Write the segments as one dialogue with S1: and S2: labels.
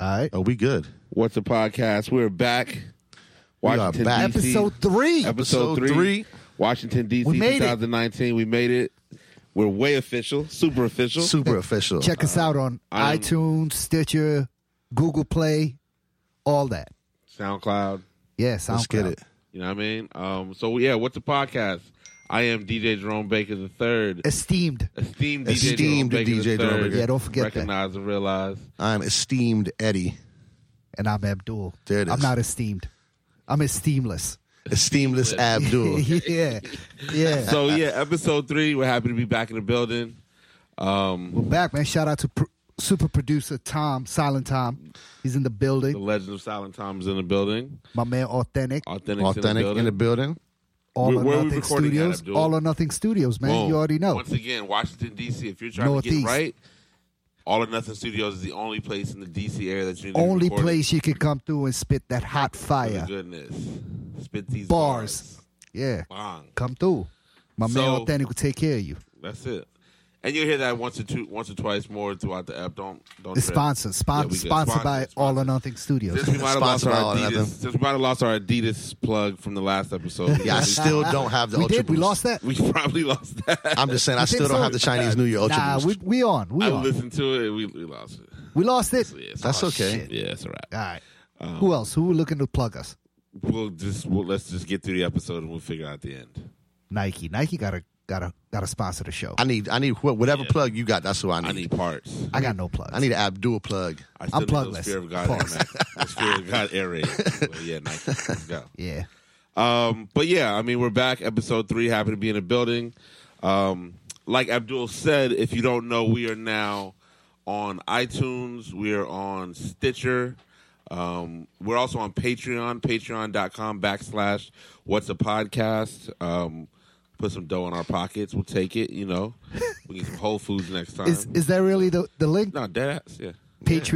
S1: All right.
S2: Oh, we good.
S3: What's the podcast? We're back.
S2: are
S3: Washington
S2: back.
S3: DC.
S1: Episode three.
S3: Episode
S2: Episode
S3: three.
S2: three.
S3: Washington DC
S1: We made it.
S3: 2019. We made it. We're way official, super official.
S2: Super official.
S1: Check
S3: uh,
S1: us out on
S3: I'm-
S1: iTunes, Stitcher, Google Play, all that.
S3: SoundCloud.
S1: Yeah, SoundCloud.
S2: Let's get it.
S3: You know what I mean? Um, so yeah, what's the podcast? I am DJ Jerome Baker the third.
S1: Esteemed.
S3: Esteemed DJ
S2: Esteemed
S3: Jerome Baker
S2: DJ
S3: the
S2: Jerome
S3: third.
S2: Baker.
S1: Yeah, don't forget that.
S3: Recognize and realize.
S2: I'm esteemed Eddie.
S1: And I'm Abdul.
S2: There it
S1: I'm
S2: is.
S1: not esteemed. I'm esteemless.
S2: Esteemless Abdul.
S1: yeah. Yeah.
S3: So yeah, episode three. We're happy to be back in the building. Um,
S1: We're back, man. Shout out to pr- super producer Tom, Silent Tom. He's in the
S3: the
S1: building.
S3: legend of Silent Tom is in the building.
S1: My man, Authentic.
S3: Authentic, in the
S2: Authentic
S3: building.
S2: in the building.
S1: All
S3: Uh, Where-
S1: or
S3: where are we
S1: Nothing
S3: recording at,
S1: Studios.
S3: Abdul?
S1: All or Nothing Studios, man.
S3: Boom.
S1: You already know.
S3: Once again, Washington D.C. If you're trying to
S1: Northeast.
S3: get right, All or Nothing Studios is the only place in the D.C. area that you need to
S1: Only
S3: record
S1: place you can come through and spit that hot
S3: for the
S1: fire.
S3: Goodness, spit these
S1: Bars.
S3: bars.
S1: Yeah.
S3: Bong.
S1: Come through. My man,
S3: So-
S1: Authentic will take care of you.
S3: That's it. And you'll hear that once or two, once or twice more throughout the app. Don't don't.
S1: It's
S3: trip.
S1: sponsored. Spon-
S3: Yeah, we good.
S1: sponsored by
S3: Sponsored.
S1: All or Nothing Studios.
S3: Since we might have lost
S2: Sponsored by
S3: our
S2: All or
S3: Adidas,
S2: Nothing.
S3: since we might have lost our Adidas plug from the last episode.
S2: Yeah, I still don't have the
S1: we
S2: Ultra
S1: did. We
S2: Boost.
S1: lost that.
S3: we probably lost that.
S2: I'm just saying, I
S1: You think
S2: still don't
S1: so?
S2: have the Chinese New Year Ultra
S1: nah,
S2: Boost.
S1: we, we on. We
S3: I
S1: on.
S3: listened to it. and We, we lost it.
S1: We lost it.
S3: So, yeah, it's
S2: That's
S3: all right.
S2: okay.
S3: Yeah, it's all right.
S1: All right.
S2: Um,
S1: Who else? Who were looking to plug us?
S3: We'll just we'll, let's just get through the episode and we'll figure out the end.
S1: Nike. Nike got to got to got to sponsor the show.
S2: I need I need wh- whatever plug you got. That's who I need.
S3: I need parts.
S1: I got no plugs.
S2: I need an Abdul plug.
S3: I still
S1: I'm
S3: need those
S1: plugless.
S3: Fear of God,
S1: Pause.
S3: air Max- those Fear of God air raids. But yeah, Nike. Let's go.
S1: yeah.
S2: Uh,
S3: Um, but yeah, I mean, we're back. Episode three. Happy to be in the building. Um, like Abdul said, if you don't know, we are now on iTunes. We are on Stitcher. Um, we're also on Patreon. Patreon.com backslash What's a Podcast. Um, put some dough in our pockets. We'll take it. You know, we get some Whole Foods next time.
S1: Is is that really the the link?
S3: no, dead ass. Yeah.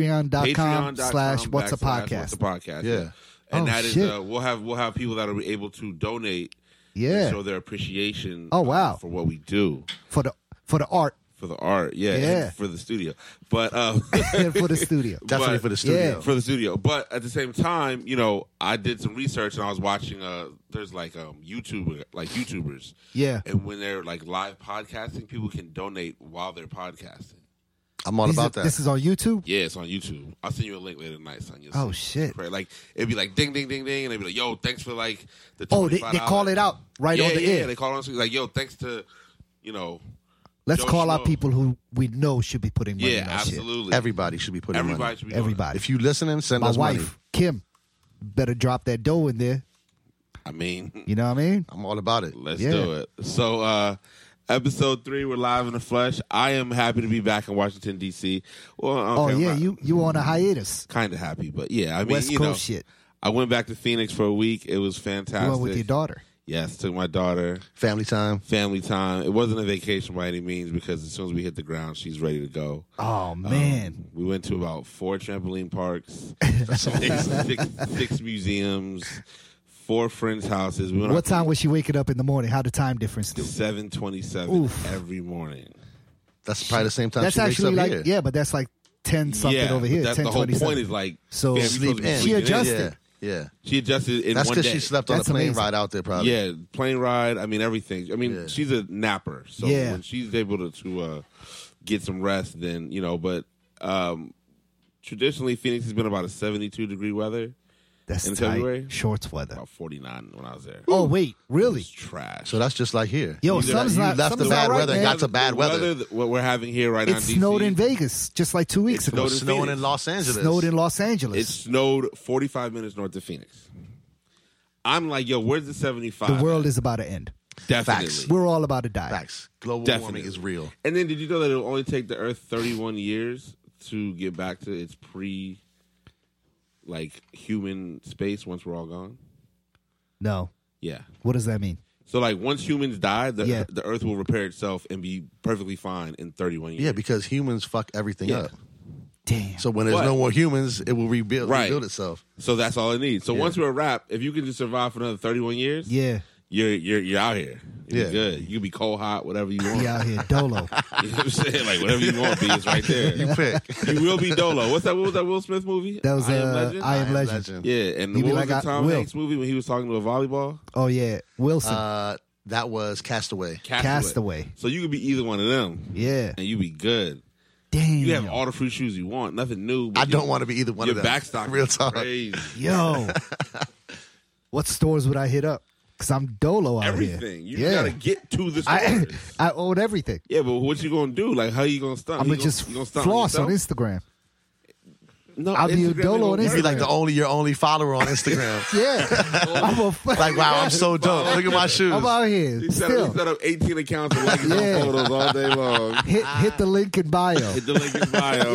S1: Patreon.com slash what's a
S3: backslash What's
S1: podcast.
S3: a podcast.
S2: Yeah.
S3: And
S1: Oh,
S3: that is
S1: shit.
S3: uh, we'll have we'll have people that will be able to donate and
S1: Yeah.
S3: show their appreciation
S1: Oh,
S3: uh,
S1: wow.
S3: for what we do
S1: For the for the art
S3: for the art. Yeah. and
S1: Yeah.
S3: for the studio. But uh
S1: and for the studio.
S2: Definitely
S3: But-
S2: for the studio.
S3: for the studio. But at the same time, you know, I did some research and I was watching uh there's like um YouTuber like YouTubers.
S1: Yeah.
S3: And when they're like live podcasting, people can donate while they're podcasting.
S2: I'm all
S1: These
S2: about
S1: are-
S2: that.
S1: This is on YouTube.
S3: Yeah, it's on YouTube. I'll send you a link later tonight, son. You'll
S1: Oh,
S3: see.
S1: shit.
S3: Right, Like it'd be like ding, ding, ding, ding, and they'd be like, "Yo, thanks for like the."
S1: Oh, they, they
S3: $25
S1: call it out right
S3: yeah,
S1: on the
S3: yeah,
S1: air.
S3: They call it on screen, like, "Yo, thanks to," you know.
S1: Let's
S3: Joe
S1: call out
S3: Schmo.
S1: people who we know should be putting money
S3: Yeah,
S1: on that shit.
S3: absolutely.
S2: Everybody should be putting
S3: everybody
S2: money.
S3: should be doing
S1: Everybody.
S2: If you listening, send
S1: My
S2: us
S1: wife,
S2: money.
S1: Kim, better drop that dough in there.
S3: it. I mean,
S1: You know what I mean?
S2: I'm all about it.
S3: let's
S1: Yeah.
S3: do it. So, uh episode three, we're live in the flesh. I am happy to be back in Washington D.C. Well, okay, Mm-hmm.
S1: Oh
S3: I'm
S1: yeah,
S3: not
S1: you you on a hiatus.
S3: kind of happy, but yeah, I mean,
S1: West
S3: you know,
S1: Coast shit.
S3: I went back to Phoenix for a week. It was
S1: You
S3: fantastic.
S1: on with your daughter.
S3: Yes, took my daughter.
S2: Family time.
S3: family time. It wasn't a vacation by any means because as soon as we hit the ground, she's ready to go.
S1: Oh
S3: Um,
S1: man.
S3: we went to about four trampoline parks, six, six, six museums, four friends' houses. We went
S1: what time was she waking up in the morning? How the time difference do?
S3: Seven twenty-seven
S1: Oof.
S3: every morning.
S2: That's probably the same time
S1: That's
S2: she wakes
S1: actually
S2: up
S1: like
S2: here.
S1: yeah, but that's like ten something
S3: yeah,
S1: over
S3: but
S1: here.
S3: That's
S1: 10,
S3: the whole
S1: 27.
S3: point. Is like
S1: So-
S3: fam, you're
S1: Sleep
S3: supposed to be
S2: in.
S1: She
S3: sleeping
S1: adjusted.
S2: Yeah, yeah.
S3: She adjusted in
S2: That's
S3: one
S2: because
S3: day.
S2: she slept on
S1: That's
S2: a plane
S1: amazing.
S2: ride out there, probably.
S3: Yeah, plane ride. I mean, everything. I mean,
S2: Yeah.
S3: she's a napper, so
S1: Yeah.
S3: when she's able to, to uh, get some rest, then you know. But um, traditionally, Phoenix has been about a seventy-two degree weather,
S1: That's
S3: in
S1: tight.
S3: February?
S1: Shorts weather.
S3: about forty-nine when I was there.
S1: Oh wait, really?
S3: It's trash.
S2: So that's just like here.
S1: Yo,
S3: You left-
S1: something's
S3: you
S2: left
S1: not.
S2: the
S1: something's
S2: bad
S1: not right,
S2: weather and
S1: man.
S2: got to bad weather.
S3: that- what we're having here right now.
S1: It
S3: in
S1: snowed
S3: DC,
S1: in Vegas just like two weeks
S3: It
S1: ago.
S2: It
S3: snowed
S1: It
S3: in
S2: snowing
S3: Phoenix.
S2: in Los Angeles.
S1: snowed in Los Angeles.
S3: It snowed forty-five minutes north of Phoenix. I'm like, yo, where's the seventy-five?
S1: the world is about to end.
S3: definitely.
S2: Facts.
S1: We're all about to die.
S2: Facts. Global
S3: Definitely.
S2: warming is real.
S3: And then did you know that it'll only take the Earth 31 years to get back to its pre like human space once we're all gone?
S1: No.
S3: Yeah.
S1: What does that mean?
S3: So like once humans die, the
S1: Yeah.
S3: the Earth will repair itself and be perfectly fine in 31 years.
S2: Yeah, because humans fuck everything
S3: Yeah.
S2: up.
S1: Damn.
S2: So when there's
S3: But-
S2: no more humans, it will rebuild
S3: Right.
S2: rebuild itself.
S3: So that's all it needs. So once we're a wrap, if you can just survive for another 31 years,
S1: yeah.
S3: you're you're you're out here. You're
S2: Yeah.
S3: good. You can be cold, hot, whatever you want.
S1: He out here dolo.
S3: You know what I'm saying? Like whatever you want, be it's right there. You,
S2: Pick.
S3: will be Dolo. What's that? What was that Will Smith movie?
S1: That was
S3: I Am
S1: uh,
S3: Legend.
S1: I am
S2: am
S1: legend.
S2: Legend.
S3: yeah, and
S1: You
S3: what
S1: be
S3: was
S1: like, I-
S3: the Tom
S1: Will.
S3: Hanks movie when he was talking to a volleyball
S1: Oh yeah, Wilson
S2: Uh, that was Castaway.
S1: Castaway.
S3: So you could be either one of them,
S1: Yeah,
S3: and you be good.
S1: damn.
S3: You have all the free shoes you want. Nothing new. but
S2: I
S3: you-
S2: don't want to be either one
S3: Your
S2: of them.
S3: backstock
S2: Real talk.
S3: Crazy.
S1: Oh, Yo, what stores would I hit up? Cause I'm dolo out
S3: Everything.
S1: here.
S3: You gotta get to the
S1: I
S3: stores.
S1: I own everything.
S3: yeah, but what you gonna do? Like, how you gonna stunt?
S1: I'm
S3: You
S1: gonna just
S3: you gonna stunt
S1: floss on
S3: yourself?
S1: Instagram.
S3: No,
S1: I'll be a
S3: Instagram ain't
S1: dolo on
S3: gonna
S2: You'd be
S3: work.
S2: like the only your only follower on Instagram.
S1: Yeah, I'm a f-
S2: like, wow, I'm so dope. Look at my shoes.
S1: I'm out here
S3: He set, up,
S1: still.
S3: he set up 18 accounts and liking
S1: Yeah.
S3: yeah. photos all day long.
S1: Hit hit the link in bio.
S3: Hit the link in bio.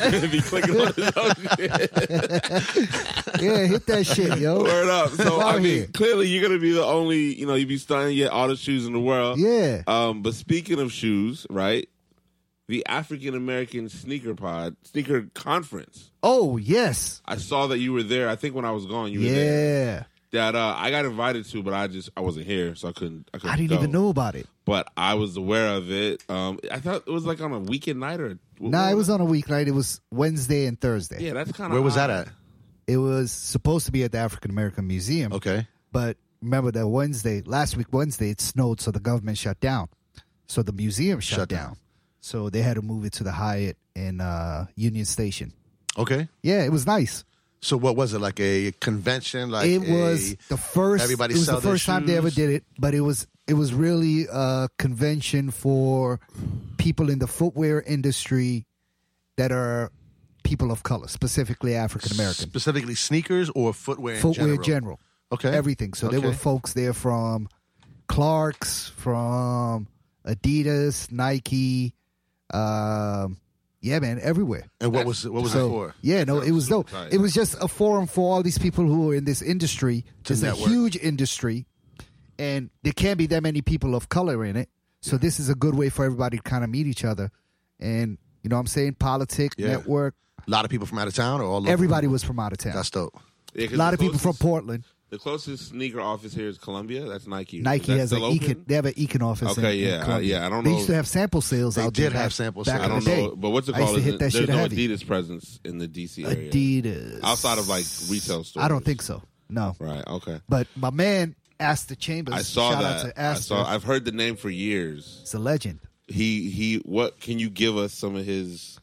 S1: Yeah,
S3: Be clicking on his own shit.
S1: yeah, hit that shit, yo.
S3: Word up. So,
S1: Out
S3: I mean,
S1: here.
S3: clearly you're going to be the only, you know, you'd be starting to get all the shoes in the world.
S1: Yeah,
S3: Um, but speaking of shoes, right? The African American Sneaker Pod, Sneaker Conference.
S1: Oh yes,
S3: I saw that you were there. I think when I was gone, you were there.
S1: yeah.
S3: That uh, I got invited to, but I just I wasn't here, so I couldn't. I, couldn't
S1: I didn't
S3: go.
S1: even know about it.
S3: but I was aware of it. Um, I thought it was like on a weekend night or no,
S1: Nah, it was on a weeknight. It was Wednesday and Thursday.
S3: Yeah, that's kind of
S2: Where was that at?
S1: It was supposed to be at the African American Museum.
S2: Okay.
S1: But remember that Wednesday, last week Wednesday, it snowed, so the government shut down. So the museum shut,
S2: Shut
S1: down.
S2: down.
S1: So they had to move it to the Hyatt in uh, Union Station.
S2: Okay.
S1: Yeah, it was nice.
S2: So what was it like a convention? Like
S1: it
S2: a-
S1: was the first.
S2: everybody
S1: it was
S2: sell
S1: the
S2: their
S1: first time they ever
S2: shoes?
S1: did it, but it was it was really a convention for people in the footwear industry that are people of color, specifically African American.
S2: specifically sneakers or footwear.
S1: footwear
S2: in
S1: general,
S2: general. Okay.
S1: everything. So there were
S2: Okay.
S1: folks there from Clark's, from Adidas, Nike, um, yeah, man, everywhere.
S2: And what was what was
S1: so
S2: it for?
S1: yeah, no, it was dope.
S3: tight.
S1: It was just a forum for all these people who are in this industry. it's
S2: network.
S1: a huge industry, and there can't be that many people of color in it. So this is a good way for everybody to kind of meet each other, and you know, what I'm saying politic
S2: Yeah.
S1: network.
S2: A lot of people from out of town or all over?
S1: Everybody was from out of town.
S2: That's dope.
S3: Yeah, 'cause
S1: a lot
S3: the
S1: of people from
S3: closest-
S1: Portland.
S3: The closest sneaker office here is Columbia. That's Nike. Is
S1: Nike
S3: that
S1: has an
S3: still open?
S1: econ. They have an econ office. in-
S3: Okay,
S1: in
S3: yeah, uh,
S1: Columbia.
S3: yeah, I don't
S1: They
S3: know.
S1: used to have sample sales.
S2: They
S1: out there
S2: did have
S1: back-
S2: sample sales.
S1: back
S3: I
S1: in
S3: don't
S1: the day.
S3: know, but what's it
S1: I used
S3: called?
S1: to hit
S3: Isn't- There's
S1: that shit
S3: no
S1: heavy.
S3: Adidas presence in the DC area
S1: Adidas
S3: outside of like retail stores.
S1: I don't think so. No,
S3: Right. Okay.
S1: but my man Asta Chambers.
S3: I saw
S1: shout
S3: that.
S1: out to
S3: I
S1: Asta.
S3: saw. I've heard the name for years.
S1: He's a legend.
S3: He he. What can you give us some of his?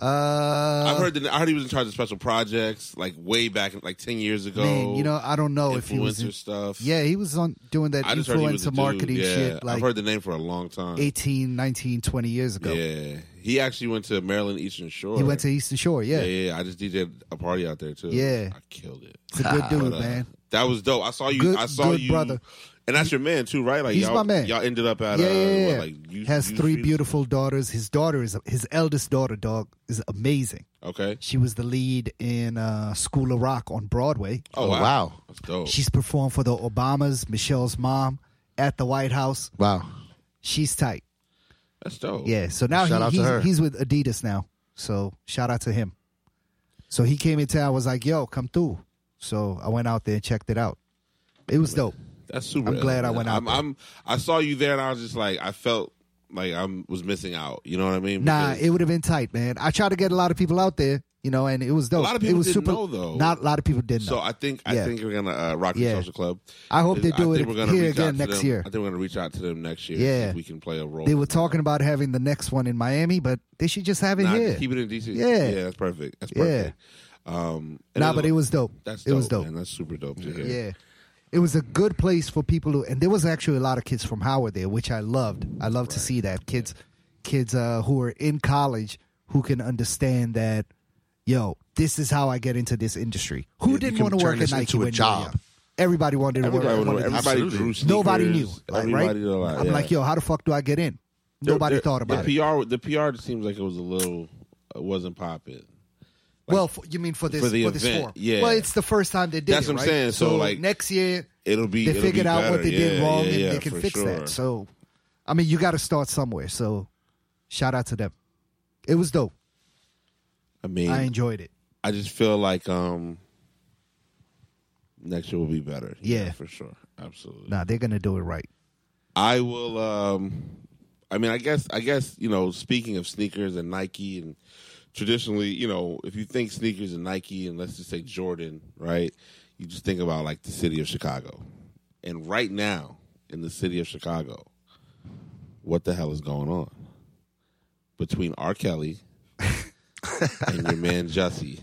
S1: Uh,
S3: I've heard. The, I heard he was in charge of special projects like way back, like ten years ago.
S1: man, you know, I don't know if he was.
S3: influencer
S1: In,
S3: stuff.
S1: yeah, he was on doing that
S3: I just heard he was a
S1: influencer
S3: dude.
S1: marketing
S3: yeah,
S1: shit
S3: I've
S1: like
S3: heard the name for a long time.
S1: 18, 19, 20 years ago.
S3: Yeah, he actually went to Maryland Eastern Shore.
S1: He went to Eastern Shore. Yeah,
S3: yeah, yeah, yeah. I just DJed a party out there too.
S1: Yeah.
S3: I killed it.
S1: it's a good dude,
S3: But, uh,
S1: man.
S3: That was dope. I saw you.
S1: Good-
S3: I saw
S1: good
S3: you,
S1: brother.
S3: And that's your man too, right? Like
S1: He's
S3: y'all,
S1: my man.
S3: Y'all ended up at
S1: yeah,
S3: uh,
S1: yeah, yeah.
S3: What, like you,
S1: has
S3: you
S1: three
S3: Street?
S1: beautiful daughters. His daughter is his eldest daughter. Dog is amazing.
S3: Okay.
S1: She was the lead in uh, School of Rock on Broadway.
S3: Oh,
S2: Oh,
S3: wow.
S2: wow.
S3: that's dope.
S1: She's performed for the Obamas, Michelle's mom, at the White House.
S2: Wow.
S1: She's tight.
S3: that's dope.
S1: Yeah. So now
S2: Shout
S1: he-
S2: out to
S1: he's,
S2: her.
S1: he's with Adidas now. So shout out to him. So he came in town. Was like, "Yo, come through." So I went out there and checked it out. It was dope.
S3: that's super.
S1: I'm glad I went out
S3: I'm,
S1: there.
S3: I'm. I saw you there, and I was just like, I felt like I was missing out. You know what I mean?
S1: Nah,
S3: Because-
S1: it would have been tight, man. I tried to get a lot of people out there, you know, and it was dope.
S3: lot of
S1: it
S3: people
S1: was
S3: didn't
S1: super,
S3: know, though.
S1: Not a lot of people didn't
S3: So
S1: know.
S3: I think I
S1: Yeah.
S3: think we're gonna uh, rock
S1: Yeah.
S3: the social club.
S1: I hope they
S3: I
S1: do
S3: think
S1: it
S3: we're gonna
S1: here
S3: reach out
S1: again
S3: to
S1: next
S3: them.
S1: year.
S3: I think we're gonna reach out to them next year.
S1: Yeah.
S3: see if we can play a role.
S1: They were talking about having the next one in Miami, but they should just have it
S3: Nah,
S1: here.
S3: keep it in DC.
S1: Yeah.
S3: yeah, that's perfect. That's
S1: Yeah.
S3: perfect. Um, and
S1: nah,
S3: there's
S1: but
S3: a-
S1: it was dope.
S3: That's dope,
S1: it was dope.
S3: Man. That's super dope to hear.
S1: Yeah. It was a good place for people to, and there was actually a lot of kids from Howard there, which I loved. I love to see that kids, kids uh, who are in college who can understand that, yo, this is how I get into this industry. Who
S2: you
S1: didn't
S2: can
S1: want to
S2: turn
S1: work at
S2: this
S1: Nike
S2: into a
S1: when you were
S2: job.
S1: young? Everybody wanted to
S3: Everybody,
S1: work.
S3: wanted-
S1: wanted to-
S3: everybody
S2: Absolutely.
S3: drew sneakers.
S1: Nobody knew. Like,
S3: everybody
S1: right?
S3: did a lot.
S1: I'm
S3: yeah.
S1: like, yo, how the fuck do I get in?
S3: Their-
S1: Nobody
S3: their-
S1: thought about
S3: the
S1: it.
S3: PR, the PR seems like it was a little it wasn't popping.
S1: well, for, you mean for this
S3: for the
S1: for this
S3: event,
S1: forum?
S3: yeah.
S1: Well, it's the first time they did.
S3: That's
S1: it,
S3: what I'm
S1: right?
S3: saying. So, like,
S1: next year,
S3: It'll be
S1: they
S3: it'll
S1: figured
S3: be
S1: out
S3: better.
S1: what they did
S3: Yeah,
S1: wrong
S3: yeah, yeah,
S1: and they can
S3: for
S1: fix
S3: sure.
S1: that. So, I mean, you got to start somewhere. So, shout out to them. It was dope.
S3: I mean, I,
S1: I enjoyed it.
S3: just feel like um, Next year will be better.
S1: Yeah.
S3: for sure. Absolutely.
S1: Nah, they're gonna do it right.
S3: I will. Um, I mean, I guess. I guess you know. Speaking of sneakers and Nike, and traditionally, you know, if you think sneakers and Nike, and let's just say Jordan, right? You just think about like the city of Chicago, and right now in the city of Chicago, what the hell is going on between R. Kelly and your man Jesse?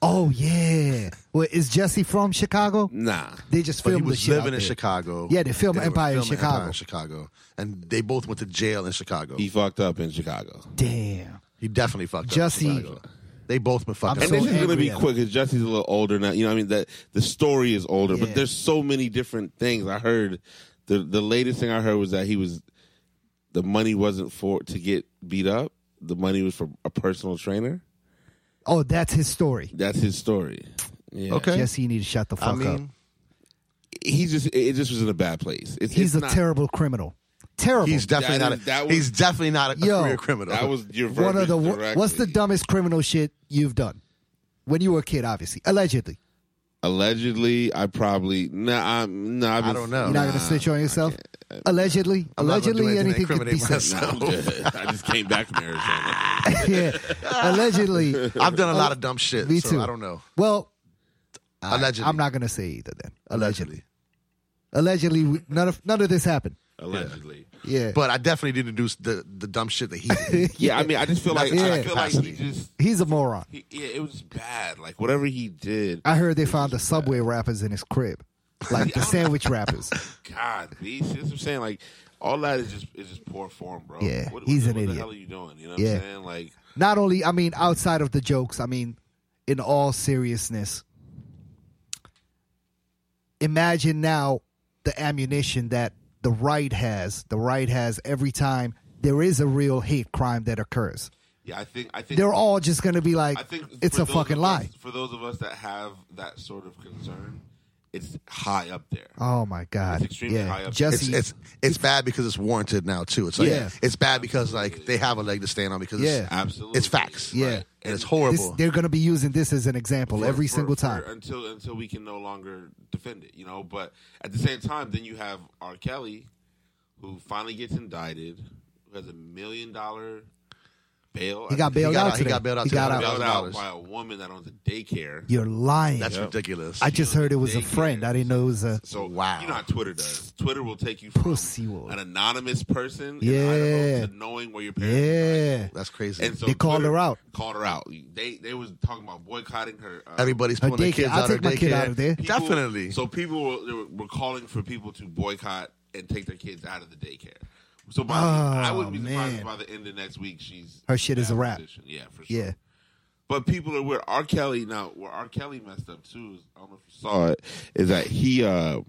S1: Oh yeah. Well, is Jesse from Chicago?
S3: Nah.
S1: They just
S2: But he
S1: filmed the
S2: was
S1: shit out
S2: living in
S1: there.
S2: Chicago.
S1: Yeah, they filmed
S2: were
S1: Empire in
S2: filming
S1: Chicago.
S2: in Chicago, and they both went to jail in Chicago.
S3: He
S2: He,
S3: fucked up in Chicago.
S1: Damn.
S2: definitely fucked
S1: Jesse-
S2: up. in Chicago. They both been fucking.
S1: I'm
S2: up.
S3: And
S1: so
S3: this is going to
S1: angry
S3: be
S1: at
S3: quick because Jesse's a little older now. You know, what I mean that the story is older,
S1: Yeah.
S3: but there's so many different things. I heard the the latest thing I heard was that he was the money wasn't for to get beat up. The money was for a personal trainer.
S1: Oh, that's his story.
S3: That's his story. Yeah.
S2: Okay.
S1: Jesse, you need to shut the fuck
S2: I
S1: up.
S2: mean,
S3: he just it just was in a bad place. It's,
S1: He's
S3: it's
S1: a
S3: not-
S1: terrible criminal. Terrible.
S2: he's definitely
S3: That
S2: not. A,
S3: is- that was-
S2: he's definitely not a
S1: Yo,
S2: career criminal.
S3: That was your
S1: one of the
S3: verbiage
S1: what's the
S3: directly.
S1: dumbest criminal shit you've done when you were a kid? Obviously, allegedly.
S3: allegedly. I probably nah. I'm, nah I've
S2: I
S3: been-
S2: don't know.
S1: You're not gonna snitch on yourself. Allegedly,
S2: I'm not gonna do
S1: allegedly, anything
S2: anything to
S1: could be
S2: incriminate
S1: said.
S3: Nah, I'm good. I just came back from Arizona.
S1: yeah. Allegedly,
S2: I've done a lot of dumb shit.
S1: Oh, me
S2: so
S1: too.
S2: I don't know.
S1: Well,
S2: Allegedly,
S1: I'm not gonna say either. Then allegedly, allegedly, we, none of none of this happened.
S3: Allegedly.
S1: Yeah,
S2: But I definitely did do the the dumb shit that he did.
S3: Yeah, I mean, I just feel like
S1: Yeah.
S3: I feel like he just
S1: he's a moron.
S3: he, yeah, it was bad. Like whatever he did,
S1: I heard they found the subway rappers in his crib, like the sandwich rappers.
S3: God, these. That's what I'm saying. Like all that is just is just poor form, bro.
S1: Yeah,
S3: what,
S1: he's
S3: what,
S1: an
S3: what
S1: idiot.
S3: the hell are you doing? You know what
S1: Yeah.
S3: I'm saying? Like
S1: Not only, I mean, outside of the jokes, I mean, in all seriousness, imagine now the ammunition that the right has. The right has every time there is a real hate crime that occurs.
S3: yeah, I think I think
S1: They're all just going to be like,
S3: I think
S1: it's
S3: for
S1: a
S3: those
S1: fucking
S3: of
S1: lie.
S3: us- for those of us that have that sort of concern. It's high up there.
S1: Oh my God!
S3: It's extremely high
S1: yeah,
S3: up.
S2: It's,
S1: Jesse.
S2: it's it's bad because it's warranted now too. It's like
S1: Yeah.
S2: it's bad because like they have a leg to stand on because it's,
S1: Yeah.
S3: Absolutely,
S2: it's facts.
S1: Yeah.
S2: Right. and it's
S1: this,
S2: horrible.
S1: they're going to be using this as an example
S3: for-
S1: every
S3: for-
S1: single
S3: for-
S1: time.
S3: until until we can no longer defend it, you know. But at the same time, then you have R. Kelly, who finally gets indicted, who has a million dollar bail.
S1: he got
S2: he
S1: bailed
S2: got
S1: out.
S2: out- he
S1: today.
S2: got bailed out
S1: He got
S2: today.
S1: out.
S3: bailed out
S2: $1,000.
S3: by a woman that owns a daycare.
S1: You're lying.
S2: That's ridiculous.
S1: I just heard it was a friend. I didn't know it was a.
S3: So
S2: Wow.
S3: you know how Twitter does. Twitter will take you from
S1: Pussy will.
S3: an anonymous person
S1: Yeah.
S3: in Idaho to knowing where your parents. are.
S1: Yeah.
S2: That's crazy.
S3: And so
S1: They called
S3: Twitter
S1: her out.
S3: Called her out. They they was talking about boycotting her. uh,
S2: Everybody's
S1: Her
S2: pulling their
S1: daycare.
S2: kids
S1: I'll
S2: out of
S1: take my
S2: daycare.
S1: kid out of there.
S3: people-
S2: Definitely.
S3: So people were, they were, were calling for people to boycott and take their kids out of the daycare. So by the, I
S1: Oh,
S3: wouldn't be surprised
S1: man.
S3: if by the end of next week she's
S1: Her shit is
S3: in
S1: a
S3: that
S1: wrap.
S3: position. Yeah, for sure.
S1: Yeah.
S3: But people are where R. Kelly now, where R. Kelly messed up too. Is, I don't know if you saw it. Is that he uh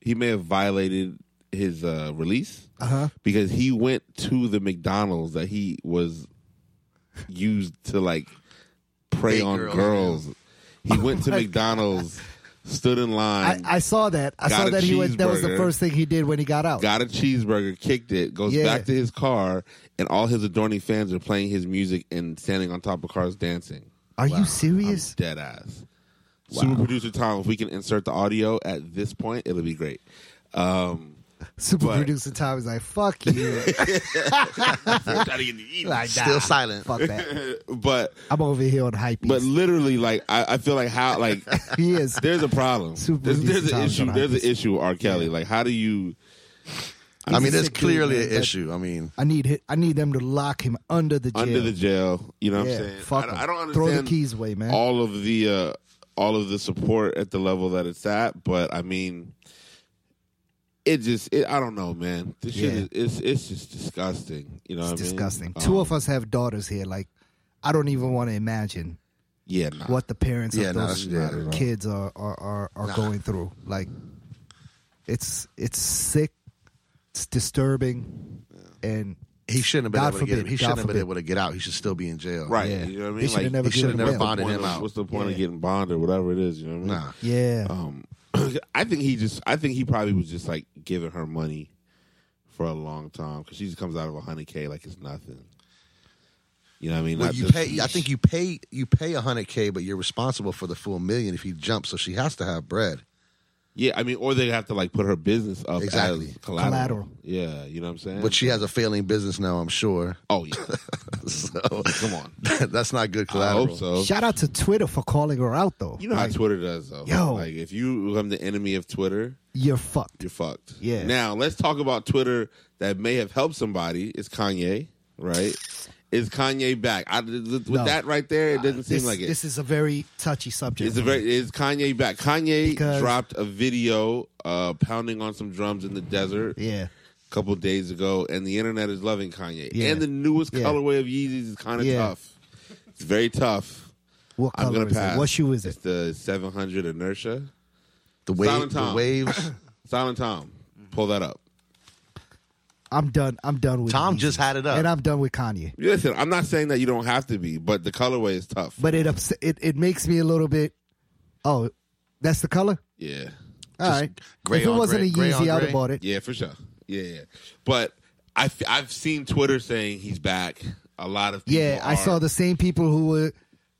S3: he may have violated his uh release
S1: Uh-huh.
S3: because he went to the McDonald's that he was used to like prey
S2: Date
S3: on
S2: girls,
S3: girls. He went to McDonald's, stood in
S1: I,
S3: line,
S1: Oh I saw that. I
S3: Got
S1: saw
S3: a
S1: that he was. That was the
S3: cheeseburger.
S1: first thing he did when he got out.
S3: got a cheeseburger, kicked it, goes
S1: Yeah.
S3: back to his car, and all his adoring fans are playing his music and standing on top of cars dancing.
S1: Are you
S3: I'm
S1: serious?
S3: dead ass. Super producer Tom, if we can insert the audio at this point, it'll be great. Um,
S1: Super
S3: but-
S1: producer Tom is like, "Fuck you."
S3: I'm trying to get the eat.
S1: like, nah,
S2: Still silent.
S1: Fuck that.
S3: but
S1: I'm over here on hype.
S3: but literally, like I, I feel like how like
S1: he is.
S3: there's a problem.
S1: Super
S3: There's,
S1: producer
S3: there's an
S1: Tom's
S3: issue.
S1: gonna
S3: There's
S1: have
S3: an
S1: this.
S3: issue. R. Kelly, like how do you?
S2: I mean,
S1: He's a
S2: there's
S1: sick dude,
S2: clearly
S1: man,
S2: an
S1: but
S2: issue. I mean,
S1: I need hit. I need them to lock him under the jail.
S3: under the jail. You know
S1: Yeah,
S3: what I'm saying?
S1: fuck
S3: I, don't-
S1: 'em.
S3: I don't
S1: Throw
S3: understand.
S1: the keys away, man.
S3: All of the uh, all of the support at the level that it's at, but I mean, it just it, I don't know, man. This
S1: Yeah.
S3: shit is it's, it's just disgusting. You know,
S1: it's
S3: what I mean?
S1: disgusting.
S3: Um,
S1: Two of us have daughters here. Like, I don't even want to imagine
S3: Yeah, nah.
S1: what the parents
S2: Yeah,
S1: of
S2: no,
S1: those
S2: that's- yeah.
S1: kids are are are, are going through. Like, it's it's sick. It's disturbing, and
S2: he shouldn't have been
S1: God
S2: able to get.
S1: forbid,
S2: He
S1: God
S2: shouldn't have been
S1: forbid.
S2: able to get out. He should still be in jail.
S3: right?
S1: yeah.
S3: You know what I mean?
S1: They should have never
S2: he should've
S1: given
S2: never
S1: him bail.
S2: bonded.
S3: what's the
S2: him
S3: point of-
S2: out.
S3: What's the point
S1: Yeah.
S3: of getting bonded or whatever it is? You know what I mean?
S2: Nah.
S1: Yeah.
S2: Uh,
S3: Um, I think he just. I think he probably was just like giving her money for a long time because she just comes out of a hundred k like it's nothing. You know what I mean?
S2: Well,
S3: Not
S2: you
S3: just-
S2: pay. I think you pay. You pay hundred k, but you're responsible for the full million if he jumps. So she has to have bread.
S3: Yeah, I mean, or they have to like put her business up
S2: Exactly.
S3: as collateral.
S1: Collateral.
S3: Yeah, you know what I'm saying?
S2: But she has a failing business now, I'm sure.
S3: oh yeah,
S2: So
S3: come on.
S2: that's not good
S3: I
S2: collateral.
S3: hope so.
S1: Shout out to Twitter for calling her out though.
S3: You know how Twitter does though.
S1: Yo.
S3: like if you become the enemy of Twitter,
S1: You're fucked.
S3: you're fucked.
S1: Yeah.
S3: Now let's talk about Twitter that may have helped somebody. It's Kanye, right? Is Kanye back? I, with
S1: No. Uh,
S3: that right there, it doesn't seem
S1: This,
S3: like it.
S1: this is a very touchy subject.
S3: Is, it very, is Kanye back? Kanye
S1: Because-
S3: dropped a video uh, pounding on some drums in the desert
S1: yeah.
S3: a couple days ago, and the internet is loving Kanye.
S1: Yeah.
S3: And the newest
S1: Yeah.
S3: colorway of Yeezys is kind of
S1: Yeah.
S3: tough. It's very tough.
S1: What
S3: I'm
S1: color
S3: gonna
S1: is
S3: pass.
S1: it? What shoe is it?
S3: It's the 700 Inertia.
S2: The, wave,
S3: Silent
S2: the
S3: Tom.
S2: waves.
S3: Silent Tom, pull that up.
S1: I'm done. I'm done with
S2: Tom
S1: Yeezys.
S2: just had it up.
S1: and I'm done with Kanye.
S3: Listen, I'm not saying that you don't have to be, but the colorway is tough.
S1: But it upset. It, it makes me a little bit. Oh, that's the color.
S3: yeah,
S1: All right.
S2: gray
S1: if it
S2: on
S1: wasn't
S2: gray-
S1: a
S2: gray on
S1: Yeezy, I'd
S2: gray?
S1: have bought it.
S3: yeah, for sure. Yeah, yeah. But I've I've seen Twitter saying he's back. A lot of people
S1: Yeah, I
S3: are-
S1: saw the same people who were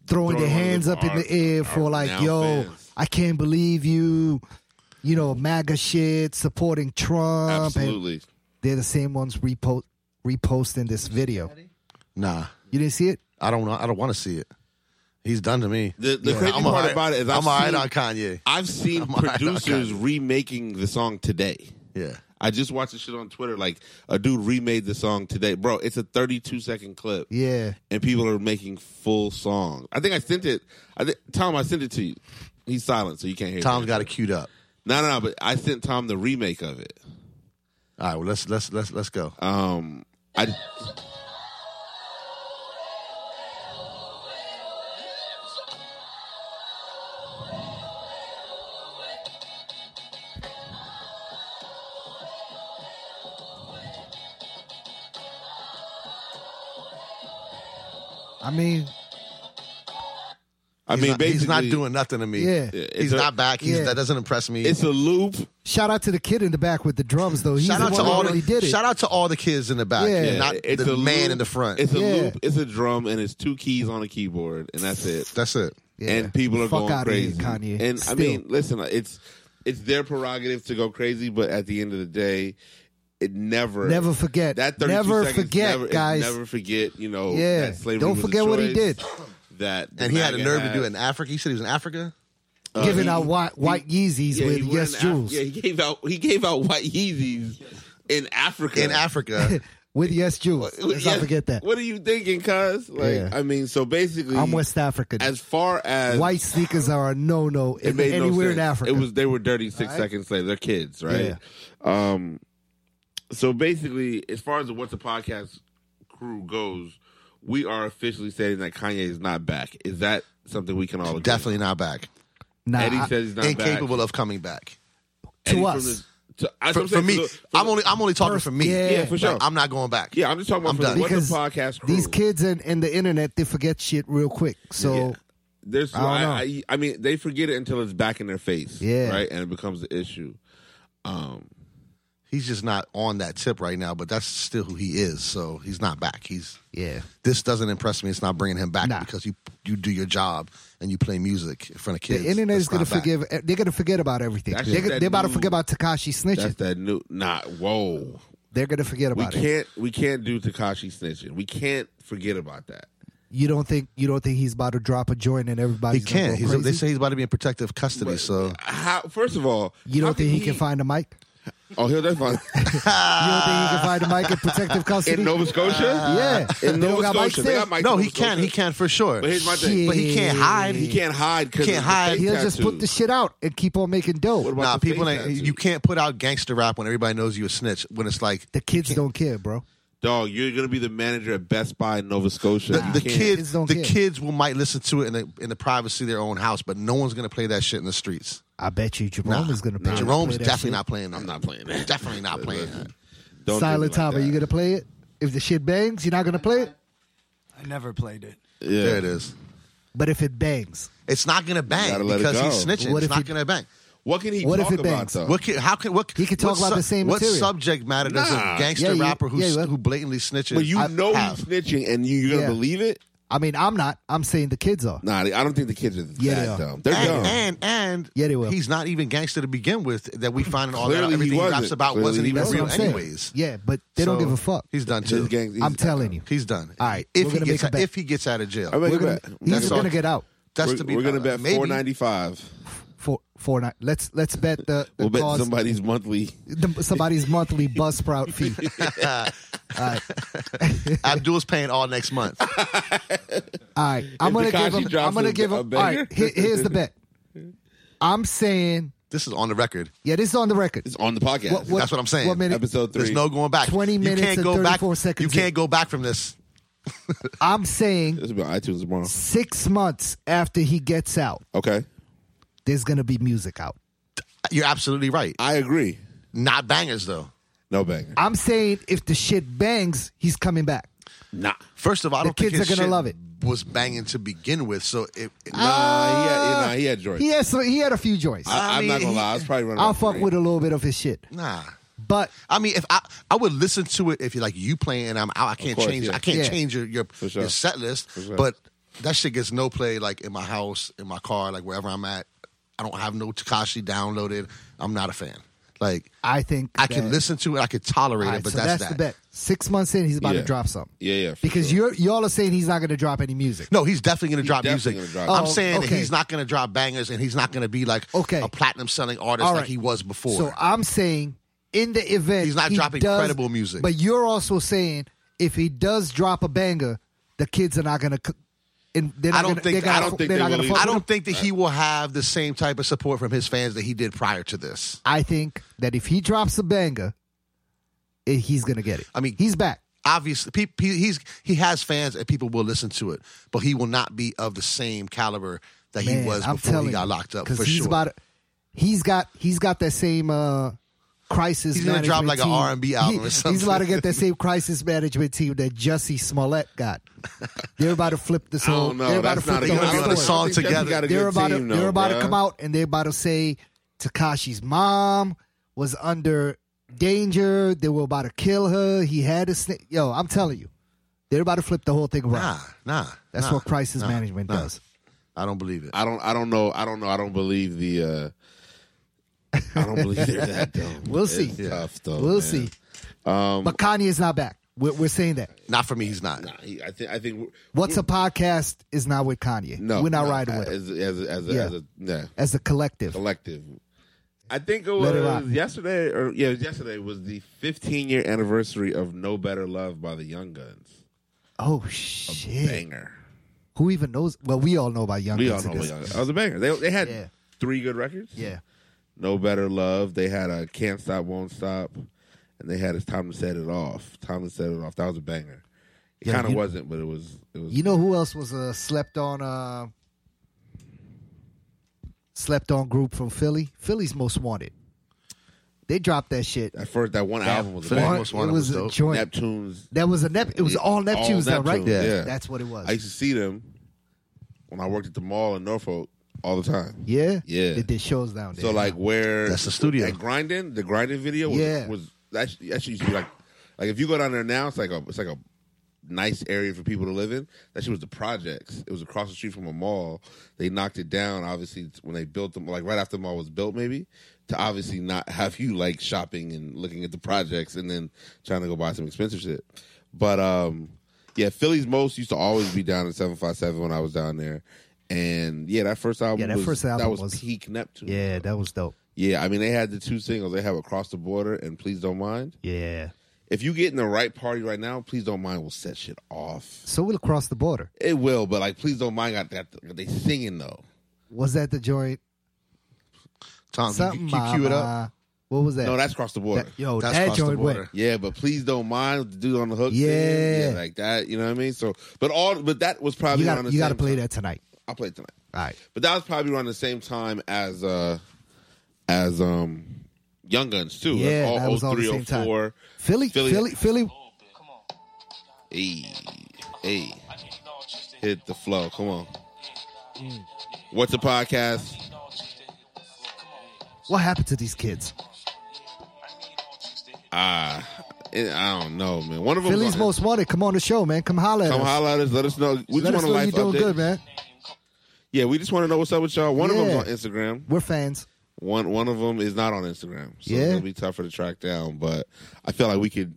S1: throwing, their
S3: Throwing
S1: hands up in
S3: our-
S1: the
S2: uh,
S1: air for
S3: our
S1: like,
S3: now
S1: yo,
S3: fans.
S1: I can't believe you. You know, MAGA shit, supporting Trump, and
S3: absolutely.
S1: they're the same ones repost reposting this video.
S2: Nah,
S1: You didn't see it?
S2: I don't know. I don't want to see it. He's done to me.
S3: The, the
S2: Yeah.
S3: crazy
S2: I'm
S3: part
S2: all right-
S3: about it is
S2: I'm
S3: I've
S2: all
S3: seen-
S2: right on Kanye.
S3: I've seen
S2: I'm all right,
S3: producers
S2: okay.
S3: remaking the song today.
S2: Yeah,
S3: I just watched this shit on Twitter. Like a dude remade the song today, bro. It's a 32 second clip,
S1: Yeah.
S3: and people are making full song. I think I sent it. I think Tom, I sent it to you. He's silent, so you can't hear.
S2: Tom's
S3: it.
S2: got it queued up.
S3: No, no, no. But I sent Tom the remake of it.
S2: All right, well let's let's let's let's go.
S3: Um, I.
S1: I mean,
S3: I
S2: He's
S3: mean,
S2: not,
S3: basically,
S2: he's not doing nothing to me.
S1: Yeah.
S3: Yeah, it's
S2: he's
S3: a-
S2: not back. He's,
S1: yeah.
S2: That doesn't impress me.
S3: It's a loop.
S1: shout out to the kid in the back with the drums, though. He's
S2: shout
S1: the
S2: out
S1: one
S2: to
S1: who
S2: all
S1: already
S2: the
S1: did it.
S2: shout out to all the kids in the back,
S1: Yeah.
S2: and
S1: Yeah,
S2: not
S3: it's
S2: the
S3: a
S2: man
S3: loop,
S2: in the front.
S3: It's a
S1: Yeah.
S3: loop. It's a drum, and it's two keys on a keyboard, and that's it.
S2: That's it.
S1: Yeah.
S3: And people are
S1: Fuck
S3: going
S1: outta here,
S3: crazy.
S1: Kanye.
S3: And
S1: Still.
S3: I mean, listen, it's it's their prerogative to go crazy, but at the end of the day, it never
S1: Never forget.
S3: that. 32
S1: Never
S3: seconds
S1: forget,
S3: never, it
S1: guys.
S3: Never forget. You know,
S1: Yeah.
S3: that slavery
S1: Don't
S3: was a
S1: forget what he
S3: choice,
S1: did.
S3: That the
S2: And he had a
S3: MAGA
S2: nerve to do it
S3: had.
S2: in Africa. He said he was in Africa.
S3: Uh,
S1: Giving
S3: he-
S1: out white, white Yeezys
S3: Yeah,
S1: with
S3: he went
S1: Yes
S3: in Af-
S1: Jules.
S3: Yeah, he gave out he gave out white Yeezys in Africa.
S2: In Africa,
S1: With Yes Jules. Let's not
S3: Yeah.
S1: forget that.
S3: What are you thinking, cuz? Like,
S1: Yeah.
S3: I mean, so basically,
S1: I'm West African.
S3: as far as
S1: White sneakers are a no no
S3: it made no
S1: anywhere in
S3: sense.
S1: Africa.
S3: It was they were dirty six
S1: All right.
S3: seconds later. They're kids, right? Um, so basically, as far as the what's the podcast crew goes, we are officially saying that Kanye is not back. Is that something we can all agree?
S2: definitely not back.
S1: nah,
S3: Eddie
S1: I-
S3: says he's not
S2: Incapable
S3: back.
S2: of coming back.
S1: to
S3: Eddie from
S1: us.
S3: the- to- that's
S2: For,
S3: what I'm
S2: for
S3: saying,
S2: me,
S3: to the- for
S2: I'm
S3: the-
S2: only I'm only talking
S1: First-
S2: for me.
S1: yeah.
S3: Yeah, for
S2: Like,
S3: sure.
S2: I'm not going back.
S3: yeah, I'm just talking about
S2: I'm
S3: for
S2: done.
S3: the, what's
S1: because
S3: the podcast crew.
S1: these kids and, and the internet they forget shit real quick. So
S3: There's,
S1: I don't
S3: I, I,
S1: know.
S3: I mean, they forget it until it's back in their face,
S1: Yeah.
S3: right, and it becomes an issue. Um,
S2: He's just not on that tip right now. But that's still who he is. So he's not back. He's
S1: yeah,
S2: this doesn't impress me. It's not bringing him back
S1: Nah.
S2: because you you do your job and you play music in front of
S1: the
S2: kids.
S1: internet
S2: That's
S1: is gonna
S2: not back.
S1: forgive. They're gonna forget about everything.
S3: That's
S1: They're,
S3: just
S1: gonna-
S3: that
S1: they're about to
S3: new-
S1: forget about Takashi
S3: that's
S1: snitching.
S3: that new. Not whoa.
S1: they're gonna forget
S3: We
S1: about it.
S3: can't. We can't do Takashi snitching. We can't forget about that.
S1: You don't think you don't think he's about to drop a joint and
S2: He
S1: everybody's
S2: can't.
S1: Gonna
S2: He's,
S1: go
S2: they
S1: crazy?
S2: say he's about to be in protective custody.
S3: But
S2: so
S3: how? First of all,
S1: you
S3: how
S1: don't think he can find a mic?
S3: Oh, he'll definitely find
S1: You don't think he can find a mic in protective custody?
S3: in Nova Scotia.
S1: yeah,
S3: in
S1: They
S3: Nova
S1: don't got mics
S3: Scotia, they
S1: there?
S3: got Mike
S2: no,
S3: Nova
S2: he can.
S3: Scotia.
S2: He can for sure.
S3: But here's my thing.
S1: Shit.
S2: But he can't hide.
S3: He can't hide. Cause
S2: Can't
S3: of the
S2: hide.
S3: face
S1: He'll just
S3: tattoo.
S1: put the shit out and keep on making dough.
S3: about
S2: Nah,
S3: the
S2: people
S3: face
S2: ain't.
S3: tattoo?
S2: You can't put out gangster rap when everybody knows you a snitch. When it's like
S1: The kids don't care, bro.
S3: dog. You're gonna be the manager at Best Buy in Nova Scotia.
S2: the,
S3: You
S2: the
S3: can't.
S1: Kids
S2: kids,
S1: don't
S2: the
S1: care.
S2: kids will might listen to it in the in the privacy of their own house, but no one's gonna play that shit in the streets.
S1: I bet you Jerome
S2: Nah.
S1: is gonna. Play
S2: Jerome's
S1: play that
S2: definitely
S1: shit.
S2: not playing that.
S3: I'm not playing that.
S2: Definitely not playing that.
S3: Don't do me like
S1: Silent Tom, are
S3: that.
S1: you gonna play it? If the shit bangs, you're not gonna play it.
S4: I never played it.
S3: Yeah.
S2: There it is.
S1: But if it bangs,
S2: It's not gonna bang
S3: gotta let it
S2: because
S3: go. Oh.
S2: he's snitching.
S1: What
S2: it's
S1: if
S2: not
S1: he-
S2: gonna bang.
S3: What can he
S1: What if
S3: talk
S1: it
S3: about
S1: bangs?
S3: though?
S2: What can, how can what?
S1: He could talk
S2: what
S1: about the same
S2: What
S1: material.
S2: subject matter does
S3: Nah.
S2: a
S1: Yeah,
S2: gangster
S1: you-
S2: rapper who
S1: yeah,
S2: s-
S1: you-
S2: who blatantly snitches?
S3: but you know
S2: have?
S3: he's snitching, and you, you're gonna
S1: Yeah.
S3: believe it?
S1: I mean, I'm not. I'm saying the kids are.
S3: Nah, I don't think the kids are
S1: Yeah,
S3: that
S1: they are.
S3: dumb. They're dumb.
S2: and, and and
S1: Yeah, they will.
S2: he's not even gangster to begin with. That we find in all that
S3: Clearly he
S2: everything he, raps
S3: wasn't.
S2: about
S3: Clearly
S2: wasn't
S3: he
S2: even
S1: That's
S2: real,
S1: what I'm saying.
S2: anyways.
S1: Yeah, but they don't
S2: So,
S1: give a fuck.
S2: He's done
S3: His
S2: too.
S3: gang- he's
S1: I'm
S3: not
S1: telling
S3: dumb.
S1: you.
S2: He's done.
S1: All right, we're
S2: if he
S1: gonna
S2: gets
S1: make a bet.
S2: if he gets out of jail,
S3: I mean,
S1: We're
S3: Make a
S1: gonna,
S3: bet.
S1: he's
S2: That's all.
S1: gonna get out
S2: that's
S3: we're,
S2: to be.
S3: we're gonna
S2: uh,
S3: bet
S2: maybe.
S3: four ninety five.
S1: for for not. Let's let's bet the, the
S3: We'll bet
S1: cost-
S3: somebody's monthly.
S1: the- somebody's monthly bus sprout fee.
S2: Abdul's paying all next month.
S1: All right, I'm gonna give
S3: Tekashi
S1: him.
S3: drops
S1: I'm gonna
S3: a-
S1: give
S3: a
S1: him. All
S3: banger.
S1: right, here- here's the bet. I'm saying,
S2: this is on the record.
S1: yeah, this is on the record.
S3: It's on the podcast.
S2: That's what I'm saying.
S1: What minute?
S3: Episode three.
S2: There's no going back.
S1: 20 minutes
S2: you can't
S1: and
S2: go back.
S1: 34 seconds
S2: You
S1: in.
S2: can't go back from this.
S1: I'm saying
S3: This will be on iTunes tomorrow.
S1: six months after he gets out,
S3: Okay,
S1: there's gonna be music out.
S2: You're absolutely right.
S3: I agree.
S2: Not bangers though.
S3: No banger.
S1: I'm saying if the shit bangs, he's coming back.
S3: Nah.
S2: First of all, I
S1: The
S2: don't think
S1: kids
S2: his
S1: are gonna
S2: shit
S1: love it.
S2: Was banging to begin with, so it, it-
S3: Nah, he had, nah, he had Jordan.
S1: He has some, he had a few joints. I,
S3: I,
S2: I
S3: I'm not
S2: mean,
S3: gonna
S2: he-
S3: lie. I was probably running.
S1: will
S3: about
S1: fuck
S3: three.
S1: with a little bit of his shit,
S2: nah.
S1: but
S2: I mean, if I I would listen to it if you like you playing and I'm out, I can't
S3: course,
S2: change
S3: yeah.
S2: I can't
S1: Yeah.
S2: change your your,
S3: sure.
S2: your set list.
S3: sure.
S2: But that shit gets no play like in my house, in my car, like wherever I'm at. I don't have no Takashi downloaded. I'm not a fan. Like
S1: I think
S2: I can
S1: that-
S2: listen to it, I can tolerate
S1: All
S2: it,
S1: right,
S2: but
S1: so
S2: that's,
S1: that's the
S2: that.
S1: bet. Six months in, he's about
S3: Yeah.
S1: to drop something.
S3: Yeah, yeah. for
S1: because
S3: sure.
S1: you're y'all are saying he's not going to drop any music.
S2: No, he's definitely going to drop
S3: definitely
S2: music.
S3: gonna drop
S2: I'm
S1: music.
S2: saying that
S1: Oh, Okay.
S2: he's not going to drop bangers, and he's not going to be like
S1: Okay.
S2: a platinum selling artist
S1: All
S2: like
S1: right.
S2: he was before.
S1: So uh, I'm saying in the event
S2: He's not
S1: he
S2: dropping
S1: does-
S2: credible music.
S1: but you're also saying if he does drop a banger, the kids are not going to. They're not
S2: I don't
S1: gonna,
S2: think-
S1: they're gonna,
S2: I don't
S3: think
S1: they're
S3: they
S1: not gonna
S3: will
S1: fuck
S2: I
S1: with him.
S2: don't think that he will have the same type of support from his fans that he did prior to this.
S1: I think that if he drops a banger, eh, he's going to get it.
S2: I mean-
S1: he's back.
S2: Obviously, pe- pe- he's he has fans and people will listen to it, but he will not be of the same caliber that
S1: Man,
S2: he was
S1: I'm
S2: before
S1: telling
S2: he got
S1: you,
S2: locked up
S1: 'cause
S2: for
S1: he's
S2: sure.
S1: about- he's got he's got that same uh, crisis.
S2: He's gonna drop
S1: management
S2: like a
S1: team.
S2: R&B album or
S1: He's
S2: something.
S1: about to get that same crisis management team that Jussie Smollett got. They're about to flip this
S3: I
S1: whole.
S3: don't know.
S1: They're about
S3: That's
S1: to flip
S3: not a
S1: the
S3: good.
S2: gonna be
S1: whole
S2: on
S1: story.
S2: the song together.
S1: They're about to,
S3: Though,
S1: they're about to
S3: bruh.
S1: come out and they're about to say Takashi's mom was under danger. They were about to kill her. He had a snake. Yo, I'm telling you, they're about to flip the whole thing around.
S2: nah, nah.
S1: That's
S2: nah,
S1: what crisis
S2: nah,
S1: management
S2: nah.
S1: does.
S2: I don't believe it.
S3: I don't. I don't know. I don't know. I don't believe the. uh I don't believe they're that dumb.
S1: We'll see.
S3: It's tough, though,
S1: We'll
S3: man.
S1: see.
S2: Um,
S1: but Kanye is not back. We're, we're saying that.
S2: Not for me. He's not.
S3: Nah, he, I think. I think. we're-
S1: What's a podcast is not with Kanye.
S3: No,
S1: we're not
S3: no, Oh,
S1: riding with him
S3: as as as, as,
S1: Yeah.
S3: as a nah,
S1: as a collective.
S3: collective. I think it
S1: Let it rock.
S3: was yesterday, or yeah, it was yesterday was the 15 year anniversary of "No Better Love" by the Young Guns.
S1: Oh shit!
S3: Banger.
S1: Who even knows? Well, we all know about Young.
S3: We all
S1: Guns
S3: know
S1: at
S3: the
S1: this-
S3: Young Guns. That was a banger. They they had
S1: Yeah.
S3: three good records.
S1: Yeah,
S3: No Better Love. They had a Can't Stop, Won't Stop, and they had It's Time to Set It Off. Time to Set It Off. That was a banger. It
S1: Yeah,
S3: kind of
S1: you-
S3: wasn't, but it was. It was.
S1: you know who else was uh, slept on? Uh, slept on group from Philly. Philly's Most Wanted. They dropped that shit.
S3: at first, that one album was a
S2: Philly
S1: Or-
S3: banger.
S2: Most Wanted
S1: it was,
S2: was
S1: a
S2: dope.
S1: joint.
S3: Neptune's.
S1: that was a Nep. It was all Neptune's, though, right?
S3: Neptunes, Yeah. yeah.
S1: that's what it was.
S3: I used to see them when I worked at the mall in Norfolk all the time.
S1: yeah,
S3: Yeah.
S1: They did shows down there.
S3: So like where
S2: That's the studio.
S3: At grinding, the grinding video was,
S1: Yeah.
S3: was that that shit used to be like like if you go down there now, it's like a it's like a nice area for people to live in. That shit was the projects. It was across the street from a mall. They knocked it down obviously when they built them like right after the mall was built maybe to obviously not have you like shopping and looking at the projects and then trying to go buy some expensive shit. But um yeah, Philly's most used to always be down in 757 when I was down there. And yeah, that first album
S1: Yeah, that
S3: was
S1: first album
S3: that was,
S1: was-
S3: peak Neptune.
S1: yeah, that was dope.
S3: Yeah, I mean they had the two singles. They have Across the Border and Please Don't Mind.
S1: Yeah.
S3: If you get in the right party right now, Please Don't Mind will set shit off.
S1: So we'll cross the border.
S3: It will, but like Please Don't Mind got that they singing though.
S1: Was that the joint?
S2: Tom, you,
S1: Something.
S2: you cue it up.
S1: Mama. What was that?
S3: No, that's Across the Border.
S1: That- yo,
S2: That's
S1: that
S2: Cross the
S1: joint went.
S2: Border.
S3: yeah, but please don't mind with the dude on the hook. singing.
S1: Yeah.
S3: yeah, like that. You know what I mean? So, but all, but that was probably
S1: You
S3: around
S1: got
S3: the
S1: you got to
S3: same
S1: play
S3: time.
S1: that tonight.
S3: I'll play it tonight.
S1: All right.
S3: But that was probably around the same time as uh as um Young Guns too. That's
S1: Yeah,
S3: all
S1: that was all the
S3: 03,
S1: same time.
S3: 04.
S1: Philly, Philly,
S3: Philly-
S1: Philly,
S3: Hey, hey, hit the flow.
S1: Mm.
S3: Come on. What's a podcast?
S1: What happened to these kids?
S3: Ah, it- I don't know, man. One of them
S1: Philly's most wanted. Come on the show, man. Come holler at
S3: Come
S1: us.
S3: holla at us. Let us know. We
S1: Let
S3: just
S1: us
S3: want a
S1: know
S3: life
S1: you're doing
S3: update.
S1: good, man.
S3: Yeah, we just want to know what's up with y'all. One of
S1: Yeah.
S3: them's on Instagram.
S1: We're fans.
S3: One one of them is not on Instagram, so
S1: Yeah.
S3: it'll be tougher to track down. But I feel like we could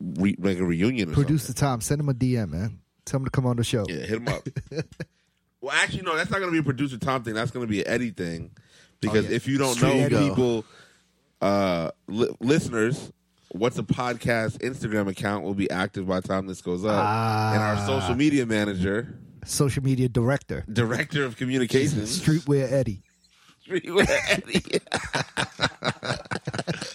S3: re- make a reunion. Or
S1: Producer Tom, send him a DM, man. Tell him to come on the show.
S3: something. yeah, hit him up. well, actually, no, that's not going to be a producer Tom thing. That's going to be an Eddie thing because if you don't
S2: Straight
S3: know
S2: Eddie.
S3: people, uh, li- listeners. What's a podcast Instagram account will be active by the time this goes up, and our social media manager,
S1: Social media director.
S3: director of communications,
S1: Streetwear Eddie.
S3: Streetwear Eddie.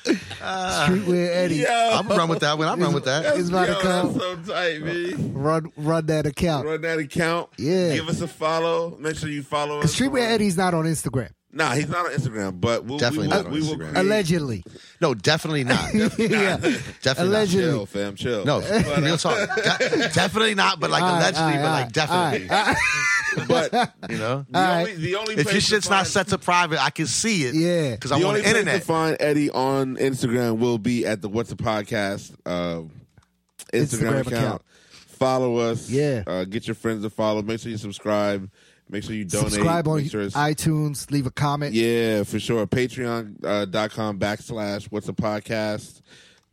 S1: Streetwear Eddie.
S3: Yo,
S2: I'm run with that one. I'm run with that.
S1: It's about
S3: yo,
S1: to come.
S3: that's so tight, man.
S1: Run, run that account.
S3: Run that account.
S1: Yeah.
S3: Give us a follow. Make sure you follow us.
S1: Streetwear
S3: on-
S1: Eddie's not on Instagram.
S3: Nah, he's not on Instagram, but we'll,
S2: Definitely
S3: we will,
S2: not on
S3: we will
S2: Instagram.
S3: create-
S1: Allegedly.
S2: No, definitely not. Definitely
S1: yeah.
S2: not.
S1: Allegedly.
S3: Chill, fam, chill.
S2: No, real talk. De- definitely not, but like
S1: All right,
S2: allegedly,
S1: all right,
S2: but
S1: all
S2: like
S1: right,
S2: definitely.
S3: but the
S2: You know,
S1: right.
S3: only, the only
S2: if
S3: place
S2: your
S3: to
S2: shit's not
S3: find-
S2: set to private, I can see it.
S1: Yeah.
S2: because
S3: the
S2: I'm on
S3: only
S2: the
S3: place
S2: internet.
S3: to find Eddie on Instagram will be at the What's a Podcast uh, Instagram,
S1: Instagram
S3: account.
S1: account.
S3: Follow us.
S1: Yeah.
S3: Uh, get your friends to follow. Make sure you subscribe. Make sure you donate.
S1: Subscribe on
S3: Make sure it's-
S1: iTunes. Leave a comment.
S3: Yeah, for sure. Patreon.com uh, dot com backslash what's a podcast.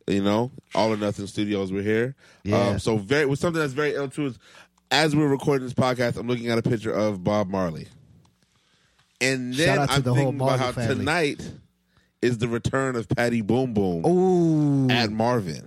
S3: You know, all or nothing studios. We're here.
S1: Yeah.
S3: Um, so very with something that's very ill too is as we're recording this podcast, I'm looking at a picture of Bob Marley. And then
S1: Shout out to
S3: I'm
S1: the whole
S3: thinking about
S1: Marley
S3: how
S1: family.
S3: tonight is the return of Patty Boom Boom
S1: Oh. Ooh.
S3: at Marvin.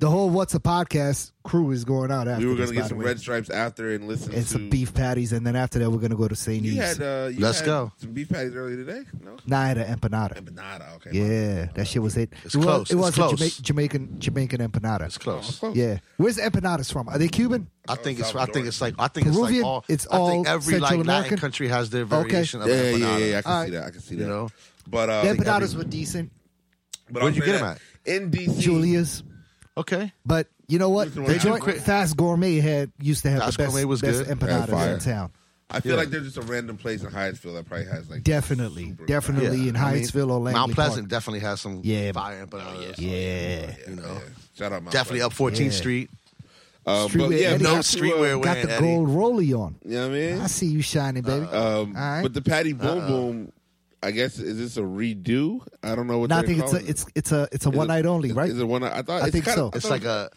S1: the whole What's a Podcast crew is going out after
S3: We were
S1: going
S3: gonna
S1: to
S3: get some red stripes after and listen
S1: and
S3: to
S1: some beef patties, and then after that, we're going to go to St.
S3: You
S1: Eve's.
S3: had uh, you
S2: Let's
S3: had
S2: go.
S3: some beef patties earlier today. No,
S1: Nah, I had an empanada.
S3: empanada. Okay,
S1: Yeah, that shit was it.
S2: It's
S1: it
S2: close,
S1: Was, it
S2: it's
S1: was a
S2: close.
S1: Jama- Jamaican Jamaican empanada.
S2: It's close.
S1: Yeah, where's the empanadas from? Are they Cuban?
S2: I think
S3: Oh,
S2: it's. I think
S3: Salvadorian.
S2: it's like. I think it's like
S1: Peruvian?
S2: all.
S1: It's
S2: I think
S1: all
S2: every
S1: Central
S2: like Latin
S1: American?
S2: country has their
S1: Okay.
S2: variation
S3: Yeah,
S2: of
S3: yeah,
S2: empanada.
S3: yeah. I can
S1: All
S3: see
S1: right.
S3: that. I can see that.
S2: You know,
S3: But uh,
S1: The empanadas were decent.
S3: But
S2: Where'd
S3: I'm
S2: you get
S3: saying
S2: 'em
S3: that In DC,
S1: Julia's,
S2: okay.
S1: but you know what?
S3: Listen,
S1: The
S3: when I
S1: joint
S3: quit-
S1: Fast Gourmet had used to have
S2: Fast
S1: the best,
S2: Gourmet was
S1: best
S2: good.
S3: That's fire.
S1: empanadas in town.
S3: I feel
S2: Yeah.
S3: like there's just a random place in Hyattsville that probably has like
S1: Definitely,
S3: super-
S1: definitely in
S2: I mean,
S1: Hyattsville or Langley
S2: Mount Pleasant
S1: Park.
S2: definitely has some
S1: Yeah.
S2: fire empanadas.
S1: Yeah,
S3: Yeah,
S2: You know.
S3: yeah. shout out Mount
S2: Definitely up
S3: Pleasant.
S2: 14th
S1: Yeah.
S2: Street.
S3: Uh, but
S1: Streetwear
S3: yeah,
S1: Eddie.
S2: No
S3: back to, uh,
S2: streetwear
S1: got the
S2: wearing Eddie.
S1: gold rollie on.
S3: You know what I mean?
S1: I see you shining, baby.
S3: Um,
S1: All right. Uh-uh.
S3: But the Patty Boom Boom, I guess is this a redo? I don't know what.
S1: no, I
S3: they're
S1: think it's
S3: calling
S1: a, it's it's a it's a
S3: Is
S1: one
S3: it-
S1: night only,
S3: is-
S1: right?
S3: Is it one? I thought
S1: I
S3: it's
S1: think
S3: kinda,
S1: so.
S2: It's like a.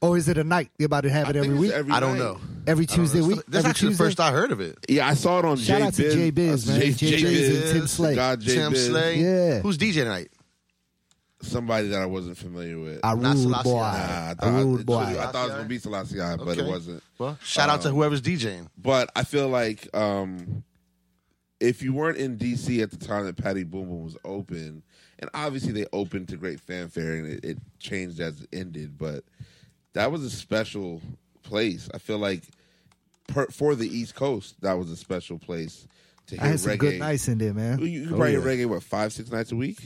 S1: or is it a night? You're about to have
S3: I
S1: it
S3: think
S1: every
S3: it's
S1: week,
S3: Every
S2: I don't
S3: night.
S2: know.
S1: every Tuesday week.
S2: That's
S1: every
S2: actually
S1: Tuesday?
S2: the first I heard of it.
S3: Yeah, I saw it on
S1: Shout
S3: J
S1: out to
S3: Biz.
S1: J Biz, man.
S3: J,
S1: J
S3: J
S1: Biz and
S3: Biz.
S1: Tim Slay.
S3: God, J
S2: Tim
S3: Biz.
S2: Slay.
S1: Yeah.
S2: Who's DJ tonight?
S3: Somebody that I wasn't familiar with.
S1: A
S2: Not
S1: Ah, rude
S2: Selassie
S3: Nah,
S1: boy.
S3: Uh, I
S1: A
S3: thought,
S1: rude
S3: it-
S1: boy.
S3: I thought it was gonna be Selassie, but it
S2: Okay.
S3: wasn't.
S2: Well, shout out
S3: um,
S2: to whoever's DJing.
S3: But I feel like um, if you weren't in DC at the time that Patty Boom Boom was open, and obviously they opened to great fanfare and it, it changed as it ended, but that was a special place. I feel like per, for the East Coast, that was a special place to hear
S1: I had some
S3: reggae.
S1: good nights in there, man. Oh,
S3: You, you could probably hear reggae what five, six nights a week.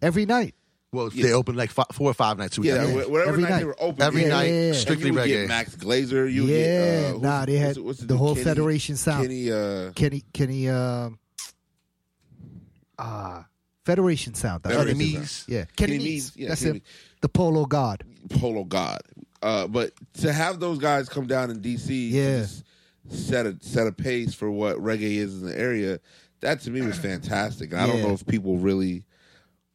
S1: Every night.
S2: Well, they open like five, four or five nights a week.
S3: Yeah,
S2: I think.
S3: wh- whatever
S1: Every
S3: night,
S1: night.
S3: they were open.
S2: every
S3: yeah.
S2: night,
S1: yeah, yeah. And you
S3: And
S2: strictly
S3: you would
S2: reggae.
S3: get Max Glazer. You would
S1: Yeah,
S3: get, uh, who's-
S1: nah, they
S3: what's
S1: had
S3: it- what's it-
S1: the whole
S3: Kenny-
S1: Federation sound.
S3: Kenny, uh,
S1: Kenny Kenny um ah Federation Sound. That's
S3: Federation
S1: what it
S3: Sound.
S1: means. Yeah, Kenny,
S3: Kenny Mees,
S1: Mees.
S3: yeah,
S1: That's
S3: Kenny
S1: him. The Polo God.
S3: Polo God. Uh, but to have those guys come down in DC, to
S1: Yeah.
S3: just set a set a pace for what reggae is in the area. That to me was fantastic. And I don't
S1: Yeah.
S3: know if people really.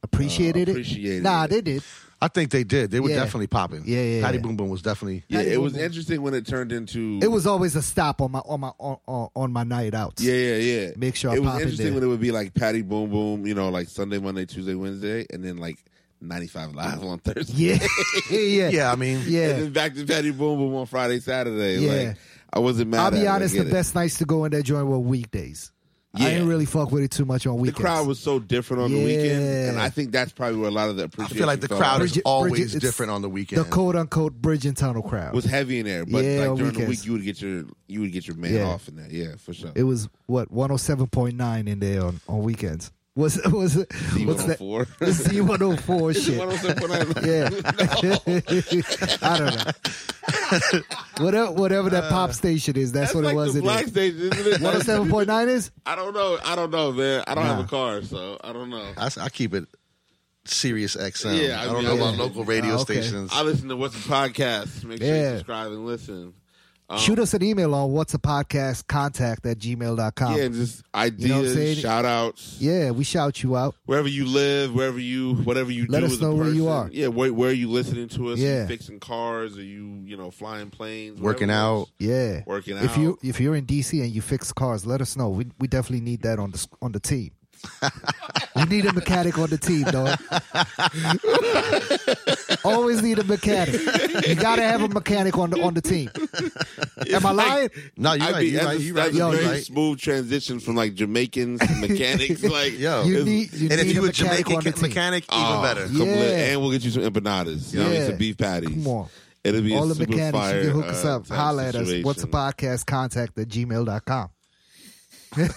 S1: Appreciated it.
S3: appreciated
S1: Nah,
S3: it.
S1: they did.
S2: I think they did. They were
S1: Yeah.
S2: definitely popping.
S1: Yeah, yeah,
S2: Patty
S1: yeah.
S2: Boom Boom was definitely.
S3: Yeah,
S1: Patty
S3: it
S1: Boom
S3: was
S1: Boom.
S3: interesting when it turned into.
S1: It was always a stop on my on my on on, on my night outs.
S3: Yeah, yeah, yeah.
S1: Make sure I
S3: it
S1: pop
S3: was
S1: in
S3: interesting
S1: there.
S3: when it would be like Patty Boom Boom, you know, like Sunday, Monday, Tuesday, Wednesday, and then like ninety five live on Thursday.
S1: Yeah. yeah.
S2: Yeah, I mean,
S1: Yeah.
S3: And then back to Patty Boom Boom on Friday, Saturday.
S1: Yeah.
S3: Like I wasn't mad.
S1: I'll
S3: at
S1: be
S3: it. I
S1: honest, the
S3: get it.
S1: best nights to go in that joint were weekdays. I
S3: Yeah.
S1: didn't really fuck with it too much on
S3: The
S1: weekends.
S3: crowd was so different on the weekend,
S1: Yeah.
S3: and I think that's probably where a lot of the
S2: I
S3: appreciation
S2: feel like the
S3: fell
S2: crowd
S3: off.
S2: is
S1: Bridget-
S2: always
S1: Bridget- it's
S2: different on the weekend.
S1: the quote unquote bridge and tunnel crowd.
S3: was heavy in there, but
S1: Yeah,
S3: like
S1: on
S3: during the
S1: weekends.
S3: week you would get your you would get your man
S1: Yeah. oh
S3: off in there. Yeah, for sure.
S1: it was what 107.9 in there on, on weekends. was was what's that?
S3: C104.
S1: C one hundred four shit.
S3: 107.9.
S1: Yeah, I don't know. whatever, whatever that pop station is, that's,
S3: Uh, That's like
S1: what it was.
S3: the black station, isn't it?
S1: One hundred seven point nine is.
S3: I don't know. I don't know, man. I don't
S1: Nah.
S3: have a car, so I don't know.
S2: I, s- I keep it serious XM.
S3: Yeah,
S2: Yeah,
S3: I
S2: I, don't
S3: mean,
S2: know
S3: I-
S2: about local radio
S1: Ah, okay.
S2: stations.
S3: I listen to what's the podcast. Make sure you
S1: Yeah.
S3: subscribe and listen. Um,
S1: Shoot us an email on what's a podcast contact at gmail.com.
S3: Yeah,
S1: Yeah,
S3: and just
S1: You know what I'm
S3: ideas,
S1: saying?
S3: shout outs.
S1: yeah we shout you out.
S3: Wherever you live, wherever you, whatever you
S1: Let
S3: do
S1: us
S3: as a
S1: know where you
S3: person.
S1: are.
S3: Yeah, where, where are you listening to us?
S1: Yeah.
S3: You fixing cars? Are you, you know, flying planes?
S2: Working
S3: whatever it is.
S2: out.
S1: Yeah,
S3: Working
S1: If you
S3: out.
S1: if you're in DC and you fix cars, let us know. We we definitely need that on the s- on the team. we need a mechanic on the team, dog. Always need a mechanic. You gotta have a mechanic on the on the team. Am I lying?
S2: No, you
S3: I
S2: right. You
S3: mean, that's
S2: right.
S3: a-
S2: You right.
S3: that's
S2: You
S3: a very
S2: right.
S3: smooth transition from like Jamaicans to mechanics. like,
S2: Yo.
S1: You
S3: it's-
S1: need you
S2: And oh, if
S1: need
S2: you
S1: a
S2: were
S1: mechanic
S2: Jamaican
S1: on the
S2: ca-
S1: team.
S2: mechanic,
S3: Oh,
S2: even better.
S3: come
S1: Yeah.
S3: lit. And we'll get you some empanadas. You know, what I mean?
S1: Yeah.
S3: some beef patties.
S1: Come on.
S3: It'll be
S1: All
S3: a
S1: the
S3: super
S1: mechanics,
S3: fire.
S1: you can hook us
S3: uh,
S1: up.
S3: type
S1: Holla at us.
S3: situation.
S1: What's a podcast contact at gmail.com. yeah.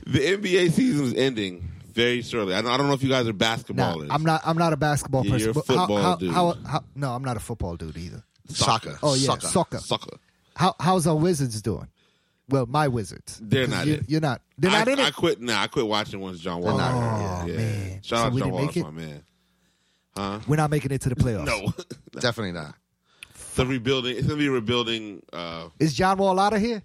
S3: The NBA season is ending very shortly. I don't, I don't know if you guys are
S1: Nah,
S3: basketballers.
S1: I'm not I'm not a basketball
S3: Yeah,
S1: person.
S3: you're a
S1: but
S3: football
S1: how, how,
S3: dude.
S1: How, how, no, I'm not a football dude either.
S2: Soccer.
S1: Oh yeah,
S2: Soccer.
S1: soccer.
S3: sucker.
S1: How how's our Wizards doing? Well, my Wizards.
S3: They're
S1: 'Cause
S3: not
S1: You,
S3: in.
S1: you're not. They're
S3: I,
S1: not in
S3: I
S1: it.
S3: quit. Nah, I quit watching once John Wall.
S2: not
S3: got hurt.
S1: in it.
S3: Yeah,
S1: Oh,
S3: yeah.
S1: man.
S3: Shout
S1: So
S3: out
S1: we
S3: John
S1: didn't
S3: Wall,
S1: make
S3: that's
S1: it?
S3: my man.
S1: We're not making it to the playoffs.
S3: No,
S2: Definitely not.
S3: the rebuilding. It's gonna be a rebuilding. Uh,
S1: Is John Wall out of here?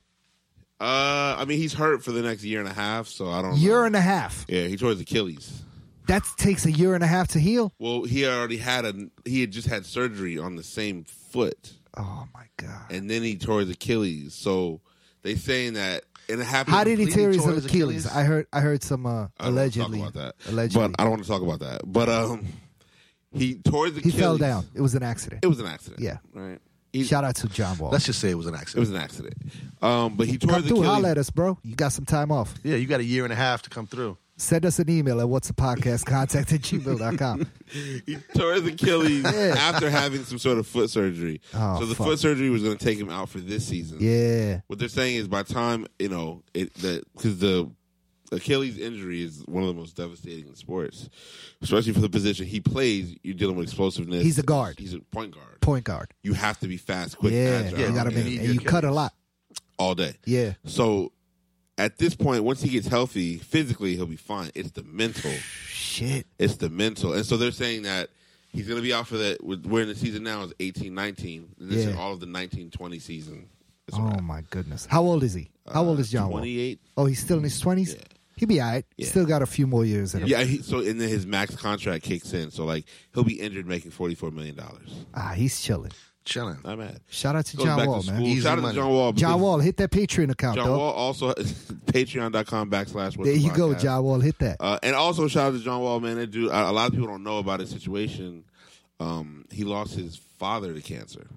S3: uh, I mean, he's hurt for the next year and a half, so I don't.
S1: Year
S3: know.
S1: and a half.
S3: yeah, he tore his Achilles.
S1: That takes a year and a half to heal.
S3: Well, he already had a. He had just had surgery on the same foot.
S1: Oh my god.
S3: and then he tore his Achilles. So they saying that and it happened.
S1: How did he tear his
S2: tore his
S1: Achilles?
S2: Achilles?
S1: I heard I heard some uh,
S3: I don't wanna talk
S1: allegedly.
S3: about that.
S1: Allegedly.
S3: but I don't want to talk about that. But um, he tore his
S1: he
S3: Achilles.
S1: fell down. It was an accident.
S3: It was an accident.
S1: Yeah.
S3: right. He,
S1: Shout out to John Wall.
S2: Let's just say it was an
S3: it
S2: accident.
S3: was an accident. Um, but he tore
S1: Come
S3: his
S1: through, holler
S3: Achilles.
S1: at us, bro. You got some time off.
S2: yeah, you got a year and a half to come through.
S1: Send us an email at what's a podcast contact at gmail.com.
S3: He tore his Achilles after having some sort of foot surgery.
S1: Oh,
S3: so the
S1: fuck.
S3: foot surgery was going to take him out for this season.
S1: Yeah.
S3: What they're saying is by time you know it that because the Achilles injury is one of the most devastating in sports, especially for the position he plays. You're dealing with explosiveness.
S1: He's a guard.
S3: He's a point guard.
S1: Point guard.
S3: You have to be fast, quick,
S1: yeah.
S3: agile,
S1: You got to
S3: and
S1: be
S2: Yeah.
S1: and you cut a lot.
S3: all day.
S1: Yeah.
S3: So at this point, once he gets healthy, physically he'll be fine. It's the mental.
S1: Shit.
S3: It's the mental. And so they're saying that he's going to be out for that. We're in the season now is 18, 19. And this
S1: Yeah.
S3: is all of the 19, 20 season. It's
S1: Oh my goodness. How old is he? How old is John Wall?
S3: 28.
S1: Oh, he's still in his twenties.
S3: Uh, Yeah.
S1: He'd be all right.
S3: Yeah.
S1: Still got a few more years in him.
S3: Yeah, he, so and then his max contract kicks in, so like he'll be injured making forty four million dollars.
S1: Ah, he's chilling.
S2: Chilling.
S3: Not mad.
S1: Shout out to
S3: Goes
S1: John
S3: back
S1: Wall,
S3: to
S1: man.
S3: school.
S2: Easy
S3: Shout out to
S2: money.
S3: John Wall. because
S1: John Wall, hit that Patreon account,
S3: John
S1: dog.
S3: Wall also Patreon.com backslash. What's
S1: there
S3: the
S1: you go,
S3: Podcast.
S1: John Wall. Hit that.
S3: Uh, and also shout out to John Wall, man. That dude. A a lot of people don't know about his situation. Um, he lost his father to cancer.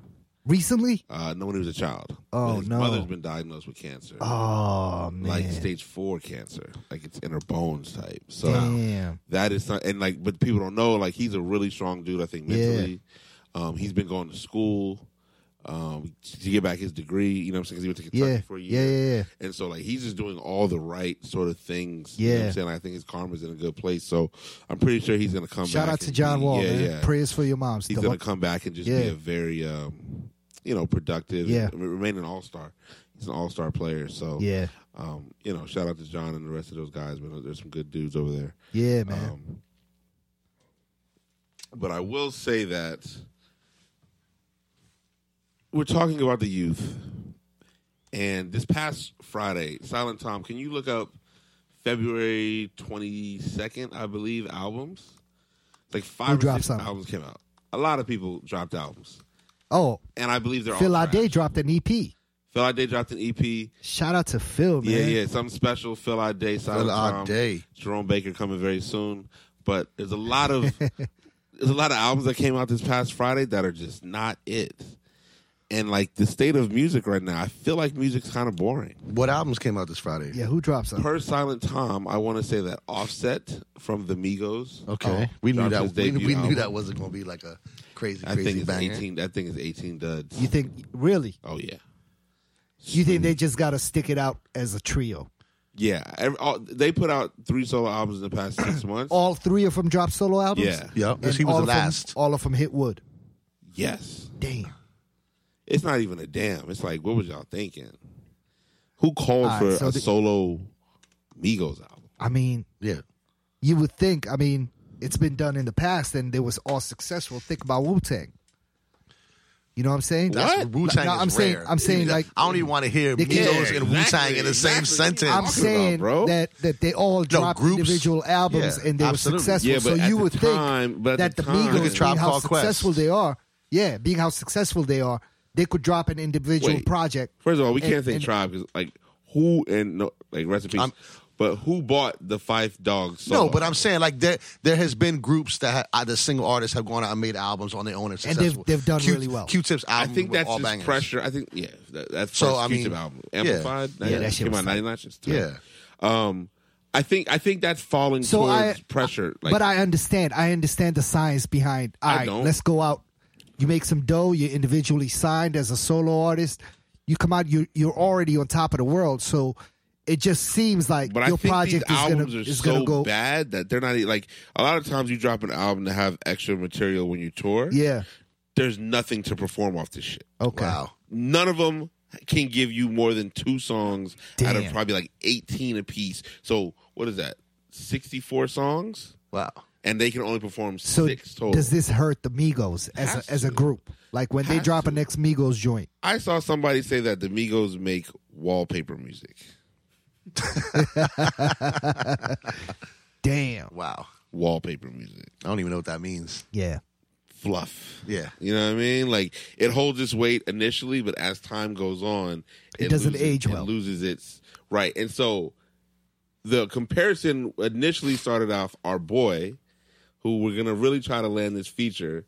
S1: Recently?
S3: Uh, no, when he was a child.
S1: Oh,
S3: But his
S1: no.
S3: Mother's been diagnosed with cancer,
S1: Oh man.
S3: like stage four cancer, like it's in her bones type. So.
S1: Damn.
S3: that is not, and like but people don't know like he's a really strong dude i think
S1: Yeah.
S3: mentally um he's been going to school um to get back his degree you know what i'm saying 'Cause he went to kentucky
S1: Yeah.
S3: for a
S1: Yeah,
S3: year
S1: yeah, yeah.
S3: and so like he's just doing all the right sort of things you know what
S1: Yeah.
S3: i'm saying i think his karma's in a good place so i'm pretty sure he's gonna come
S1: Shout
S3: back
S1: out to
S3: and
S1: John
S3: be-
S1: Wall,
S3: yeah
S1: man.
S3: yeah
S1: Prayers for your mom's.
S3: he's gonna come back and just
S1: Yeah.
S3: be a very um you know productive
S1: Yeah.
S3: and remain an all-star he's an all-star player so
S1: Yeah.
S3: um you know shout out to john and the rest of those guys man there's some good dudes over there
S1: Yeah, man.
S3: um, but I will say that we're talking about the youth. And this past Friday, Silent Tom, can you look up February 22nd, I believe, albums? It's like
S1: Who
S3: five or
S1: dropped
S3: six
S1: something?
S3: albums came out. A lot of people dropped albums.
S1: oh,
S3: And I believe they're all
S1: Phil
S3: trash.
S1: Ade dropped an EP.
S3: Phil Ade dropped an EP.
S1: Shout out to Phil, man.
S3: Yeah, yeah, something special. Phil Ade, Silent
S2: Phil
S3: Tom,
S1: um,
S2: Ade.
S3: Jerome Baker coming very soon. But there's a lot of there's a lot of albums that came out this past Friday that are just not it. And like the state of music right now, I feel like music's kind of boring.
S2: What albums came out this Friday?
S1: Yeah, who drops something?
S3: Per Silent Tom, I want to say that Offset from the Migos.
S2: Okay.
S1: Oh,
S2: we knew
S3: dropped
S2: that.
S3: his
S2: We,
S3: debut
S2: we knew
S3: album.
S2: that wasn't going to be like a crazy,
S3: I think
S2: crazy
S3: it's
S2: banger.
S3: eighteen. That thing is eighteen duds.
S1: You think really?
S3: oh yeah,
S1: You think they just got to stick it out as a trio?
S3: Yeah, every, all, they put out three solo albums in the past six months.
S1: All three of them dropped solo albums.
S3: Yeah.
S2: Yep. 'Cause
S1: And
S2: he was
S1: all
S2: the
S1: of 'em-
S2: last.
S1: all of them hit wood.
S3: Yes,
S1: Damn.
S3: it's not even a damn. It's like, what was y'all thinking? Who called
S1: All
S3: for
S1: right, so
S3: a
S1: the-
S3: solo Migos album?
S1: I mean,
S2: Yeah.
S1: you would think. I mean, it's been done in the past, and it was all successful. Think about Wu Tang. You know what I'm saying?
S2: That's
S3: What?
S2: Wu Tang.
S1: No, I'm
S2: is
S1: saying-
S2: rare.
S1: I'm saying, like-
S2: I don't even want to hear
S1: They can't-
S2: Migos and Wu Tang in the same
S3: exactly.
S2: sentence.
S1: I'm saying
S3: about, bro?
S1: that that they all dropped
S2: groups.
S1: individual albums
S2: Yeah,
S1: and they
S2: absolutely.
S1: were successful.
S3: Yeah, but
S1: so
S3: at
S1: you
S3: the
S1: would
S3: time-
S1: think
S3: but at
S1: that
S3: the
S1: the
S3: time- Look
S1: Migos,
S3: at
S2: Tribe
S1: being how
S2: Called Quest.
S1: successful they are, yeah, being how successful they are, they could drop an individual
S3: Wait.
S1: project.
S3: First of all, we
S1: and-
S3: can't think
S1: and-
S3: tribe because like who and no, like rest in peace.
S2: I'm-
S3: but who bought the Five Dogs? Solo?
S2: no, but I'm saying like there there has been groups that ha- uh, the single artists have gone out and made albums on their own and
S1: they've-
S2: successful.
S1: they've done
S2: Q-
S1: really well.
S2: Q-Tip's album
S3: I think
S2: was
S3: that's
S2: all
S3: just
S2: bangers.
S3: pressure. I think yeah, that, that's
S2: So,
S3: first
S2: I mean,
S3: Q-Tip album
S2: yeah.
S3: amplified.
S2: Yeah,
S1: that shit
S3: came
S1: was
S3: out
S1: fire.
S3: ninety nine.
S2: Yeah.
S3: Um, I think I think that's falling
S1: So
S3: towards
S1: I-
S3: pressure. Like,
S1: but I understand. I understand the science behind. All
S3: I
S1: right,
S3: don't.
S1: let's go out. You make some dough. You're individually signed as a solo artist. You come out. You you're already on top of the world. So it just seems like
S3: but I
S1: your
S3: think
S1: project
S3: these
S1: is gonna
S3: albums are
S1: is
S3: so
S1: gonna go.
S3: bad that they're not e- like a lot of times you drop an album to have extra material when you tour.
S1: Yeah.
S3: there's nothing to perform off this shit.
S1: Okay.
S2: Wow.
S3: None of them can give you more than two songs out of
S1: Damn.
S3: probably like eighteen apiece. So what is that? Sixty four songs,
S2: Wow.
S3: and they can only perform
S1: So
S3: six total.
S1: does this hurt the Migos as
S3: Has
S1: a, as a
S3: to.
S1: group? Like when they
S3: Has
S1: drop
S3: to.
S1: a next Migos joint?
S3: I saw somebody say that the Migos make wallpaper music.
S1: Damn.
S2: Wow.
S3: Wallpaper music.
S2: I don't even know what that means.
S1: Yeah.
S3: Fluff.
S2: Yeah.
S3: You know what I mean? Like it holds its weight initially, but as time goes on,
S1: It doesn't
S3: loses-
S1: age
S3: it
S1: well.
S3: loses its right. And so the comparison initially started off our boy, who we're gonna really try to land this feature.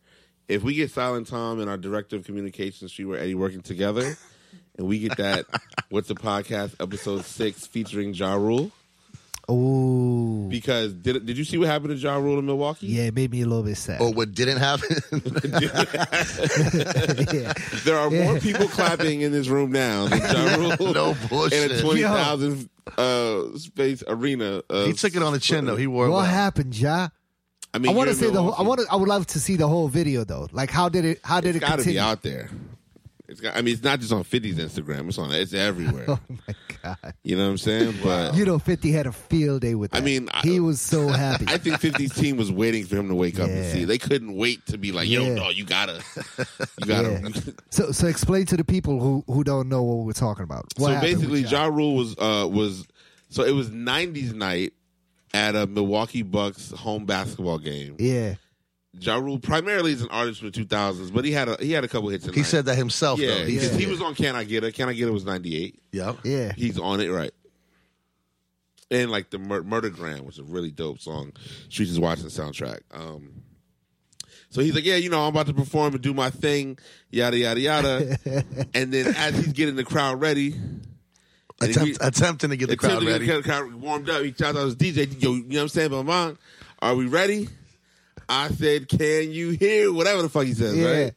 S3: If we get Silent Tom and our director of communications, she were Eddie working together, and we get that what's the podcast episode six featuring Ja Rule.
S1: Oh.
S3: Because did did you see what happened to Ja Rule in Milwaukee?
S1: Yeah, it made me a little bit sad.
S3: Oh,
S2: Or what didn't happen?
S1: yeah.
S3: There are more people clapping in this room now than Ja Rule
S2: No bullshit.
S3: in a twenty thousand uh, space arena. Uh,
S2: he took it on the chin though. He wore it
S1: What
S2: well.
S1: happened, Ja?
S3: I
S1: I
S3: mean,
S1: want to
S3: you're in
S1: see the whole, I
S3: Milwaukee.
S1: want to I would love to see the whole video though. Like how did it how did
S3: It's
S1: it
S3: got to be
S1: continue?
S3: out there. It's got. I mean, it's not just on 50's Instagram. It's on. It's everywhere.
S1: Oh my god.
S3: You know what I'm saying? But
S1: You know 50 had a field day with
S3: I
S1: that.
S3: mean, I-
S1: he was so happy.
S3: I think 50's team was waiting for him to wake up and
S1: Yeah.
S3: see. They couldn't wait to be like, "Yo,
S1: Yeah.
S3: no, you gotta, you gotta."
S1: Yeah. so so explain to the people who who don't know what we're talking about. What
S3: so
S1: happened with
S3: basically,
S1: Ja?
S3: Ja Rule was uh, was so it was '90s night at a Milwaukee Bucks home basketball game.
S1: Yeah.
S3: Ja Rule primarily is an artist from the 2000s, but he had a he had a couple hits. In
S2: He
S3: 90s.
S2: said that himself
S3: "Yeah,
S2: though. He,
S3: because
S1: yeah.
S3: he was on Can I Get It? Can I Get It was 98.
S2: Yep.
S1: Yeah.
S3: He's on it right." And like the Mur- Murdergram was a really dope song. Streets is watching the soundtrack. Um, so he's like, yeah, you know, I'm about to perform and do my thing, yada yada yada. and then as he's getting the crowd ready, and
S2: Attempt,
S3: he-
S2: attempting to get the
S3: until
S2: crowd ready.
S3: Get the crowd warmed up. He shouts out his DJ. Yo, you know what I'm saying? But man, are we ready? I said, can you hear whatever the fuck he says,
S1: Yeah.
S3: right?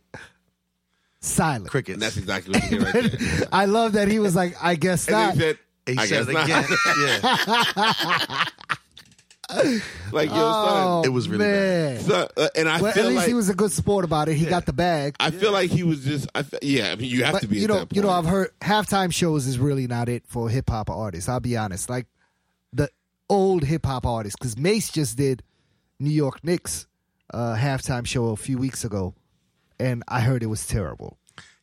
S1: Silent.
S2: Crickets.
S3: And that's exactly what you hear right there.
S1: I love that he was like, I guess
S3: And
S1: not.
S3: he said,
S2: he
S3: I
S2: said
S3: guess
S2: it
S3: not.
S2: again. yeah.
S3: like, yo,
S1: oh,
S3: son.
S2: It was really
S1: man.
S3: son, uh, and I
S1: Well, at
S3: feel
S1: least
S3: like
S1: he was a good sport about it. He got the bag.
S3: I feel like he was just. I fe- yeah, I mean, you have to
S1: But
S3: be.
S1: you
S3: at
S1: know,
S3: that point.
S1: you know, I've heard halftime shows is really not it for hip hop artists. I'll be honest, like the old hip hop artists, because Mace just did New York Knicks uh, halftime show a few weeks ago, and I heard it was terrible.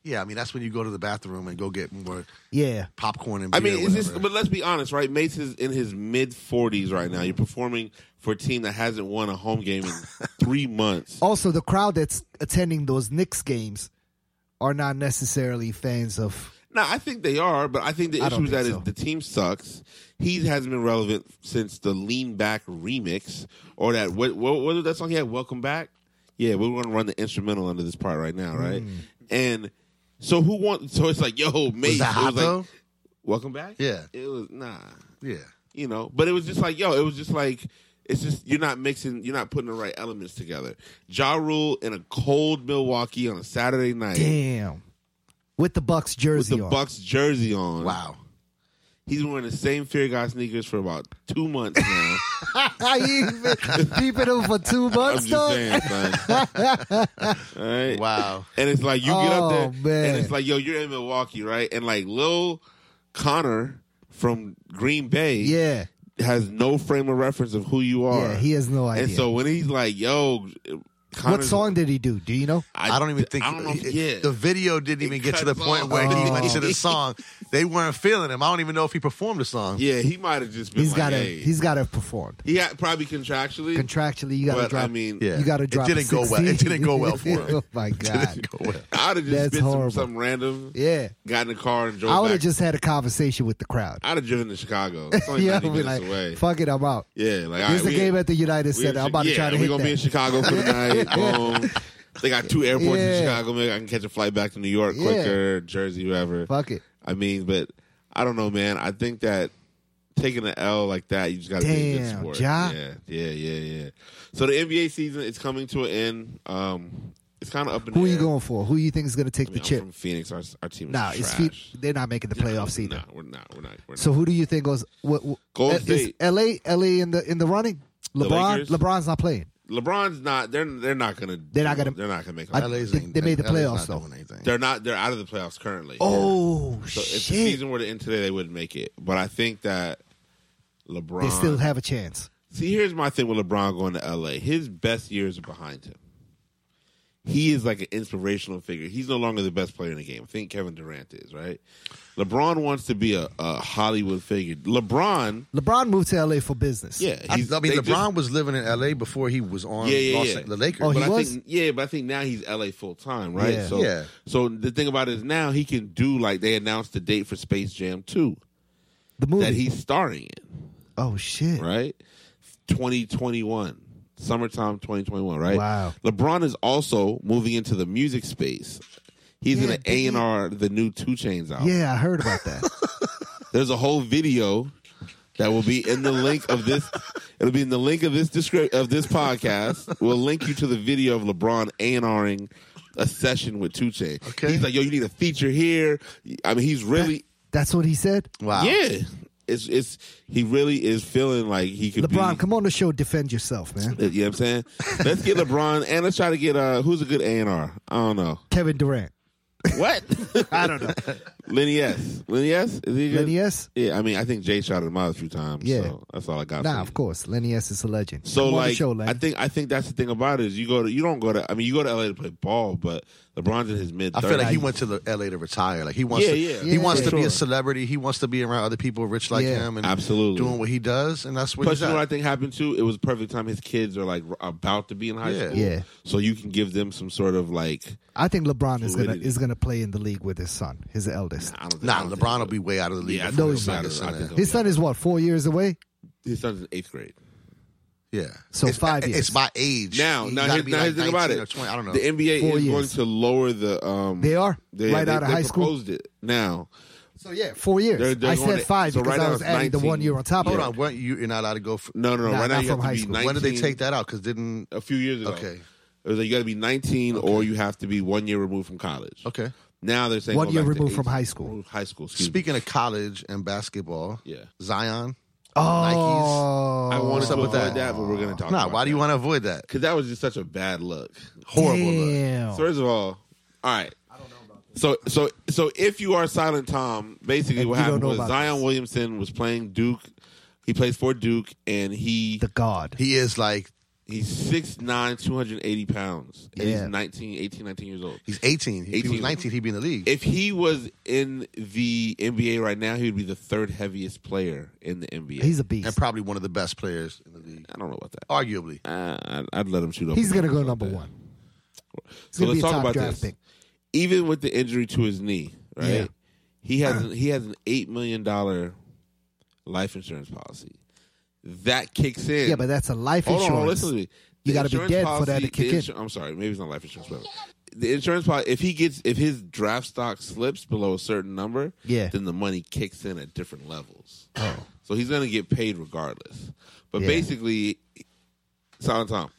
S2: yeah. I mean, that's when you go to the bathroom and go get more
S1: Yeah,
S2: popcorn and
S3: I
S2: beer.
S3: mean,
S2: or
S3: is this,
S2: whatever.
S3: but let's be honest, right? Mace is in his mid 40s right now. You're performing for a team that hasn't won a home game in three months.
S1: also the crowd that's attending those Knicks games are not necessarily fans of.
S3: No, I think they are, but I think the
S1: I
S3: issue
S1: don't
S3: is that
S1: think
S3: is
S1: so.
S3: the team sucks. He hasn't been relevant since the Lean Back remix or that what what, what was that song he had? Welcome Back. Yeah, we're going to run the instrumental under this part right now, right?
S1: Hmm.
S3: And so who wants? So it's like, yo, Mace.
S2: was that
S3: it
S2: hot
S3: like,
S2: though?
S3: Welcome back.
S2: Yeah.
S3: it was nah,
S2: Yeah.
S3: you know. But it was just like, yo, it was just like. It's just you're not mixing, you're not putting the right elements together. Ja Rule in a cold Milwaukee on a Saturday night
S1: Damn, with the Bucks
S3: with
S1: jersey
S3: the
S1: on.
S3: Bucks jersey on.
S2: Wow.
S3: He's been wearing the same Fear God sneakers for about two months now.
S1: I even keeping them for two
S3: I'm
S1: months
S3: just
S1: though.
S3: saying, son. All right.
S2: Wow.
S3: And it's like you get up there,
S1: Oh, man.
S3: and it's like, yo, you're in Milwaukee, right? And like Lil Connor from Green Bay,
S1: Yeah,
S3: has no frame of reference of who you are.
S1: yeah, he has no idea.
S3: and so when he's like, yo,
S1: what
S3: Connor's-
S1: song did he do? Do you know?
S2: I, don't even think
S3: I don't know. If, yeah.
S2: the video didn't even get to the
S3: cuts
S2: point
S3: off.
S2: where he went
S1: Oh.
S2: to the song. They weren't feeling him. I don't even know if he performed the song.
S3: yeah, he might have just been
S1: He's
S3: like,
S1: got to
S3: hey.
S1: he's got to perform.
S3: he had probably contractually.
S1: Contractually, you got to
S3: but
S1: drop.
S3: I mean,
S2: Yeah.
S1: you got to
S2: It
S1: drop. a
S2: didn't go well. It
S1: 16.
S2: didn't go well for him.
S1: oh my god!
S2: Didn't go well.
S3: I'd have just
S1: That's
S3: been some,
S1: horrible.
S3: something random,
S1: Yeah,
S3: got in the car and drove.
S1: I would have
S3: back.
S1: just had a conversation with the crowd.
S3: I'd have driven to Chicago. It's only
S1: yeah, I'd
S3: 90
S1: be
S3: minutes
S1: like,
S3: away.
S1: fuck it, I'm out.
S3: Yeah, like all
S1: There's
S3: right,
S1: a
S3: we-
S1: game at the United
S3: we in
S1: Center.
S3: Chi-
S1: I'm about to
S3: yeah,
S1: try to
S3: we
S1: hit
S3: gonna
S1: that.
S3: be in Chicago for the night. Um, they got two airports
S1: Yeah.
S3: in Chicago. Maybe I can catch a flight back to New York
S1: Yeah.
S3: quicker, Jersey, whoever.
S1: fuck it.
S3: I mean, but I don't know, man. I think that taking an L like that, you just got to be a good
S1: Damn,
S3: sport.
S1: Ja.
S3: Yeah, yeah, yeah, yeah. So the NBA season is coming to an end. Um, it's kind of up in
S1: Who
S3: the
S1: you
S3: air.
S1: going for? Who you think is going to take
S3: I
S1: the
S3: mean, I'm
S1: chip?
S3: from Phoenix. Our, our team is
S1: Nah,
S3: trash.
S1: it's feet. They're not making the playoffs either.
S3: Nah, we're not. We're not. We're
S1: So who do you think goes? What, what, uh,
S3: Golden
S1: is
S3: State.
S1: LA, LA in the in the running. LeBron,
S3: Lakers?
S1: LeBron's not playing.
S3: not. LeBron's not. They're they're not gonna.
S1: They're not gonna-
S3: They're not gonna make.
S1: I-
S3: it.
S2: LA's
S1: They-
S2: ain't-
S1: they made the
S2: LA's not
S1: playoffs, though.
S2: doing anything.
S3: They're not. They're out of the playoffs currently.
S1: Oh
S3: So if the
S1: shit!
S3: season were to end today, they wouldn't make it. But I think that LeBron.
S1: They still have a chance.
S3: See, here's my thing with LeBron going to LA. His best years are behind him. He is like an inspirational figure. He's no longer the best player in the game. I think Kevin Durant is, right? LeBron wants to be a, a Hollywood figure. LeBron,
S1: LeBron moved to LA for business.
S3: yeah.
S2: I, I mean,
S3: they
S2: LeBron
S3: just-
S2: was living in L.A. before he was on
S3: Yeah, yeah,
S2: Los-
S3: yeah.
S2: the Lakers.
S1: Oh,
S3: but
S1: he
S3: I
S1: was?
S3: think yeah, but I think now he's LA full time, right?
S1: Yeah.
S3: So
S2: Yeah.
S3: so the thing about it is now he can do like they announced the date for Space Jam 2
S1: the
S3: that
S1: movie.
S3: he's starring in,
S1: oh shit!
S3: right? 2021. Summertime 2021, right?
S1: Wow.
S3: LeBron is also moving into the music space. He's
S1: Yeah,
S3: gonna A and R the new Two Chains album.
S1: Yeah, I heard about that.
S3: There's a whole video that will be in the link of this. It'll be in the link of this descrip- of this podcast. We'll link you to the video of LeBron A&Ring a session with Two Chainz.
S2: Okay.
S3: He's like, yo, you need a feature here. I mean, he's really
S1: That's what he said.
S2: wow.
S3: yeah. It's it's he really is feeling like he could
S1: LeBron,
S3: be.
S1: come on the show, defend yourself, man.
S3: You know what I'm saying? Let's get LeBron and let's try to get uh who's a good A and R. I don't know.
S1: Kevin Durant.
S3: What? I don't know. Lenny S. Lenny S. Is he good?
S1: Lenny S?
S3: Yeah, I mean, I think Jay shot him out a few times.
S1: Yeah.
S3: so that's all I got. for
S1: Nah,
S3: you.
S1: of course. Lenny S is a legend.
S3: So
S1: Come on the
S3: like,
S1: show, Lenny.
S3: I think I think that's the thing about it is you go to you don't go to I mean you go to LA to play ball, but LeBron's in his mid.
S2: I feel like he went to the L.A. to retire. Like he wants,
S3: Yeah,
S2: to,
S3: yeah.
S2: he
S1: Yeah,
S2: wants
S1: for
S2: to be
S1: sure.
S2: a celebrity. He wants to be around other people rich like
S1: Yeah.
S2: him and
S3: Absolutely.
S2: doing what he does. And that's what.
S3: Plus,
S2: he's
S3: you know
S2: at.
S3: what I think happened too? It was perfect time. His kids are like r- about to be in high
S2: Yeah.
S3: school,
S1: Yeah.
S3: So you can give them some sort of like
S1: I think LeBron is gonna
S3: Fluidity.
S1: is gonna play in the league with his son, his eldest.
S3: I don't think, I
S2: Nah,
S3: don't think
S2: LeBron will
S3: so.
S2: be way out of the league.
S3: Yeah, I
S2: before
S3: think
S1: he's
S2: he's
S1: not.
S2: in
S3: I
S2: there.
S3: think
S1: His son is what four years away.
S3: his son's in eighth grade.
S2: Yeah.
S1: So
S2: It's-
S1: five years.
S2: It's my age.
S3: Now,
S2: You
S3: now,
S2: gotta
S3: here's,
S2: be
S3: now
S2: like
S3: here's the thing about
S2: 19 or
S3: it.
S2: 20. I don't know.
S3: The NBA
S1: Four
S3: is going
S1: years.
S3: to lower the um.
S1: They are right
S3: they-
S1: out of
S3: they
S1: high school.
S3: proposed it now.
S1: So yeah, four years.
S3: They're- they're
S1: I
S3: going
S1: said
S3: to-
S1: five
S3: so
S1: because
S3: right
S1: I
S3: now
S1: was
S3: it's
S1: adding the one
S3: 19.
S1: year on top
S2: Hold
S1: of
S2: on,
S1: it.
S2: weren't you? You're not allowed to go. For,
S3: No, no, no.
S1: Nah,
S3: right now
S1: not
S3: you have
S1: from
S3: to
S1: high
S3: be
S1: school.
S3: 19.
S2: when did they take that out? Because didn't.
S3: a few years ago.
S2: Okay.
S3: It was like you got to be 19 or you have to be one year removed from college.
S2: Okay.
S3: Now they're saying
S1: One
S3: go
S1: year
S3: back to
S1: removed from
S3: 18.
S1: high school.
S3: Removed High school. Excuse me.
S2: Speaking of college and basketball,
S3: Yeah.
S2: Zion.
S1: Oh,
S3: I wanted
S2: What's
S3: to
S2: up with
S3: avoid that?
S2: that?
S3: but we're going to talk.
S2: Nah, why do you want to avoid that?
S3: Because that was just such a bad look.
S2: Horrible look.
S1: Oh, Damn.
S3: So first of all, all right. I don't know about this. So so so if you are Silent Tom, basically
S1: And
S3: what
S1: you don't
S3: happened
S1: know
S3: was
S1: about
S3: Zion
S1: this.
S3: Williamson was playing Duke. He plays for Duke, and he
S1: the god.
S2: He is like
S3: he's 6'9", 280 pounds, and
S1: Yeah.
S3: he's 19, 18, 19 years old.
S2: he's 18. If he
S3: 18.
S2: was 19, he'd be in the league.
S3: if he was in the NBA right now, he would be the third heaviest player in the NBA.
S1: He's a
S2: and
S1: beast.
S2: probably one of the best players in the league,
S3: I don't know about that.
S2: arguably.
S3: Uh, I'd- I'd let him shoot up.
S1: He's gonna go
S3: Okay.
S1: number one. He's
S3: So
S1: gonna
S3: let's
S1: be a
S3: talk
S1: top
S3: about
S1: draft
S3: this.
S1: pick.
S3: Even with the injury to his knee, right?
S1: Yeah. Uh.
S3: He has an, he has an eight million dollar life insurance policy that kicks in.
S1: Yeah, but that's a life
S3: hold on,
S1: insurance.
S3: hold on, listen to me. The
S1: You gotta be
S3: insurance
S1: dead for that to
S3: policy-
S1: kick
S3: the
S1: in.
S3: insu- I'm sorry, maybe it's not life insurance, but the insurance policy. If he gets if his draft stock slips below a certain number,
S1: Yeah. Oh.
S3: then the money kicks in at different levels. So he's gonna get paid regardless. But
S1: Yeah.
S3: basically, Silent Tom.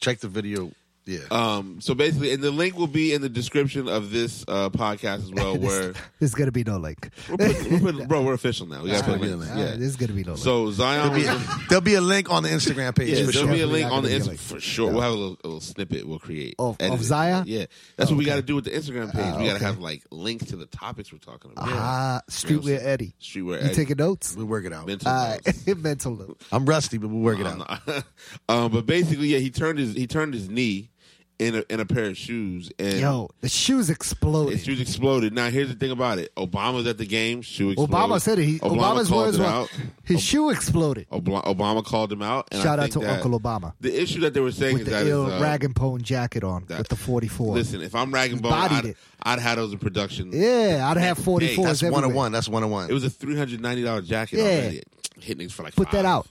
S2: Check the video. Yeah.
S3: Um, so basically, and the link will be in the description of this uh, podcast as well. Where
S1: There's gonna be no link.
S3: we're putting, we're putting, bro, we're official now. We got to
S2: Alright,
S3: put links.
S2: alright,
S3: Yeah.
S1: There's uh, gonna be no link.
S3: So Zion, was a-
S2: There'll be a link on the Instagram page
S3: yeah,
S2: for
S3: there'll
S2: sure.
S3: be a link
S1: Definitely
S3: on the
S1: not gonna be a
S3: Insta
S1: link.
S3: for sure. We'll have a little, a little snippet we'll create
S1: Of- of
S3: Edit it.
S1: Zaya? Oh,
S3: Yeah, that's what we
S1: Okay.
S3: got to do with the Instagram page.
S1: Ah,
S3: we got to
S1: okay.
S3: have like links to the topics we're talking about.
S1: ah, streetwear Eddie.
S3: Streetwear.
S1: You Ah, taking notes?
S2: We'll work it out.
S3: mental
S1: All
S3: notes.
S1: right, mental notes.
S2: I'm rusty, but we'll work it
S3: I'm
S2: out.
S3: not- um, but basically, yeah, he turned his he turned his knee in a, in a pair of shoes, and
S1: Yo, the shoes
S3: his
S1: exploded.
S3: shoes exploded. Now, here's the thing about it: Obama's at the game. Shoe exploded.
S1: Obama said it. He, Obama's
S3: called
S1: words
S3: it
S1: were
S3: out.
S1: his shoe exploded.
S3: Obla- Obama called him out. And I
S1: Shout out
S3: think
S1: to
S3: that
S1: Uncle Obama
S3: The issue that they were saying
S1: with
S3: is
S1: the
S3: that is,
S1: ill
S3: uh,
S1: rag and bone jacket on
S3: that-
S1: with the 44.
S3: Listen, if I'm Rag and Bone,
S1: Bodied
S3: I'd,
S1: it.
S3: I'd have those in production.
S1: yeah, I'd have 44s
S3: Hey,
S2: That's one
S1: everywhere.
S2: on one. That's one on
S3: It
S2: one.
S3: was a three hundred ninety dollar jacket
S1: Yeah.
S3: already. Hit niggas for like
S1: Put
S3: five.
S1: that out.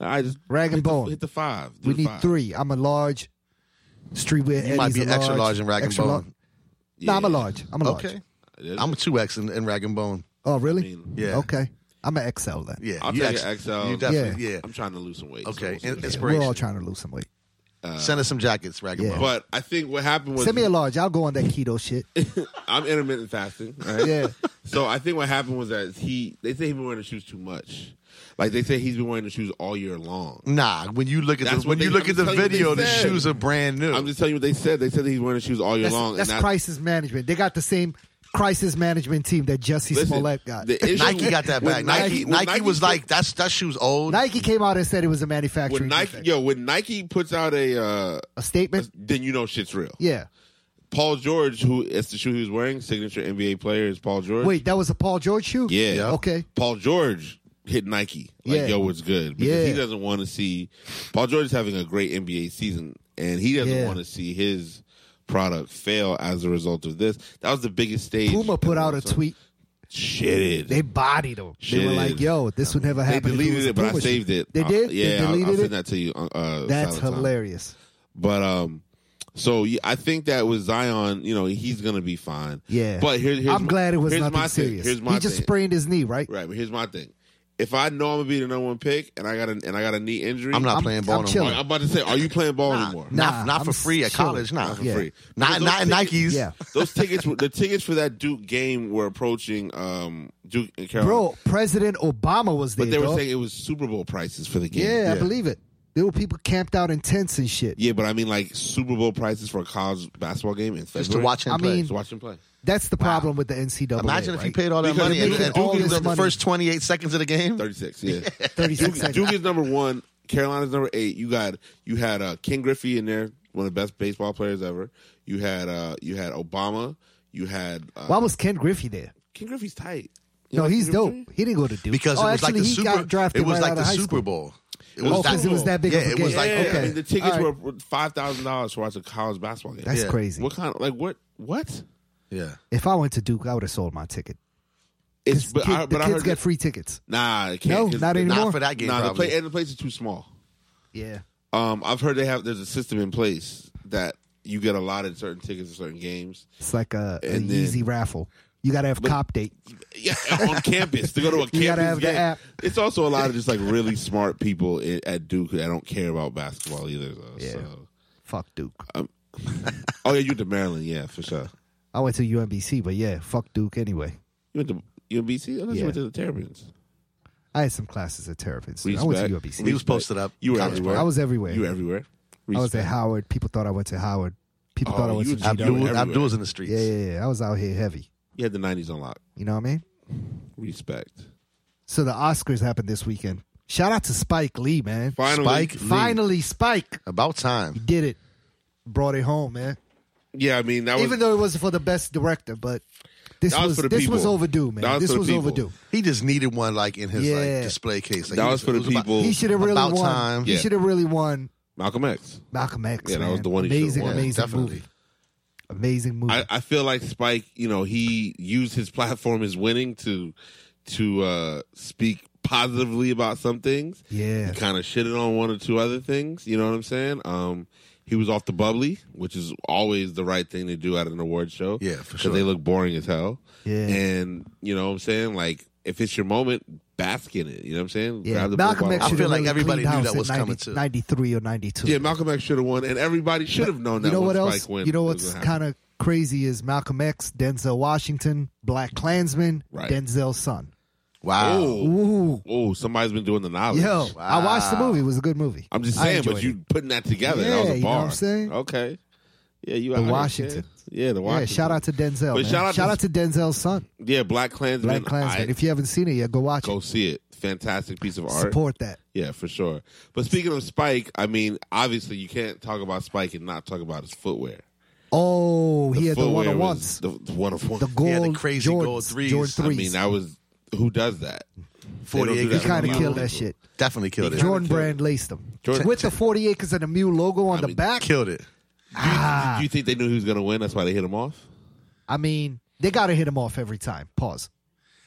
S3: I just
S1: Rag and
S3: hit the-
S1: Bone.
S3: hit the five. Do
S1: We
S3: the
S1: need
S3: five.
S1: three. I'm a large streetwear.
S2: You might
S1: Eddie's
S2: be
S1: a
S2: an extra large in rag and
S1: extra
S2: bone.
S1: No, I'm a large. I'm a large.
S2: Okay.
S3: Yeah.
S2: I'm a two X in, in rag and bone.
S1: Oh,
S3: I
S1: really?
S3: mean,
S2: Yeah.
S1: Okay. I'm an XL then.
S2: Yeah.
S3: I'll
S2: you
S3: take
S2: X-
S3: an XL.
S2: You definitely. Yeah.
S3: I'm trying to lose some weight.
S2: Okay.
S3: so we'll see.
S2: It's-
S1: We're all
S2: Inspiration.
S1: trying to lose some weight.
S2: Send us some jackets, rag and
S1: Yeah.
S2: bone.
S3: But I think what happened was
S1: Send me a large. I'll go on that keto shit.
S3: I'm intermittent fasting. Right?
S1: Yeah.
S3: So I think what happened was that he they say he's been wearing the shoes too much. Like they say he's been wearing the shoes all year long.
S2: Nah, when you look at
S3: That's
S2: the, when
S3: what
S2: you
S3: they-
S2: look
S3: I'm
S2: at the
S3: telling you what they
S2: video, the
S3: said.
S2: shoes are brand new.
S3: I'm just telling you what they said. They said that he's wearing the shoes all year
S1: That's,
S3: long.
S1: that's
S3: and that-
S1: crisis management. They got the same crisis management team that Jesse
S3: listen,
S1: Smollett got.
S3: the issue-
S2: Nike got that
S3: when
S2: back. Nike, Nike,
S3: when
S2: was
S3: put-
S2: like, that's that shoe's old.
S1: Nike came out and said it was a manufacturing
S3: when Nike,
S1: defect.
S3: yo, when Nike puts out a, uh,
S1: a statement.
S3: then you know shit's real.
S1: Yeah.
S3: Paul George, who is the shoe he was wearing, signature NBA player is Paul George.
S1: Wait, that was a Paul George shoe?
S3: Yeah. Yeah.
S1: Okay.
S3: Paul George hit Nike. Like,
S1: Yeah.
S3: yo, what's good? Because
S1: Yeah.
S3: he doesn't want to see. Paul George is having a great NBA season, and he doesn't
S1: Yeah.
S3: want to see his product fail as a result of this. That was the biggest stage.
S1: Puma put out a tweet.
S3: Shitted.
S1: They bodied him. They
S3: Shit.
S1: were like, yo, this would never
S3: They
S1: happen. if
S3: deleted
S1: was
S3: it,
S1: a
S3: but I
S1: Puma shoe.
S3: saved it.
S1: They
S3: Uh,
S1: did? They
S3: yeah, I'll- I'll,
S1: deleted
S3: send
S1: it?
S3: that to you. Uh,
S1: That's
S3: Silent Time.
S1: hilarious.
S3: But um, so yeah, I think that with Zion, you know, he's gonna be fine.
S1: Yeah.
S3: But here, here's
S1: I'm
S3: my-
S1: glad it was
S3: here's my
S1: nothing
S3: thing.
S1: serious.
S3: Here's my
S1: He just
S3: thing.
S1: sprained his knee, right?
S3: Right, but here's my thing. If I know I'm gonna be the number one pick and I got a, and I got a knee injury,
S2: I'm not
S1: I'm-
S2: playing ball
S1: I'm
S2: no
S3: Are,
S1: chilling.
S2: more.
S3: I'm about to say, are you playing ball
S2: Nah,
S3: anymore?
S1: Nah,
S2: not, not for
S1: I'm
S2: free at
S1: chilling.
S2: college. Nah,
S1: Not for Yeah. free.
S2: Not,
S3: Because
S2: not in
S3: those
S2: Nikes.
S1: Yeah.
S3: Those tickets, were, the tickets for that Duke game were approaching um, Duke and Carolina,
S1: Bro, President Obama was there.
S3: but they were
S1: dog.
S3: saying it was Super Bowl prices for the game.
S1: yeah, I believe it. There were people camped out in tents and shit.
S3: Yeah, but I mean like Super Bowl prices for a college basketball game in February.
S2: Just to watch him
S1: I
S2: play.
S1: mean,
S3: Just watch him play.
S1: That's the problem with the NCAA.
S2: Imagine if
S1: right?
S2: you paid all that
S3: Because
S2: money
S3: they
S2: and,
S3: making
S2: and
S1: all
S2: Duke is
S1: this
S2: the
S1: money.
S2: first 28 seconds of the game.
S3: Thirty six. Yeah.
S1: 36
S3: Duke,
S1: seconds.
S3: Duke is number one. Carolina's number eight. You got you had uh, Ken Griffey in there, one of the best baseball players ever. You had uh, you had Obama. You had uh,
S1: Why was Ken Griffey there?
S3: Ken Griffey's tight. You
S1: No,
S3: know
S1: he's
S3: Ken
S1: dope.
S3: Griffey?
S1: He didn't go to Duke
S2: Because
S1: oh,
S2: it was
S1: actually,
S2: like the
S1: he
S2: Super
S1: got drafted
S2: It was
S1: right
S2: like
S1: out
S2: the
S1: of high
S2: Super
S1: school.
S2: Bowl. It
S1: Oh,
S2: was that
S1: 'cause it was
S2: Super
S1: that
S2: Bowl.
S1: big of
S2: Yeah,
S1: a
S2: it was
S1: game.
S2: like
S3: yeah, I
S2: okay.
S3: mean, the tickets
S1: All
S3: were
S1: right.
S3: were five thousand dollars to watch a college basketball game.
S1: That's
S2: Yeah.
S1: crazy.
S3: What kind of like what what?
S2: Yeah.
S1: If I went to Duke, I would have sold my ticket.
S3: It's but
S1: Kid-
S3: I, but I
S1: the kids
S3: heard
S1: get
S3: that-
S1: free tickets.
S3: nah, it
S1: No,
S3: can't, 'cause-
S1: not anymore.
S2: Not for that game.
S3: Nah, the
S2: probably.
S3: play and the place is too small.
S1: Yeah.
S3: Um, I've heard they have there's a system in place that you get allotted certain tickets to certain games.
S1: It's like a, a
S3: And then-
S1: easy raffle. You got to have cop date.
S3: yeah, on campus to go to a campus
S1: You gotta have the
S3: game.
S1: app.
S3: It's also a lot of just like really smart people i- at Duke that don't care about basketball either. Though,
S1: Yeah.
S3: So.
S1: Fuck Duke.
S3: Oh yeah, you went to Maryland, yeah, for sure.
S1: I went to UMBC, but yeah, fuck Duke anyway.
S3: You went to UMBC. I thought
S1: Yeah.
S3: you went to the Terrapins.
S1: I had some classes at Terrapins. I went to
S3: Respect.
S1: UMBC.
S2: He was posted up.
S3: You were
S2: College
S3: everywhere.
S1: I was everywhere.
S3: You were everywhere.
S1: I was at
S3: Respect.
S1: Howard. People thought I went to Howard. People
S3: Oh,
S1: thought I
S3: you
S1: went to
S3: was
S1: GW.
S3: Abdul-
S2: Abdul,
S3: everywhere.
S2: Abdul's in the streets.
S1: Yeah, yeah, yeah. I was out here heavy.
S3: You had the '90s unlocked.
S1: You know what I mean?
S3: Respect.
S1: So the Oscars happened this weekend. Shout out to Spike Lee, man.
S3: Finally,
S2: Spike Lee.
S1: Finally, Spike
S2: About time.
S1: did it. Brought it home, man.
S3: yeah. I mean, that was
S1: Even though it wasn't for the best director, but this
S3: That was
S1: was,
S3: for the
S1: this was
S3: people.
S1: overdue, man.
S3: That was
S1: this
S3: for the
S1: was
S3: people.
S1: overdue.
S2: He just needed one like in his
S1: Yeah.
S2: like display case. Like,
S3: That
S2: he
S3: was for the
S2: it about-
S3: people.
S1: He should have really
S2: About
S1: won.
S2: time.
S1: He
S3: Yeah.
S1: should have really won
S3: Malcolm X.
S1: Malcolm X.
S3: Yeah, that
S1: man.
S3: was the one he should've
S1: Amazing,
S3: won.
S1: amazing
S2: Definitely.
S1: movie. Amazing movie.
S3: I, I feel like Spike, you know, he used his platform as winning to to uh speak positively about some things.
S1: Yeah.
S3: He kind of shitted on one or two other things, you know what I'm saying? Um he was off the bubbly, which is always the right thing to do at an award show.
S2: Yeah, for
S3: 'cause
S2: sure.
S3: they look boring as hell.
S1: Yeah.
S3: And you know what I'm saying? Like if it's your moment, bask in it. You know what I'm saying?
S1: Yeah,
S3: Grab the
S1: Malcolm
S3: ball.
S1: X.
S2: I
S1: should
S2: feel
S1: have
S2: like
S1: really
S2: everybody
S1: cleaned
S2: knew
S1: house
S2: that
S1: in
S2: was coming, too.
S1: ninety three or ninety two.
S3: Yeah, Malcolm X should have won, and everybody should have known that.
S1: you know
S3: when
S1: what
S3: Spike
S1: else?
S3: Went
S1: You know
S3: was
S1: what's
S3: gonna happen.
S1: kind of crazy is Malcolm X, Denzel Washington, Black Klansman,
S3: Right.
S1: Denzel's son.
S2: Wow.
S3: Oh, oh, somebody's been doing the knowledge.
S1: Yo, I watched the
S2: Wow.
S1: movie. It was a good movie.
S3: I'm just
S1: I
S3: saying, but
S1: enjoyed
S3: you putting that together. that was a
S1: Yeah,
S3: bar.
S1: you know what I'm saying?
S3: Okay. Yeah, you
S1: The
S3: out here,
S1: Washington.
S3: Yeah, the
S1: it.
S3: Washington.
S1: Yeah, shout out to Denzel.
S3: But
S1: man.
S3: shout out to-
S1: to, Denzel's son,
S3: Yeah, Black Klansman.
S1: Black Klansman.
S3: I-
S1: if you haven't seen it yet, go watch
S3: go
S1: it.
S3: see it. Fantastic piece of art.
S1: Support that.
S3: Yeah, for sure. But speaking of Spike, I mean, obviously you can't talk about Spike and not talk about his footwear.
S1: Oh, he had the
S3: footwear
S1: one on
S3: was
S1: once.
S3: The, the one of one.
S1: The gold,
S2: had the crazy
S1: Jordans,
S2: gold threes.
S1: Jordan
S3: I
S1: threes.
S3: mean, that was who does that? They don't
S2: 40
S3: do
S2: acres.
S3: that.
S1: he kind of
S3: Unbelievable.
S1: killed that shit.
S2: Definitely killed it.
S1: Jordan Brand laced them
S3: Jordan-
S1: with the forty acres and the mule logo on the
S3: mean,
S1: back.
S2: Killed it.
S1: Ah,
S3: Do you think they knew he was going to win? That's why they hit him off.
S1: I mean, they got to hit him off every time. Pause.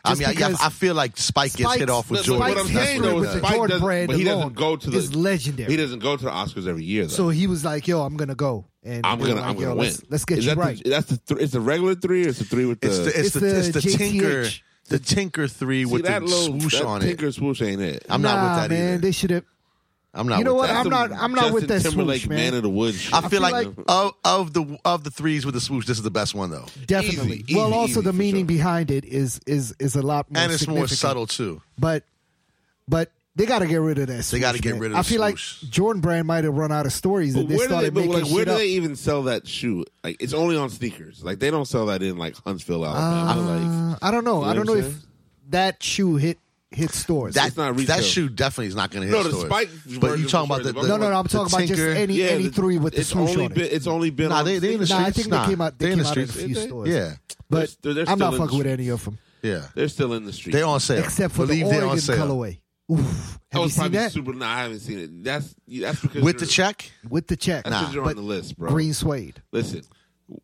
S2: I
S1: Just
S2: mean, I,
S1: because
S2: I feel like Spike gets
S1: Spike's-
S2: hit off with
S1: but
S2: Jordan.
S1: Spike's
S3: What I'm
S2: That's
S3: saying
S1: history
S2: what
S3: though
S2: it
S1: with
S3: is
S1: the
S2: does.
S3: Spike
S1: Jordan
S3: doesn't-
S1: brand
S3: but he
S1: alone
S3: doesn't go to the
S1: is legendary.
S3: He doesn't go to the Oscars every year. Though.
S1: So he was like, "Yo, I'm gonna go, and
S3: I'm
S1: they were
S3: gonna,
S1: like,
S3: I'm gonna
S1: "Yo,
S3: win.
S1: Let's, let's get
S3: Is
S1: you
S3: that
S1: right."
S3: The, that's the th- it's the regular three or it's the three with the
S2: It's the it's
S1: It's
S2: the it's
S1: the
S2: the tinker
S1: JTH.
S2: the tinker three
S3: See,
S2: with the
S3: that little
S2: swoosh
S3: that
S2: on it.
S3: tinker swoosh ain't it.
S2: I'm
S1: nah,
S2: not with that
S1: man.
S2: either.
S1: They should have.
S2: I'm not.
S1: You know
S2: with
S1: what?
S2: That.
S1: I'm not. I'm not
S3: Justin
S1: with that
S3: Timberlake,
S1: swoosh, man.
S3: man of the woods. shit.
S2: I feel,
S1: feel
S2: like,
S1: like-
S2: of of the of the threes with the swoosh, this is the best one though,
S1: Definitely.
S3: Easy,
S1: well,
S3: easy,
S1: also
S3: easy
S1: the
S3: for
S1: meaning
S3: sure.
S1: behind it is is is a lot more
S2: and it's more
S1: significant.
S2: subtle too.
S1: But but they got to get rid of that. Swoosh,
S2: gotta get
S1: man.
S2: rid of the
S1: I feel
S2: swoosh.
S1: like Jordan Brand might have run out of stories
S3: But
S1: and they
S3: where do they,
S1: started
S3: but
S1: making
S3: like, where
S1: shit
S3: do
S1: up.
S3: they even sell that shoe? Like it's only on sneakers. Like they don't sell that in like Huntsville, Alabama. like
S1: Uh, I don't know.
S3: know
S1: I don't
S3: what
S1: know
S3: I'm
S1: if
S3: saying?
S1: that shoe hit hit stores.
S2: That
S3: It's not retail.
S2: that shoe definitely is not going to hit
S3: No, the
S2: stores.
S3: Spike
S2: But
S3: version
S2: you
S3: was
S2: talking about the,
S3: already
S2: the
S1: no, no, no. I'm talking about just
S2: Tinker.
S1: any any
S3: the-
S1: three with the
S3: it's
S1: swoosh
S3: only
S1: on it.
S3: been, It's only been.
S2: Nah,
S3: on
S2: they they in the
S3: sneakers.
S1: Nah, I
S2: streets.
S1: think
S2: nah.
S1: they came out. They
S2: are in
S1: came
S2: the
S1: out in a
S2: streets.
S1: few stores.
S2: Yeah,
S1: but
S3: They're- they're still
S1: I'm
S3: in
S1: not
S3: the
S1: fucking with
S3: streets.
S1: any of them
S2: yeah.
S3: They're still in the street.
S2: They on sale.
S1: except for
S2: Believe
S1: the
S2: they're
S1: Oregon
S2: on sale.
S1: colorway.
S3: That
S1: Oof. Have you
S3: was
S1: seen
S3: probably
S1: that
S3: super. Nah, I haven't seen it. That's that's because
S2: With the
S3: you're-
S2: check,
S1: with the check?
S3: That's because you're
S1: but
S3: on the list, bro.
S1: green suede.
S3: Listen,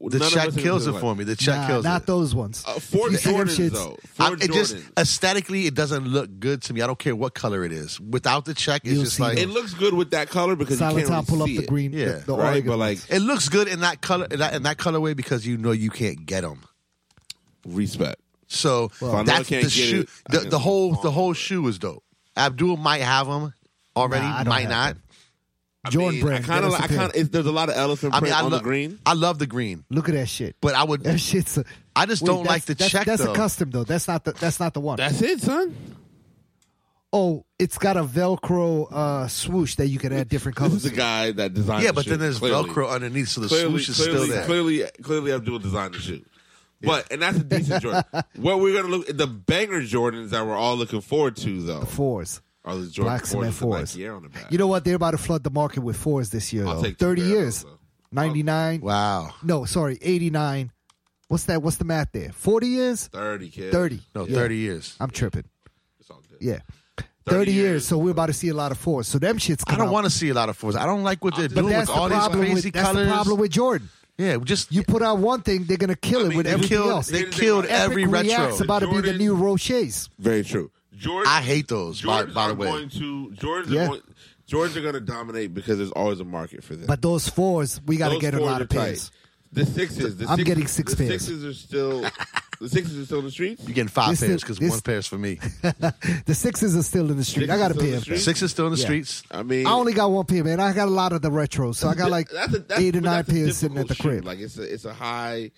S2: the check kills it for me. The check
S1: Nah,
S2: kills
S1: not
S2: it.
S1: those ones.
S3: Uh, for
S1: You see them
S3: Jordans
S1: shits?
S3: though, for
S2: I-
S3: Jordans,
S2: it just
S1: uh,
S2: aesthetically, it doesn't look good to me. I don't care what color it is. Without the check, it's
S1: You'll
S2: just
S1: see
S2: like
S3: it looks good with that color because you can't
S1: Silent Tom
S3: really
S1: pull up
S3: see
S1: the
S3: it,
S1: green.
S2: Yeah,
S1: the, the
S3: right?
S1: Oregon.
S3: But like
S2: it looks good in that color in that, in that colorway because you know you can't get them.
S3: respect.
S2: So
S3: I know I
S2: that's
S3: can't
S2: the
S3: get
S2: shoe.
S3: it, I
S2: the,
S3: can-
S2: the whole the whole shoe is dope. Abdul might have them already.
S1: Nah, I don't
S2: might
S1: have
S2: not.
S1: Jordan
S3: I mean,
S1: brand.
S3: I kind
S1: they
S3: of like. I
S1: disappeared.
S3: kind of. There's a lot of elephant
S2: I
S3: print
S2: mean, I
S3: on
S2: love
S3: the green.
S2: I love the green,
S1: Look at that shit.
S2: but I would.
S1: That shit's. A,
S2: I just
S1: Wait,
S2: don't like
S1: that's-
S2: the
S1: that's,
S2: check
S1: That's
S2: though.
S1: a custom though. That's not the. That's not the one.
S3: That's it, son.
S1: oh, it's got a Velcro uh, swoosh that you can add different
S3: This is
S1: colors.
S3: the guy that designed.
S2: yeah,
S3: the
S2: but
S3: shoe,
S2: then there's
S3: clearly.
S2: Velcro underneath, so the
S3: Clearly,
S2: swoosh is
S3: clearly,
S2: still there.
S3: clearly, clearly, Abdul designed the shoe. But and that's a decent Jordan. what we're gonna look the banger Jordans that we're all looking forward to though
S1: Fours.
S3: are the Jordan
S1: Black
S3: fours.
S1: cement
S3: with
S1: fours.
S3: the Nike Air on the back.
S1: You know what? They're about to flood the market with fours this year.
S3: I'll
S1: though.
S3: take two
S1: Thirty
S3: pairs,
S1: years.
S3: though.
S1: Ninety nine.
S2: Wow.
S1: No, sorry, eighty nine. What's that? What's the math there? Forty years.
S3: thirty kids.
S1: Thirty.
S2: No,
S1: Yeah.
S2: thirty years.
S1: I'm tripping.
S3: It's all good.
S1: Yeah.
S3: 30
S1: 30, years,
S3: years.
S1: so we're about to see a lot of fours. So them shits
S2: I
S1: come
S2: don't
S1: out.
S2: want to see a lot of fours. I don't like what they're
S3: But
S1: But
S2: doing
S1: that's
S2: with
S1: the
S2: all these
S1: problem
S2: crazy
S1: with that's
S2: colors.
S1: the problem with Jordan.
S2: yeah, we just
S1: You put out one thing, they're gonna kill
S3: I
S1: it
S3: mean,
S1: with
S3: they
S1: everything
S2: killed-
S1: else.
S2: they
S1: Epic
S2: killed every
S1: React's
S2: retro.
S1: about to be the
S3: Jordan-
S1: new Rochers.
S3: Very true. Jordan,
S2: I hate those. By,
S3: Jordans
S2: by the
S3: are
S2: way,
S3: going to Jordans.
S1: Yeah.
S3: Are going, Jordans are going to dominate because there's always a market for them.
S1: But those fours, we gotta
S3: Those
S1: get a
S3: fours
S1: lot
S3: are
S1: of pairs.
S3: tight. The sixes. The
S1: I'm
S3: six-
S1: getting six
S3: the
S1: pairs.
S3: Sixes are still. the sixes are still in the streets.
S2: you're getting five
S1: This
S2: pairs
S1: is-
S2: because
S1: this-
S2: one pair's for me.
S1: The sixes are still in the street.
S3: Sixes
S1: I got
S3: are
S1: a
S3: still in
S1: pair.
S3: the
S1: of
S3: street?
S1: them.
S2: Sixes still in the
S1: Yeah.
S2: streets.
S3: I mean,
S1: I only got one pair, man. I got a lot of the retros, so I got like
S3: That's a- that's-
S1: eight or
S3: but
S1: nine
S3: that's a
S1: pairs sitting at the
S3: difficult
S1: crib.
S3: shoot. Like it's a it's a high.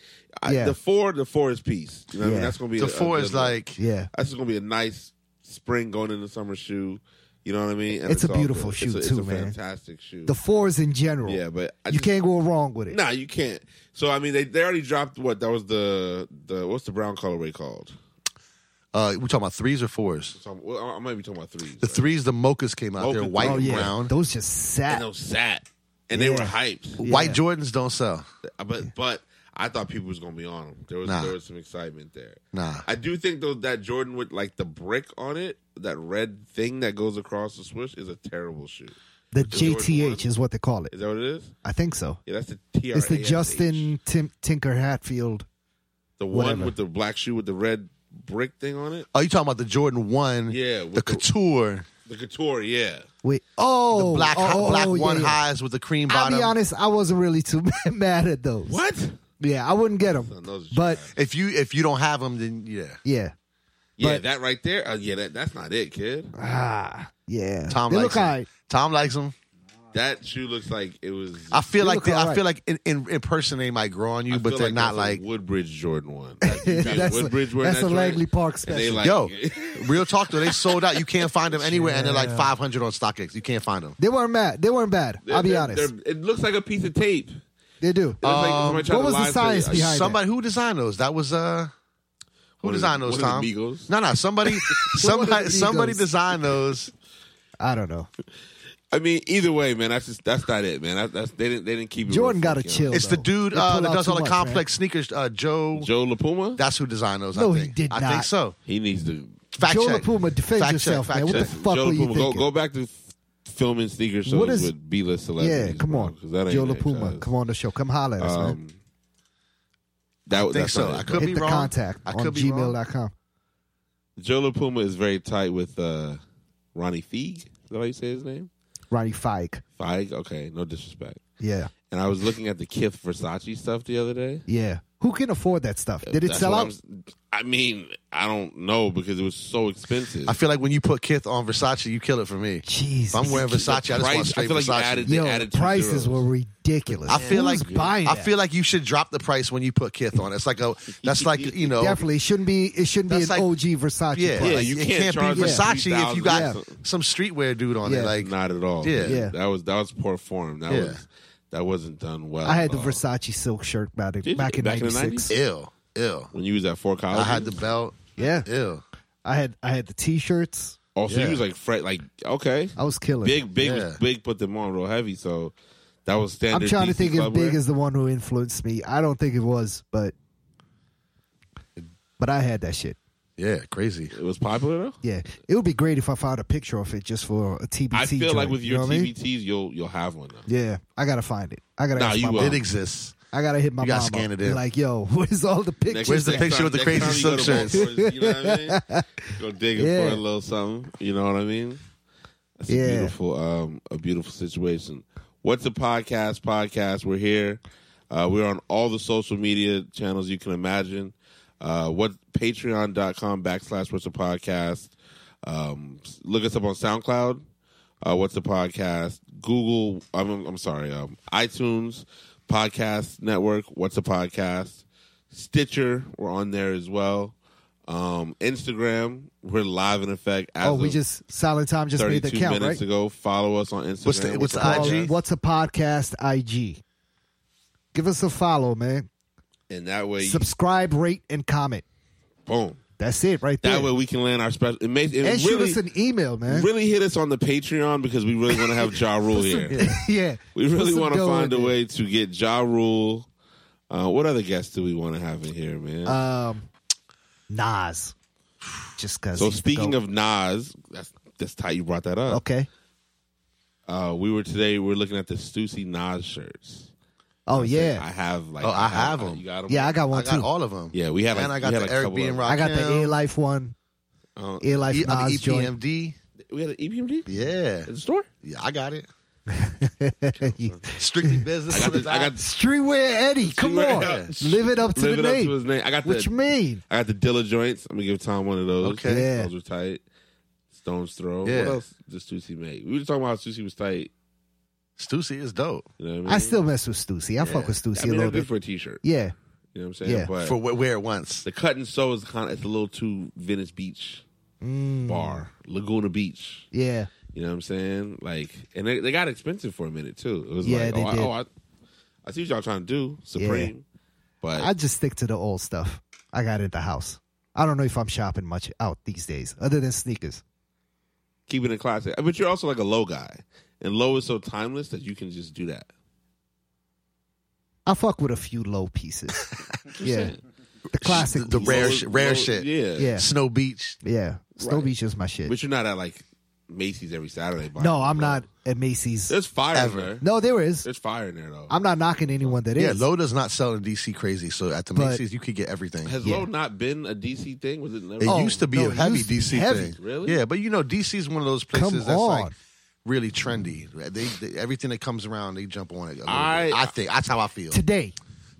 S3: I,
S1: Yeah.
S3: The four the four is piece. You know what I mean?
S1: Yeah.
S3: That's gonna be
S2: The
S3: a-
S2: four
S3: a
S2: is
S3: good one.
S2: like
S1: yeah,
S3: that's just gonna be a nice spring going into summer shoe. You know what I mean? And
S1: It's a
S3: all
S1: beautiful
S3: good.
S1: shoe
S3: it's a,
S1: too,
S3: it's a
S1: man.
S3: Fantastic shoe.
S1: the fours in general.
S3: yeah, but I
S1: you
S3: just-
S1: can't go wrong with it.
S3: Nah, you can't. So I mean, they, they already dropped what that was the the what's the brown colorway called?
S2: uh, we talking about threes or fours.
S3: So I'm- well, I I might be talking about threes.
S2: The
S3: right?
S2: threes, the mochas came out.
S3: Mocha-
S2: They're white
S1: oh
S2: and
S1: yeah,
S2: brown.
S1: those just
S3: and
S1: sat.
S3: those sat, and they were hyped.
S2: White
S1: Yeah.
S2: Jordans don't sell.
S3: But but I thought people was gonna be on them. There was
S2: Nah.
S3: there was some excitement there.
S2: Nah.
S3: I do think though that Jordan with like the brick on it, that red thing that goes across the switch is a terrible shoe.
S1: The
S3: Jordan
S1: JTH
S3: one.
S1: is what they call it.
S3: Is that what it is?
S1: I think so.
S3: Yeah, that's the TRA.
S1: It's the Justin Tim- Tinker Hatfield.
S3: the one
S1: whatever.
S3: with the black shoe with the red brick thing on it.
S2: Oh, you talking about the Jordan one?
S3: Yeah, with
S2: the
S3: the-
S2: couture,
S3: The couture, yeah.
S1: Wait, oh,
S2: the black
S1: oh, oh,
S2: black
S1: oh, yeah,
S2: one
S1: yeah.
S2: highs with the cream
S1: I'll
S2: bottom.
S1: be honest, I wasn't really too mad at those.
S3: What?
S1: Yeah, I wouldn't get
S3: Son,
S1: them,
S3: those are
S1: but
S3: trash.
S2: If you if you don't have them, then yeah,
S1: yeah,
S3: Yeah,
S1: But-
S3: that right there. Uh, yeah, that, that's not it, kid.
S1: Ah, yeah.
S2: Tom
S1: they
S2: likes
S1: look
S2: him.
S1: alright.
S2: Tom likes him.
S3: That shoe looks like it was.
S2: I feel
S1: They
S2: like
S1: look
S2: they,
S1: all
S2: I
S1: right.
S2: feel like in, in, in person they might grow on you,
S3: I
S2: but
S3: feel
S2: they're not
S3: that's a
S2: like
S3: Woodbridge Jordan one. Like, you got
S1: That's a-
S3: Woodbridge wearing
S1: that's
S3: that
S1: a
S3: joint,
S1: Langley Park
S3: and they
S1: special.
S3: like-
S2: yo. real talk though, they sold out. You can't find them anywhere, and they're like five hundred on StockX. You can't find them.
S1: They weren't bad. They weren't bad.
S3: they're-
S1: I'll be
S3: they're-
S1: honest.
S3: they're- It looks like a piece of tape. It
S1: They do.
S3: looks like
S2: Um,
S3: somebody tried
S1: what
S3: to
S1: was the
S3: lie to
S1: science
S3: you.
S1: behind- that.
S2: Somebody who designed those? That was uh, who
S3: One of the-
S2: designed those?
S3: one of the
S2: Tom?
S3: Beagles.
S2: No, no. Somebody, somebody, somebody
S1: Beagles.
S2: designed those.
S1: I don't know.
S3: I mean, either way, man. That's just that's not it, man. That, that's they didn't they didn't keep it.
S1: Jordan
S3: real
S1: got to
S3: fucking-
S1: chill.
S2: It's the
S1: though.
S2: dude
S1: They
S2: uh,
S1: pull
S2: that
S1: out
S2: does
S1: too
S2: all the
S1: much, man.
S2: complex sneakers. Uh, Joe,
S3: Joe LaPuma.
S2: that's who designed those.
S1: No,
S2: I
S1: he
S2: think.
S1: did
S2: I
S1: not.
S2: think so.
S3: he neneeds to.
S2: Fact
S1: Joe
S2: check.
S1: LaPuma, defend
S2: Fact
S1: yourself,
S2: check,
S1: man.
S2: fact
S1: What the
S2: check.
S1: fuck
S3: Joe
S1: were you
S3: LaPuma, go,
S1: thinking?
S3: go back to f- filming sneaker shows
S1: is-
S3: with B list celebrities.
S1: yeah, come
S3: bro,
S1: on,
S3: 'cause that ain't
S1: Joe
S3: it,
S1: LaPuma,
S3: cuz.
S1: come on the show. Come holler at us, man.
S3: Um, that was
S2: think
S3: that's
S2: so.
S3: not it,
S2: I
S3: bro.
S2: could
S1: Hit
S2: be
S1: the
S2: wrong.
S1: contact
S2: I
S1: on
S2: could be wrong.
S1: gmail.com.
S3: Joe LaPuma is very tight with uh, Ronnie Feig. Is that how you say his name?
S1: Ronnie Fike.
S3: Feig. Okay, no disrespect.
S1: Yeah,
S3: And I was looking at the Kith Versace stuff the other day.
S1: yeah. Who can afford that stuff? Did it
S3: That's
S1: sell
S3: what I
S1: out?
S3: was- I mean, I don't know because it was so expensive.
S2: I feel like when you put Kith on Versace, you kill it for me. If
S1: Jesus.
S2: I'm wearing Versace, I just want
S3: price-
S2: straight
S3: I feel like you
S2: Versace.
S3: added- they
S1: Yo,
S3: added two
S1: prices
S3: zeros.
S1: were ridiculous.
S2: I feel
S1: Who's
S2: like
S1: buying
S2: I
S1: that?
S2: feel like you should drop the price when you put Kith on. It's like a that's like you know
S1: definitely it shouldn't be. It shouldn't be an
S2: That's like-
S1: OG Versace.
S2: yeah,
S1: price.
S3: Yeah, you
S2: it
S3: can't
S2: can't,
S3: charge
S2: be
S1: like
S2: Versace if you got
S3: 3,000.
S2: some streetwear dude on
S1: Yeah.
S2: it. Like
S3: not at all.
S2: Yeah.
S1: Yeah.
S3: that was that was poor form. That
S2: Yeah.
S3: was that wasn't done well.
S1: I had the
S3: Uh,
S1: Versace silk shirt back,
S3: you?
S1: in- back in
S3: Back in the
S1: '96.
S2: ill, ill.
S3: when you was at Four College.
S2: I had the belt.
S1: Yeah,
S2: Ill.
S1: I had I had the T-shirts.
S3: also
S2: yeah.
S3: Oh, you was like Fred. Like okay,
S1: I was killing.
S3: big big
S2: Yeah.
S3: was- big put them on real heavy. So that was standard.
S1: I'm trying to
S3: DC
S1: think if
S3: club
S1: Big
S3: wear.
S1: is the one who influenced me. I don't think it was, but but I had that shit.
S2: Yeah, crazy.
S3: it was popular though.
S1: Yeah, it would be great if I found a picture of it just for a TBT.
S3: I feel like
S1: joint,
S3: with
S1: you
S3: your
S1: know what I mean?
S3: TBTs, you'll you'll have one. Though.
S1: Yeah, I gotta find it. I gotta.
S3: Nah,
S1: ask
S3: you
S1: my
S3: will.
S1: mom.
S2: It exists.
S1: I gotta hit my
S2: You gotta
S1: mom
S2: scan
S1: up.
S2: it in.
S1: Be like, yo, where's all the
S3: Next-
S1: pictures?
S2: Where's the
S3: next
S2: picture
S3: time-
S2: with the
S3: next
S2: crazy
S3: time you
S2: silk
S3: go to
S2: shirts?
S3: Ballsworth, You know what I mean? Go digging
S1: Yeah.
S3: for a little something. You know what I mean? That's
S1: Yeah.
S3: a beautiful, um, a beautiful situation. What's a podcast? Podcast. We're here. Uh, we're on all the social media channels you can imagine. Uh, what Patreon.com backslash What's a Podcast. Um, s- look us up on SoundCloud. Uh, What's a Podcast? Google. I'm, I'm sorry. Um, iTunes Podcast Network. What's a Podcast? Stitcher. We're on there as well. Um, Instagram. We're live in effect. As
S1: Oh, we
S3: of-
S1: just silent time just made the
S3: 32
S1: count,
S3: minutes
S1: right?
S3: ago. Follow us on Instagram.
S2: What's the- what's the
S1: Follow-
S2: IG?
S1: What's a podcast? IG. Give us a follow, man.
S3: And that way,
S1: Subscribe, rate, and comment.
S3: boom. That
S1: That's it, right there.
S3: way we can land our special. It makes it
S1: and shoot
S3: really,
S1: us an email, man.
S3: really hit us on the Patreon because we really want to have Ja Rule here.
S1: yeah,
S3: We
S1: Put
S3: really
S1: some
S3: want to
S1: dough
S3: find a
S1: in
S3: way to get Ja Rule. Uh, what other guests do we want to have in here, man?
S1: there.
S2: Uh,
S1: Um, Nas. Just because.
S3: so speaking of Nas, that's that's tight. You brought that up.
S1: okay.
S3: Uh, we were today. We are looking at the Stussy Nas shirts.
S1: Oh
S3: I
S1: yeah,
S3: have like.
S2: Oh, I have 'em.
S3: You got 'em?
S1: yeah. I got
S2: I
S1: one
S2: got
S1: too.
S2: all of them.
S3: Yeah, we had.
S2: and
S3: like-
S2: I
S3: we
S2: got
S3: had
S2: the
S3: a
S2: Eric
S3: couple
S2: B
S3: of
S2: and
S3: 'em.
S2: Rakim.
S1: I got the Air Life one.
S3: Uh,
S1: Air Life
S2: E- I mean,
S1: Nas joint.
S2: EPMD.
S3: We had an E EPMD
S2: Yeah,
S3: at the store.
S2: yeah, I got it. Strictly business.
S3: I got the- I got
S1: Streetwear Eddie, come
S3: Streetwear
S1: on,
S3: Eddie.
S1: live it up to
S3: Live
S1: the
S3: it up
S1: name.
S3: to his name. I got
S1: What
S3: the
S1: you mean?
S3: I got the Dilla joints. I'm gonna give Tom one of those.
S2: Okay.
S1: Yeah.
S3: those were tight. Stones throw.
S2: Yeah.
S3: What else does Stussy make? We were talking about how Stussy was tight.
S2: Stussy is dope
S3: You know what I mean?
S1: I still mess with Stussy. I fuck with Stussy
S3: Mm-hmm. I mean,
S1: a
S3: they're
S1: little
S3: good
S1: bit.
S3: for a t-shirt.
S1: Yeah,
S3: You know what I'm saying?
S1: Yeah.
S3: But
S2: for wh- wear it once.
S3: the cut and sew is kind of it's a little too Venice Beach bar, Laguna Beach.
S1: Mm. yeah.
S3: You know what I'm saying? Like, and they, they got expensive for a minute too. It was
S1: Yeah,
S3: like,
S1: they
S3: oh,
S1: did.
S3: I, oh, I, I see what y'all trying to do, Supreme. But
S1: I just stick to the old stuff I got at the house. I don't know if I'm shopping much out these days, other than sneakers.
S3: keeping it classic. But you're also like a low guy, and low is so timeless that you can just do that.
S1: I fuck with a few low pieces. yeah, the classic,
S2: The
S1: piece.
S2: rare,
S3: Low-
S2: sh- rare
S3: low-
S2: shit.
S3: Yeah.
S1: Yeah,
S2: Snow Beach.
S1: yeah. Snow
S3: Right.
S1: Beach is my shit.
S3: But you're not at like Macy's every Saturday. buying
S1: no, I'm
S3: clothes.
S1: not at Macy's.
S3: There's fire
S2: Ever.
S3: in there.
S1: No, there is.
S3: There's fire in there though.
S1: I'm not knocking anyone that is.
S2: Yeah, Low does not sell in DC crazy, so at the
S1: But-
S2: Macy's you could get everything.
S3: Has
S1: Yeah.
S3: Lowe not been a DC thing? Was it never?
S2: It
S1: Oh,
S2: used to be
S1: no,
S2: a
S1: it
S2: heavy
S1: used to be
S2: DC
S1: heavy.
S2: thing.
S3: Really?
S2: Yeah, but you know, DC is one of those places
S1: Come
S2: that's like
S1: on.
S2: really trendy. They, they everything that comes around, they jump on it. a little bit.
S3: I-
S2: I think that's how I feel.
S1: Today,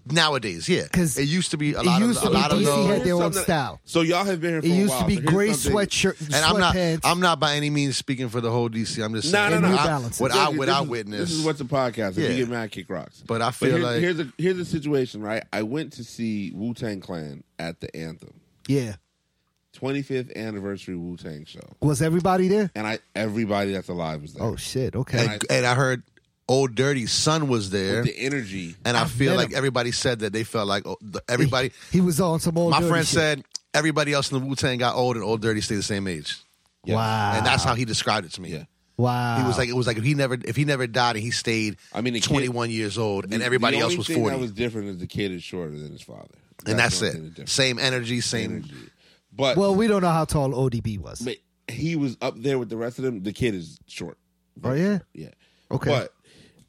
S2: Nowadays, yeah,
S1: 'Cause
S2: it used to be a
S1: it
S2: lot
S1: used
S2: of
S1: to
S2: a
S1: be
S2: lot of
S1: DC
S2: those.
S1: Oh, had their own
S3: Something-
S1: style.
S3: So y'all have been here for
S1: It
S3: a
S1: used
S3: while.
S1: to be
S3: so here's
S1: gray
S3: something-
S1: sweatshirt,
S2: and I'm not,
S1: sweatpants.
S2: I'm not by any means speaking for the whole DC. I'm just saying
S3: No, no, no.
S2: what
S3: New
S2: I-
S1: Balance.
S2: what
S3: This
S2: I
S3: is-
S2: what
S3: this
S2: I
S3: is-
S2: witnessed.
S3: This is what's a podcast. If
S2: Yeah.
S3: You get mad, kick rocks.
S2: But I feel
S3: here's,
S2: like-
S3: here's a here's a situation, right? I went to see Wu Tang Clan at the Anthem
S1: yeah.
S3: 25th anniversary Wu Tang show,
S1: Was everybody there?
S3: and I everybody that's alive was there.
S1: Oh shit. Okay.
S2: and, and I heard Old Dirty Son was there,
S3: the energy.
S2: and I feel
S1: met
S2: like
S1: him.
S2: everybody said that they felt like oh, the, everybody.
S1: he was on some old.
S2: my
S1: dirty
S2: friend
S1: shit.
S2: said everybody else in the Wu Tang got old, and Old Dirty stayed the same age,
S3: Yes.
S1: "Wow."
S2: and that's how he described it to me.
S3: Ah. Yeah. Ah.
S1: Wow.
S2: He was like, it was like if he never if he never died and he stayed,
S3: I mean, the kid-
S2: 21 years old, and
S3: The-
S2: everybody
S3: the
S2: else
S3: only
S2: was
S3: thing
S2: 40,
S3: That was different is the kid is shorter than his father,
S2: and that's,
S3: the only thing
S2: it.
S3: different.
S2: Same energy, same.
S3: energy. But
S1: well, we don't know how tall ODB was.
S3: but he was up there with the rest of them. The kid is short.
S1: oh yeah.
S3: Yeah.
S1: Okay.
S3: But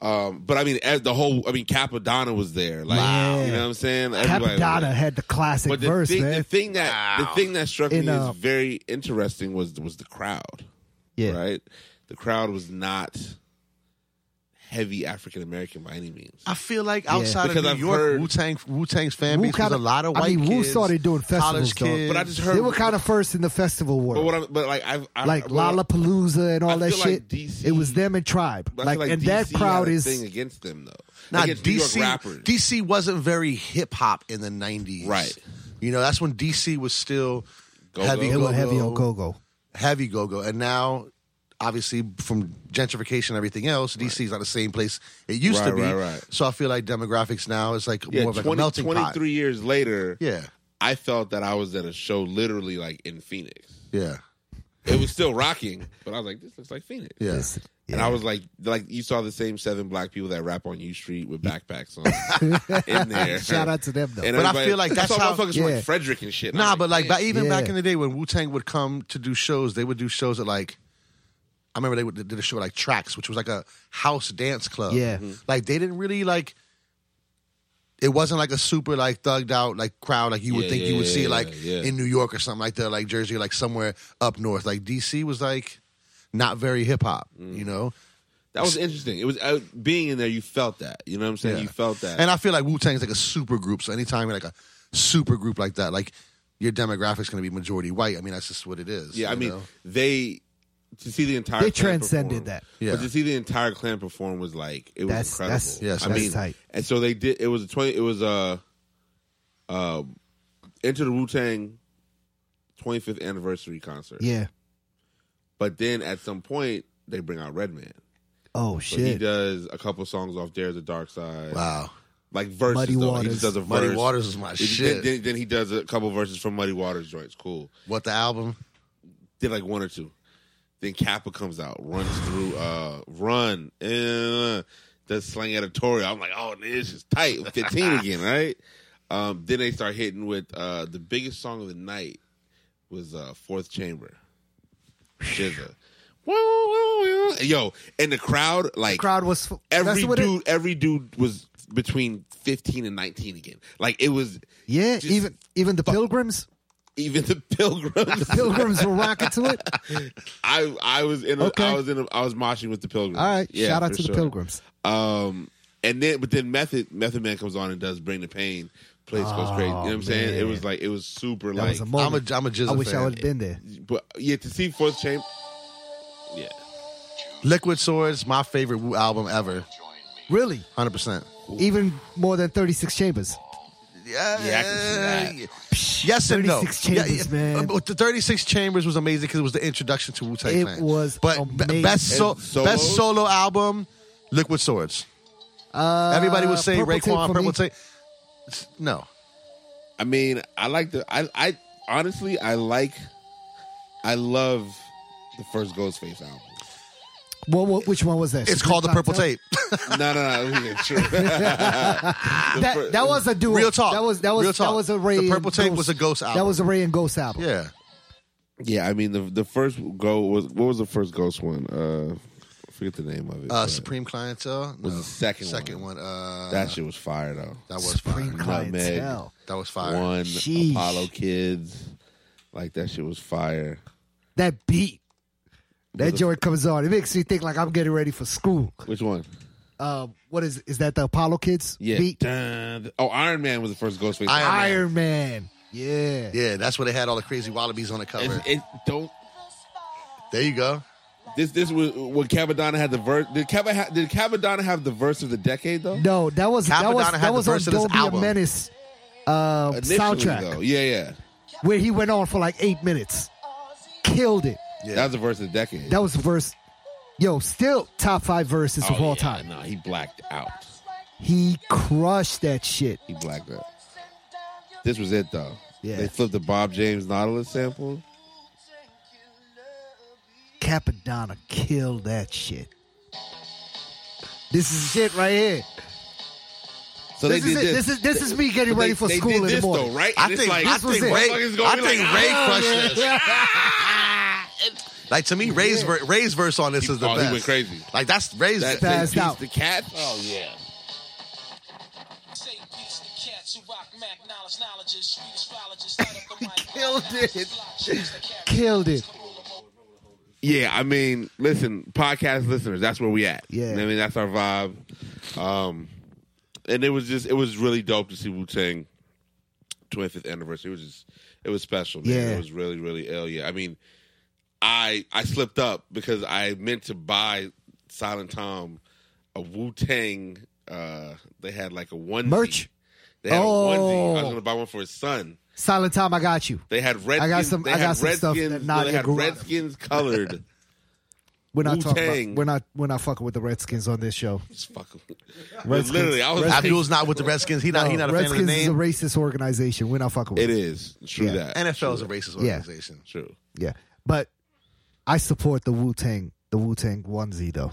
S3: um, but I mean, as the whole, I mean, Capadonna was there. Like,
S1: Wow.
S3: you know what I'm saying? Everybody was
S1: Capadonna
S3: there.
S1: had the classic
S3: But the,
S1: verse,
S3: thing,
S1: man.
S3: the thing that
S2: Wow.
S3: the thing that struck
S1: In,
S3: me
S1: uh,
S3: as very interesting was was the crowd.
S1: yeah.
S3: Right. The crowd was not heavy African American by any means.
S2: I feel like outside
S3: Because
S2: of New
S3: I've
S2: York,
S3: heard-
S2: Wu Tang Wu Tang's fan
S1: Wu
S2: base was
S1: kinda-
S2: a lot of white
S1: I mean, Wu
S2: kids,
S1: started doing festivals,
S2: college
S1: dog.
S2: kids.
S3: But I just heard
S1: They were kind of first in the festival
S3: But
S1: world,
S3: what I'm, but like I've I,
S1: like
S3: well,
S1: Lollapalooza and all
S3: I
S1: that
S3: feel like
S1: shit.
S3: DC
S1: it was them and Tribe,
S3: I feel
S1: like, and
S3: DC
S1: that crowd
S3: had a
S1: is
S3: thing against them though.
S2: Nah,
S3: against New York
S2: DC
S3: rappers.
S2: DC wasn't very hip hop in the nineties,
S3: Right.
S2: You know, that's when DC was still
S3: Go-go.
S2: heavy,
S3: They
S1: they
S2: go-go,
S1: were heavy on go go.
S2: heavy go go, and now obviously from gentrification and everything else, DC is not the same place it used to
S3: Right,
S2: be.
S3: right, right.
S2: So I feel like demographics now is like
S3: yeah,
S2: more of like
S3: 20
S2: a melting
S3: 23
S2: pot.
S3: years later,
S2: Yeah,
S3: I felt that I was at a show literally like in Phoenix.
S2: yeah,
S3: It was still rocking, but I was like, this looks like Phoenix.
S2: yeah.
S3: And I was like, like you saw the same seven black people that rap on U Street with backpacks on in there.
S1: Shout out to them though.
S3: And
S2: But I
S3: everybody-
S2: feel like that's
S3: I saw
S2: how-
S3: motherfuckers from,
S1: Yeah.
S3: like Frederick and shit. and
S2: Nah,
S3: I'm
S2: but like
S3: "Damn."
S2: back, even
S1: Yeah.
S2: back in the day when Wu Tang would come to do shows, they would do shows at like. I remember they would, did a show at, like Tracks, which was like a house dance club.
S1: Yeah.
S3: Mm-hmm.
S1: Mhm.
S2: like they didn't really like. It wasn't like a super like thugged out like crowd like you would
S3: Yeah,
S2: think
S3: yeah,
S2: you would
S3: yeah,
S2: see
S3: yeah,
S2: like
S3: yeah.
S2: in New York or something like that, like Jersey, or, like somewhere up north. Like DC was like not very hip hop,
S3: Mm.
S2: you know.
S3: that was interesting. It was uh, being in there. You felt that. You know what I'm saying?
S2: Yeah.
S3: You felt that.
S2: And I feel like Wu Tang is like a super group. So anytime you're like a super group like that, like your demographic's going to be majority white. I mean, that's just what it is.
S3: Yeah, I
S2: you
S3: mean
S2: know?
S3: they to see the entire
S1: They
S3: clan perform-
S1: transcended that.
S2: Yeah.
S3: but to see the entire clan perform was like it was
S1: That's-
S3: incredible.
S1: that's-
S2: Yes,
S3: I
S2: that's
S3: mean,
S1: tight.
S3: and so they did. It was a twenty. It was a uh, Enter the Wu Tang 25th anniversary concert.
S1: yeah.
S3: But then at some point they bring out Redman.
S1: Oh
S3: So he
S1: shit.
S3: does a couple songs off Dare the Dark Side.
S2: wow.
S3: Like verses
S1: Muddy
S3: though. He
S1: Waters.
S3: just does a verse.
S2: Muddy Waters is my
S3: Then-
S2: shit.
S3: Then, then he does a couple verses from Muddy Waters joints. Cool.
S2: what the album?
S3: did like one or two. Then Kappa comes out, runs through, uh, run, uh, does slang editorial. I'm like, oh, this is tight. 15 again, right? Um, then they start hitting with uh, the biggest song of the night was uh, Fourth Chamber. SZA. Woo, woo, woo. And Yo, and the crowd, like
S1: Crowd was
S3: every
S1: that's what it-
S3: dude, every dude was between 15 and 19 again. Like it was
S1: yeah.
S3: just-
S1: even even the pilgrims.
S3: even the pilgrims.
S1: The pilgrims were rocking to it.
S3: I I was in a, I
S1: Okay.
S3: was in a, I was moshing with the Pilgrims.
S1: All right.
S3: Yeah,
S1: Shout out
S3: for
S1: to the
S3: sure.
S1: pilgrims.
S3: Um, and then but then Method Method Man comes on and does Bring the Pain. Place goes crazy. You know what I'm saying? It was like it was super
S1: Oh, That
S3: like,
S1: was a moment.
S2: I'm a- I'm a
S1: I
S2: Jizzle
S1: wish I
S2: fan.
S1: would have been there.
S3: but yeah, to see Fourth Chamber. Yeah,
S2: Liquid Swords, my favorite Wu album ever.
S1: Really?
S2: 100%.
S1: Even more than 36 chambers.
S2: Yeah,
S3: Yeah, I can see
S2: Yes and no.
S1: 36 Chambers, man.
S2: But the 36 Chambers was amazing because it was the introduction to Wu Tang
S1: It
S2: Clan.
S1: was
S2: But
S1: amazing.
S2: best, so,
S3: And solos?
S2: best solo album, Liquid Swords.
S1: Uh,
S2: Everybody was saying
S1: Purple Tape
S2: Raekwon,
S1: for
S2: Purple
S1: me.
S2: Tape. It's- No.
S3: I mean, I like the I I honestly I like I love the first Ghostface album.
S1: Well, what, which one was that?
S2: It's called The Purple
S1: Cocktail?
S2: Tape.
S3: No, no, no, it wasn't true. The fir-
S1: That, that was a duo.
S2: Real talk.
S1: That was that was
S2: Real talk.
S1: that was a
S2: The
S1: Ray.
S2: Purple
S1: and
S2: Tape
S1: Ghost-
S2: was a Ghost
S1: That
S2: album.
S1: was a Ray and Ghost album.
S2: yeah.
S3: yeah. I mean the the first go was what was the first Ghost one? Uh, I forget the name of it.
S2: Uh,
S3: but-
S2: Supreme Clientele.
S3: Was
S2: No.
S3: the second
S2: Second
S3: one.
S2: one. Uh,
S3: That shit was fire though.
S2: that was
S1: Supreme
S2: fire.
S1: clientele.
S2: That was fire.
S3: One
S1: Sheesh.
S3: Apollo Kids, like that shit was fire.
S1: That beat. That joint comes on. It makes me think like I'm getting ready for school.
S3: Which one?
S1: uh, what is is that the Apollo kids?
S3: Yeah.
S1: beat?
S3: Dun- oh, Iron Man was the first Ghostface.
S2: Iron-
S3: album.
S1: Iron Man. Yeah.
S2: Yeah, that's where they had all the crazy wallabies on the cover.
S3: It's- it don't.
S2: there you go.
S3: This this was when Cavadonna had the verse. Did Cava ha- did Cavadonna have the verse of the decade though?
S1: No, that was that was
S2: Capadonna had
S1: that
S2: the
S1: was on
S2: verse of this
S1: Dolby
S2: album.
S1: and Menace uh,
S3: Initially,
S1: soundtrack
S3: though. Yeah, yeah.
S1: where he went on for like eight minutes, killed it.
S2: Yeah.
S3: That was the verse of the decade.
S1: That was the verse. Yo, still top five verses
S3: Oh,
S1: of all
S3: yeah,
S1: time.
S3: No, he blacked out.
S1: He crushed that shit.
S3: He blacked out. This was it though.
S1: Yeah.
S3: They flipped the Bob James Nautilus sample.
S1: Capadonna killed that shit. This is shit right here.
S3: So
S1: This
S3: they
S1: is
S3: did
S1: it. This is this is me
S3: but
S1: getting ready
S3: they-
S1: for
S3: they
S1: school
S3: did
S1: in the
S3: this,
S1: morning.
S3: Though, right?
S2: I
S3: And it's
S2: think
S3: like,
S2: this
S3: I
S2: was
S3: think
S2: it.
S3: motherfuckers gonna
S2: I
S3: be
S2: think
S3: like,
S2: Ray
S3: "Ah,
S2: crushed
S3: yeah."
S2: this. Like to me, Ray's ver- Ray's verse on this is the
S3: oh, he
S2: best.
S3: went crazy.
S2: Like that's Ray's.
S3: That
S1: Fast
S3: that piece
S1: out.
S3: The cat. Oh yeah.
S5: Say peace to cats who rock Mac knowledge, knowledge, street astrologists, light up the mic.
S1: Killed it. Killed it.
S3: Yeah, I mean, listen, podcast listeners, that's where we at.
S1: Yeah.
S3: I mean, that's our vibe. Um, and it was just, it was really dope to see Wu Tang 25th anniversary. It was just, it was special. Man.
S1: Yeah.
S3: it was really, really ill. Yeah, I mean, I I slipped up because I meant to buy Silent Tom a Wu Tang. Uh, they had like a one
S1: Merch.
S3: They had
S1: Oh.
S3: a onesie. I was going to buy one for his son.
S1: Silent Time, I got you.
S3: They had Redskins.
S1: some-
S3: they
S1: I got
S3: had
S1: some stuff
S3: Redskins-
S1: that
S3: no,
S1: Nadia
S3: they had
S1: grew up.
S3: Redskins colored.
S1: We're not talking
S3: Wu-Tang.
S1: about, we're not we're not fucking with the Redskins on this show.
S3: Just fuck 'em.
S1: Redskins.
S3: Literally, I was
S2: Abdul's not with the Redskins. Oh, He not. he not a
S1: Redskins
S2: fan of the
S1: is a
S2: name.
S1: racist organization. We're not fucking with
S3: It
S1: it.
S3: is true
S1: Yeah.
S3: that
S2: NFL is a racist
S1: Yeah.
S2: organization.
S3: true.
S1: Yeah. But I support the Wu Tang the Wu Tang onesie though.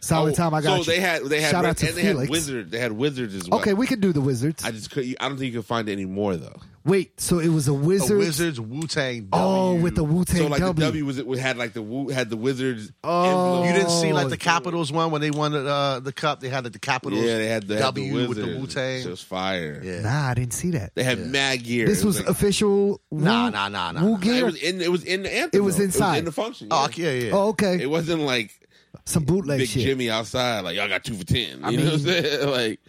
S1: Silent Time, I got
S3: Oh, so
S1: you.
S3: they had they had
S1: Shout out to
S3: and they had
S1: Felix.
S3: wizard they had wizards as well.
S1: okay, we can do the Wizards.
S3: I just could I don't think you can find any more though.
S1: Wait, so it was a
S2: The
S1: Wizards.
S2: Wizards, Wu Tang.
S1: Oh, with the Wu Tang
S3: So like
S1: W.
S3: the W was it had like the Wu had the wizards.
S1: Oh.
S2: You
S3: emblem.
S2: didn't see like the Capitals one when they won the, uh, the cup. They had like, the Capitals.
S3: yeah they had the, had the
S2: W with the
S3: wizards.
S2: Wu Tang.
S3: It was fire.
S2: Yeah.
S1: Nah, I didn't see that.
S3: They had mad gear.
S1: This
S3: It
S1: was
S3: like-
S1: official. Wu,
S2: Nah, nah, nah, nah,
S1: Wu
S2: nah.
S3: it
S1: gear.
S3: was in it was in the anthem.
S1: It was
S3: though.
S1: inside.
S3: in the function.
S2: Oh,
S3: yeah.
S2: yeah, yeah.
S1: oh,
S3: It
S1: okay.
S3: wasn't like
S1: Some bootleg
S3: Big
S1: shit.
S3: Jimmy outside, like y'all got two for ten. You
S1: I
S3: know what I'm
S1: mean-
S3: saying? Like,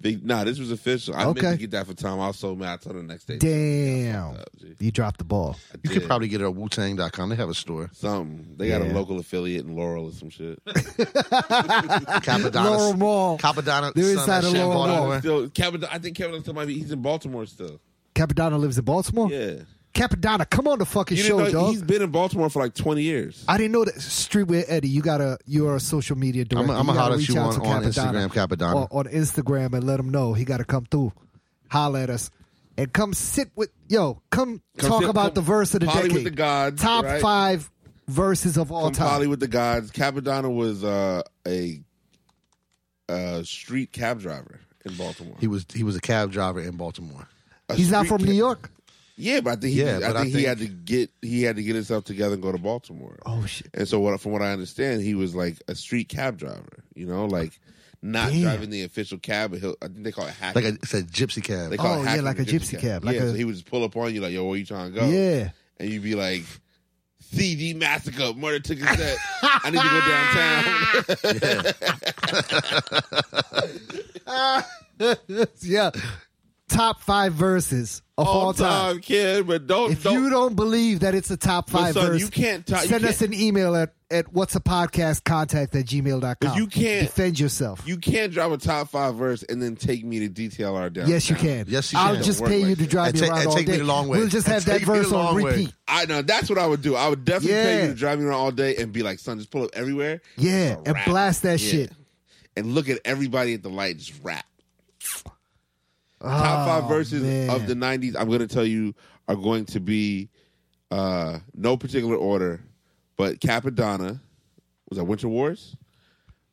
S3: they, nah, this was official. I
S1: Okay.
S3: meant to get that for Tom. I was so mad. I told him the next day.
S1: Damn,
S3: Fucked up, G.
S1: you dropped the ball.
S3: I
S2: you could
S3: did.
S2: probably get it at WuTang.com. They have a store.
S3: something. They got a
S1: Yeah.
S3: local affiliate in Laurel or some shit.
S1: Laurel
S2: Capadonna.
S1: Mall.
S2: Capadonna.
S1: They're
S2: son
S1: inside
S2: of
S1: of
S2: Shaq
S1: Laurel
S2: Baltimore.
S1: Mall.
S3: still, Kevin, I think Kevin still might be. He's in Baltimore still.
S1: Capadonna lives in Baltimore.
S3: Yeah,
S1: Capadonna, come on the fucking
S3: you
S1: show,
S3: didn't know
S1: Oh. dog.
S3: he's been in Baltimore for like 20 years.
S1: I didn't know that. Streetwear Eddie, you gotta, you are a social media
S2: I'm
S1: director.
S2: going to
S1: gotta
S2: holler at
S1: reach
S2: you
S1: out
S2: on,
S1: to
S2: on Instagram,
S1: Capadonna.
S2: Capadonna.
S1: on, on Instagram and let him know he got to come through, holler at us, and come sit with yo. Come,
S3: Come
S1: talk
S3: sit-
S1: about the
S3: come
S1: verse of the
S3: poly
S1: decade.
S3: with the gods,
S1: Top
S3: right?
S1: five verses of all
S3: From
S1: time.
S3: Polly with the Gods, Capadonna was uh, a uh, street cab driver in Baltimore.
S2: He was he was a cab driver in Baltimore.
S3: A
S1: He's not
S3: street
S1: from New
S3: ca-
S1: York.
S3: Yeah, but I think he,
S2: Yeah,
S3: I,
S2: but
S3: think
S2: I
S3: he
S2: think-
S3: had to get he had to get himself together and go to Baltimore.
S1: Oh shit!
S3: And so, what from what I understand, he was like a street cab driver. You know, like not
S1: Damn.
S3: driving the official cab. But he'll, I think they call it hacking.
S2: Like a, it's a gypsy cab.
S3: They call
S1: Oh,
S3: it
S1: yeah,
S3: hacking
S1: like
S3: the
S1: a gypsy cab, like
S3: yeah,
S1: a-
S3: so he would just pull up on you like, "Yo, where you trying to go?"
S1: Yeah.
S3: and you'd be like, "CD massacre, murder took a set. I need to go downtown."
S1: yeah. Top five verses of all, time.
S3: kid, but don't
S1: If
S3: don't.
S1: you don't believe that it's a top
S3: but
S1: five
S3: son,
S1: verse,
S3: you can't talk.
S1: send
S3: you
S1: us
S3: can't-
S1: an email at, at what's a podcast contact at gmail.com.
S3: But you can't-
S1: defend yourself.
S3: you can't drive a top five verse and then take me to detail our downtown.
S1: yes, you can.
S2: Yes, you
S1: I'll
S2: can.
S1: just
S3: Work
S1: pay
S3: like
S1: you to
S3: that.
S1: drive
S2: And
S1: you
S2: take-
S1: around
S2: and
S1: all
S2: take me
S1: day.
S2: the long way.
S1: We'll just
S2: And
S1: have that
S2: take me the
S1: verse on
S2: long way.
S1: repeat.
S3: I know that's what I would do. I would definitely pay
S1: Yeah.
S3: you to drive me around all day and be like, son, just pull up everywhere.
S1: Yeah,
S3: Just
S1: and
S3: rap.
S1: blast that
S3: Yeah.
S1: shit.
S3: And look at everybody at the light, just rap.
S1: Oh,
S3: Top five verses
S1: man.
S3: of the nineties, I'm gonna tell you, are going to be uh no particular order, but Capadonna. Was that Winter Wars?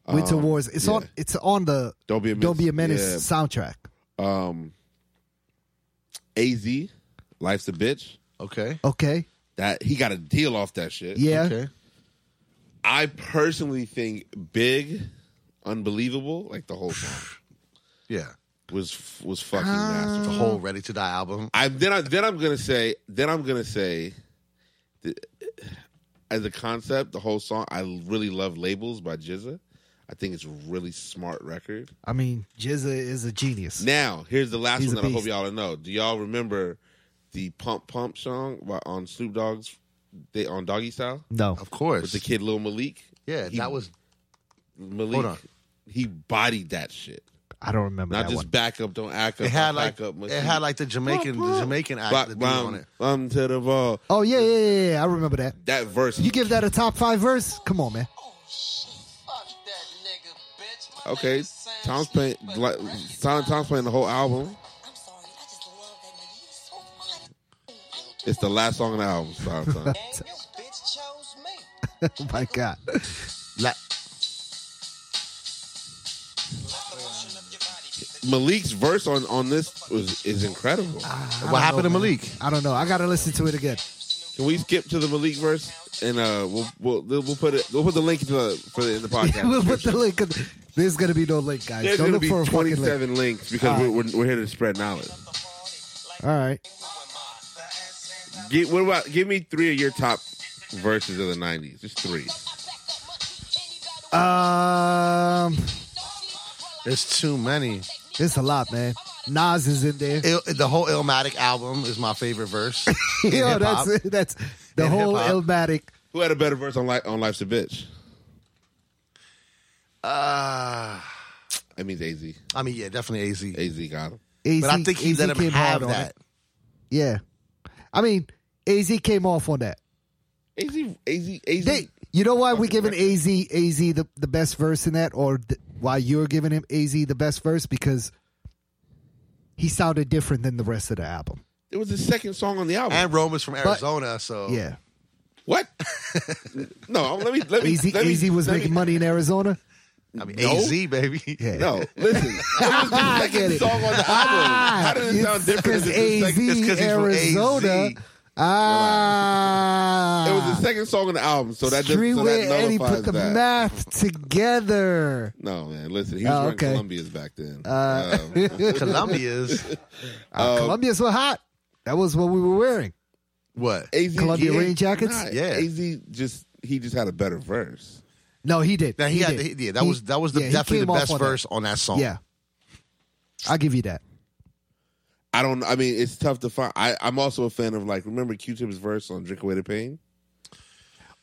S1: Winter Wars. It's
S3: uh, yeah.
S1: on. It's on the
S3: Don't be a menace.
S1: Don't Be a Menace soundtrack.
S3: Yeah. Um A Z, Life's a Bitch.
S2: Okay.
S1: Okay.
S3: That he got a deal off that shit.
S1: Yeah.
S2: Okay.
S3: I personally think Big, Unbelievable, like the whole song
S2: Yeah.
S3: was was fucking masterful.
S2: The whole Ready to Die album.
S3: I then I then I'm gonna say then I'm gonna say, th- as a concept, the whole song. I really love Labels by Jizza. I think it's a really smart record.
S1: I mean, Jizza is a genius.
S3: Now, here's the last
S1: He's
S3: one
S1: a
S3: that I hope
S1: beast.
S3: y'all know. Do y'all remember the Pump Pump song by- on Snoop Dogg's they on Doggy Style
S1: no,
S2: Of course.
S3: with the kid Lil Malik?
S2: yeah,
S3: He-
S2: that was
S3: Malik.
S2: Hold on.
S3: He bodied that shit.
S1: I don't remember
S3: Not
S1: that
S3: just
S1: one.
S3: back up, don't act up.
S2: it had like
S3: back up.
S2: it had like the Jamaican the Jamaican act that
S3: Bum,
S2: they did on
S3: bum,
S2: it.
S3: bum to the ball.
S1: Oh yeah, yeah, yeah, yeah. I remember that.
S3: That verse.
S1: You give that a top five verse? Come on, man.
S5: Oh shit. Fuck that nigga, bitch. My name
S3: okay,
S5: is Sam
S3: Tom's
S5: Smith,
S3: playing.
S5: but
S3: Like, Silent Tom's playing the whole album.
S6: I'm sorry. I just love that nigga. He's so fine.
S3: It's the last song on the album. Silent Tom.
S5: Gang, this bitch chose me.
S1: Oh my god.
S2: Like,
S5: Let the motion of your body be the
S3: Malik's verse on on this was is incredible.
S2: what happened to Malik?
S1: I don't know. I gotta listen to it again.
S3: Can we skip to the Malik verse and uh we'll we'll we'll put it we'll put the link to the for the, in the podcast.
S1: we'll put the link. in- There's gonna be no link, guys.
S3: There's
S1: Don't
S3: gonna
S1: look
S3: be
S1: for a fucking link.
S3: 27 links because we're, we're we're here to spread knowledge.
S5: party. Like
S1: All right.
S5: the ass and
S3: Get, what about give me three of your top verses of the '90s? Just three.
S1: Um,
S2: It's too many.
S1: it's a lot, man. Nas is in there.
S2: Il, the whole Illmatic album is my favorite verse. in
S1: Yo,
S2: hip-hop.
S1: that's it. That's the
S2: In
S1: whole
S2: hip-hop.
S1: Illmatic.
S3: Who had a better verse on life on Life's a Bitch?
S2: Uh,
S3: I mean, Az.
S2: I mean, yeah, definitely AZ.
S3: Az got him.
S2: But I think he
S1: AZ
S2: let him
S1: came hard
S2: have
S1: on
S2: that.
S1: it. Yeah, I mean, Az came off on that.
S3: Az Az Az.
S1: They, you know why we
S3: Fucking
S1: giving Az Az the, the best verse in that, or th- why you're giving him Az the best verse because he sounded different than the rest of the album.
S3: it was the second song on the album.
S2: And Roma's from Arizona,
S3: Oh.
S2: so
S1: Yeah,
S3: what? no, let me let me.
S1: Az
S3: let me-
S1: Az was
S3: let me-
S1: making money in Arizona.
S2: I mean,
S3: No.
S2: AZ baby.
S1: Yeah.
S3: No, listen. It was the
S1: get
S3: second
S1: it. Ah,
S3: song on the album. How did it sound different?
S1: Because
S3: than the
S1: AZ
S3: second-
S2: it's 'cause he's from
S1: Arizona.
S2: AZ.
S1: Ah,
S3: It was the second song on the album, so that doesn't so
S1: Streetwear
S3: that
S1: and he
S3: nullifies
S1: put the
S3: that.
S1: math together.
S3: no man, listen, he was
S1: Oh,
S3: wearing
S1: okay. Uh,
S3: Columbia's back then. Um,
S2: Columbia's
S3: Oh.
S1: Columbia's were hot. That was what we were wearing.
S2: what?
S3: AZ,
S1: Columbia
S3: yeah,
S1: rain jackets?
S3: Nah,
S2: Yeah.
S3: AZ just he just had a better verse.
S1: No, he did.
S2: Now he, had
S1: did.
S2: the, yeah, that
S1: He-
S2: was that was the,
S1: yeah, he
S2: definitely the
S1: came off
S2: best
S1: on
S2: verse on that
S1: That.
S2: song.
S1: Yeah, I'll give you that.
S3: I don't. I mean, it's tough to find. I, I'm also a fan of like. Remember Q-Tip's verse on "Drink Away the Pain."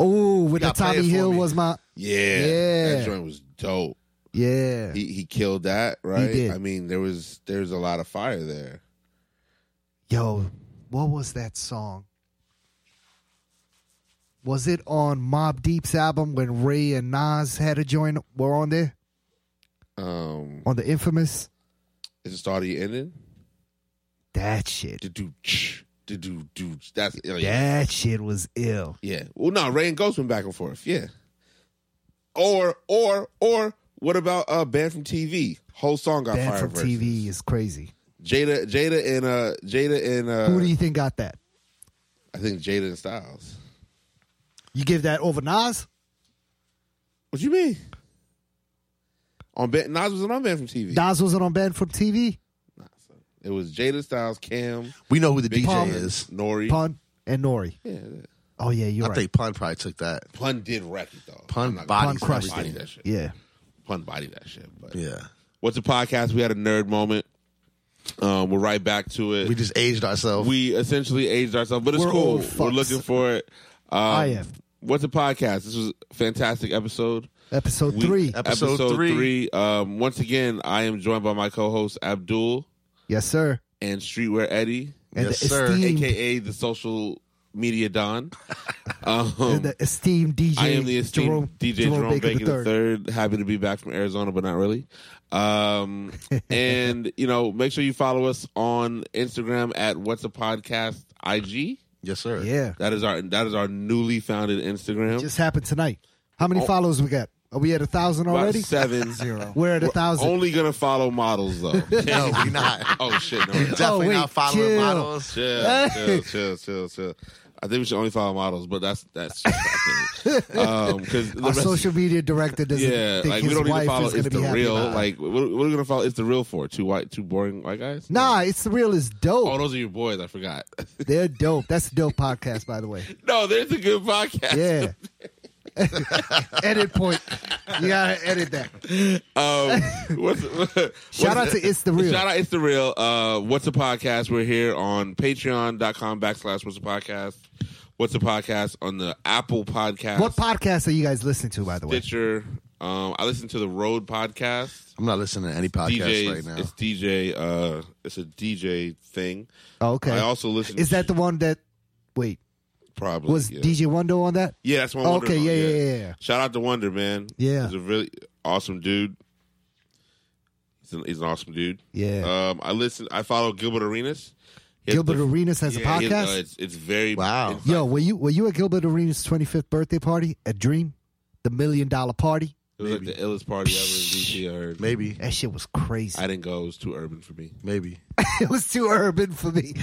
S1: Oh, when the
S2: gotta play it
S1: Tommy
S2: for
S1: Hill
S2: me.
S1: was my
S3: Yeah,
S1: Yeah.
S3: that joint was dope.
S1: yeah.
S3: He he killed that right.
S1: did.
S3: I mean, there was there's a lot of fire there.
S1: Yo, what was that song? Was it on Mob Deep's album when Ray and Nas had a joint? Were on there
S3: Um,
S1: on the infamous
S3: is it already ending?
S1: that shit.
S3: Do do do do do. That's oh, yeah.
S1: That shit was ill.
S3: Yeah. Well, no, Ray and Ghost went back and forth. Yeah. Or or or what about uh band from TV? Whole song got
S1: That
S3: fired.
S1: from
S3: versus.
S1: TV is crazy.
S3: Jada Jada and uh Jada and uh
S1: Who do you think got that?
S3: I think Jada and Styles.
S1: You give that over Nas?
S3: What you mean? On band, Nas wasn't on band from TV.
S1: Nas wasn't on Band from TV?
S3: It was Jada Styles, Cam,
S2: we know who the
S3: Big
S2: DJ
S1: Pun.
S2: is.
S3: Nori.
S1: Pun and Nori.
S3: Yeah, that-
S1: Oh yeah, you're
S2: I
S1: right.
S2: think Pun probably took that.
S3: Pun did wreck it though.
S2: Pun
S3: I'm not
S2: bodied
S1: Pun
S3: gonna-
S1: crushed
S3: bodied
S1: it.
S3: that shit.
S1: Yeah.
S3: Pun body that shit. But
S2: Yeah,
S3: what's the podcast? We had a nerd moment. Um, we're right back to it.
S2: we just aged ourselves.
S3: we essentially aged ourselves, but it's
S1: We're
S3: cool.
S1: old
S3: We're
S1: fucks.
S3: looking for it. Um,
S1: I am.
S3: What's a podcast? This was a fantastic episode.
S1: Episode
S3: We-
S1: three.
S2: Episode three.
S3: Um, once again, I am joined by my co-host Abdul
S1: yes, sir.
S3: and Streetwear Eddie,
S1: And
S2: Yes,
S1: the
S2: sir.
S1: esteemed
S3: aka the social media don. Um,
S1: and the esteemed DJ.
S3: I am the esteemed
S1: Jerome,
S3: DJ Jerome, Baker,
S1: III.
S3: the third. Happy to be back from Arizona, but not really. Um, and you know, make sure you follow us on Instagram at What's a Podcast IG.
S2: yes, sir.
S1: Yeah.
S3: That is our that is our newly founded Instagram.
S1: Just happened tonight. How many followers we got? Are we at a thousand
S3: Oh. About
S1: already?
S3: seven
S4: Zero.
S1: We're at a thousand.
S3: Only gonna follow models though.
S2: No, we not.
S3: oh shit! No, we're not.
S2: Definitely
S1: wait,
S2: not following
S1: chill.
S2: models.
S3: chill, chill, chill, chill, chill. I think we should only follow models, but that's that's because
S1: Our social media director doesn't
S3: yeah,
S1: think
S3: like we
S1: his
S3: don't need to
S1: wife
S3: follow.
S1: is going
S3: It's
S1: to be
S3: the
S1: happy
S3: real.
S1: about it.
S3: Like what, what are we gonna follow? It's the real for two white, two boring white guys.
S1: nah, it's the real is dope.
S3: Oh, those are your boys. I forgot.
S1: They're dope. That's a dope podcast, by the way.
S3: no, there's a good podcast.
S1: Yeah. edit point. You gotta edit that.
S3: Um, what's, what's-
S1: Shout out to It's the Real.
S3: Shout out, it's the real. Uh, what's a podcast? We're here on Patreon.com backslash What's a podcast. What's a podcast on the Apple Podcast
S1: What podcast are you guys listening to, by the way?
S3: Stitcher? Um, I listen to the Road Podcast.
S2: I'm not listening to any podcast
S3: DJ,
S2: right now.
S3: it's DJ. Uh, it's a DJ thing.
S1: Oh, okay.
S3: I also listen.
S1: Is
S3: to
S1: that the one that? Wait,
S3: probably
S1: was
S3: yeah.
S1: DJ Wando on that?
S3: Yeah, that's one.
S1: Oh,
S3: Wonder
S1: okay,
S3: on,
S1: yeah, yeah, yeah, yeah.
S3: Shout out to Wonder Man.
S1: Yeah.
S3: he's a really awesome dude. He's an, he's an awesome dude.
S1: Yeah.
S3: Um, I listen. I follow Gilbert Arenas. He has
S1: Gilbert
S3: the-
S1: Arenas has
S3: Yeah,
S1: a
S3: he has- uh,
S1: podcast.
S3: it's, it's very
S2: Wow.
S3: it's-
S1: Yo, were you were you at Gilbert Arenas' twenty fifth birthday party at Dream, the million dollar party?
S3: It was like the illest party ever in DC. I heard.
S2: maybe,
S1: That shit was crazy.
S3: I didn't go. It was too urban for me.
S2: maybe.
S1: it was too urban for me.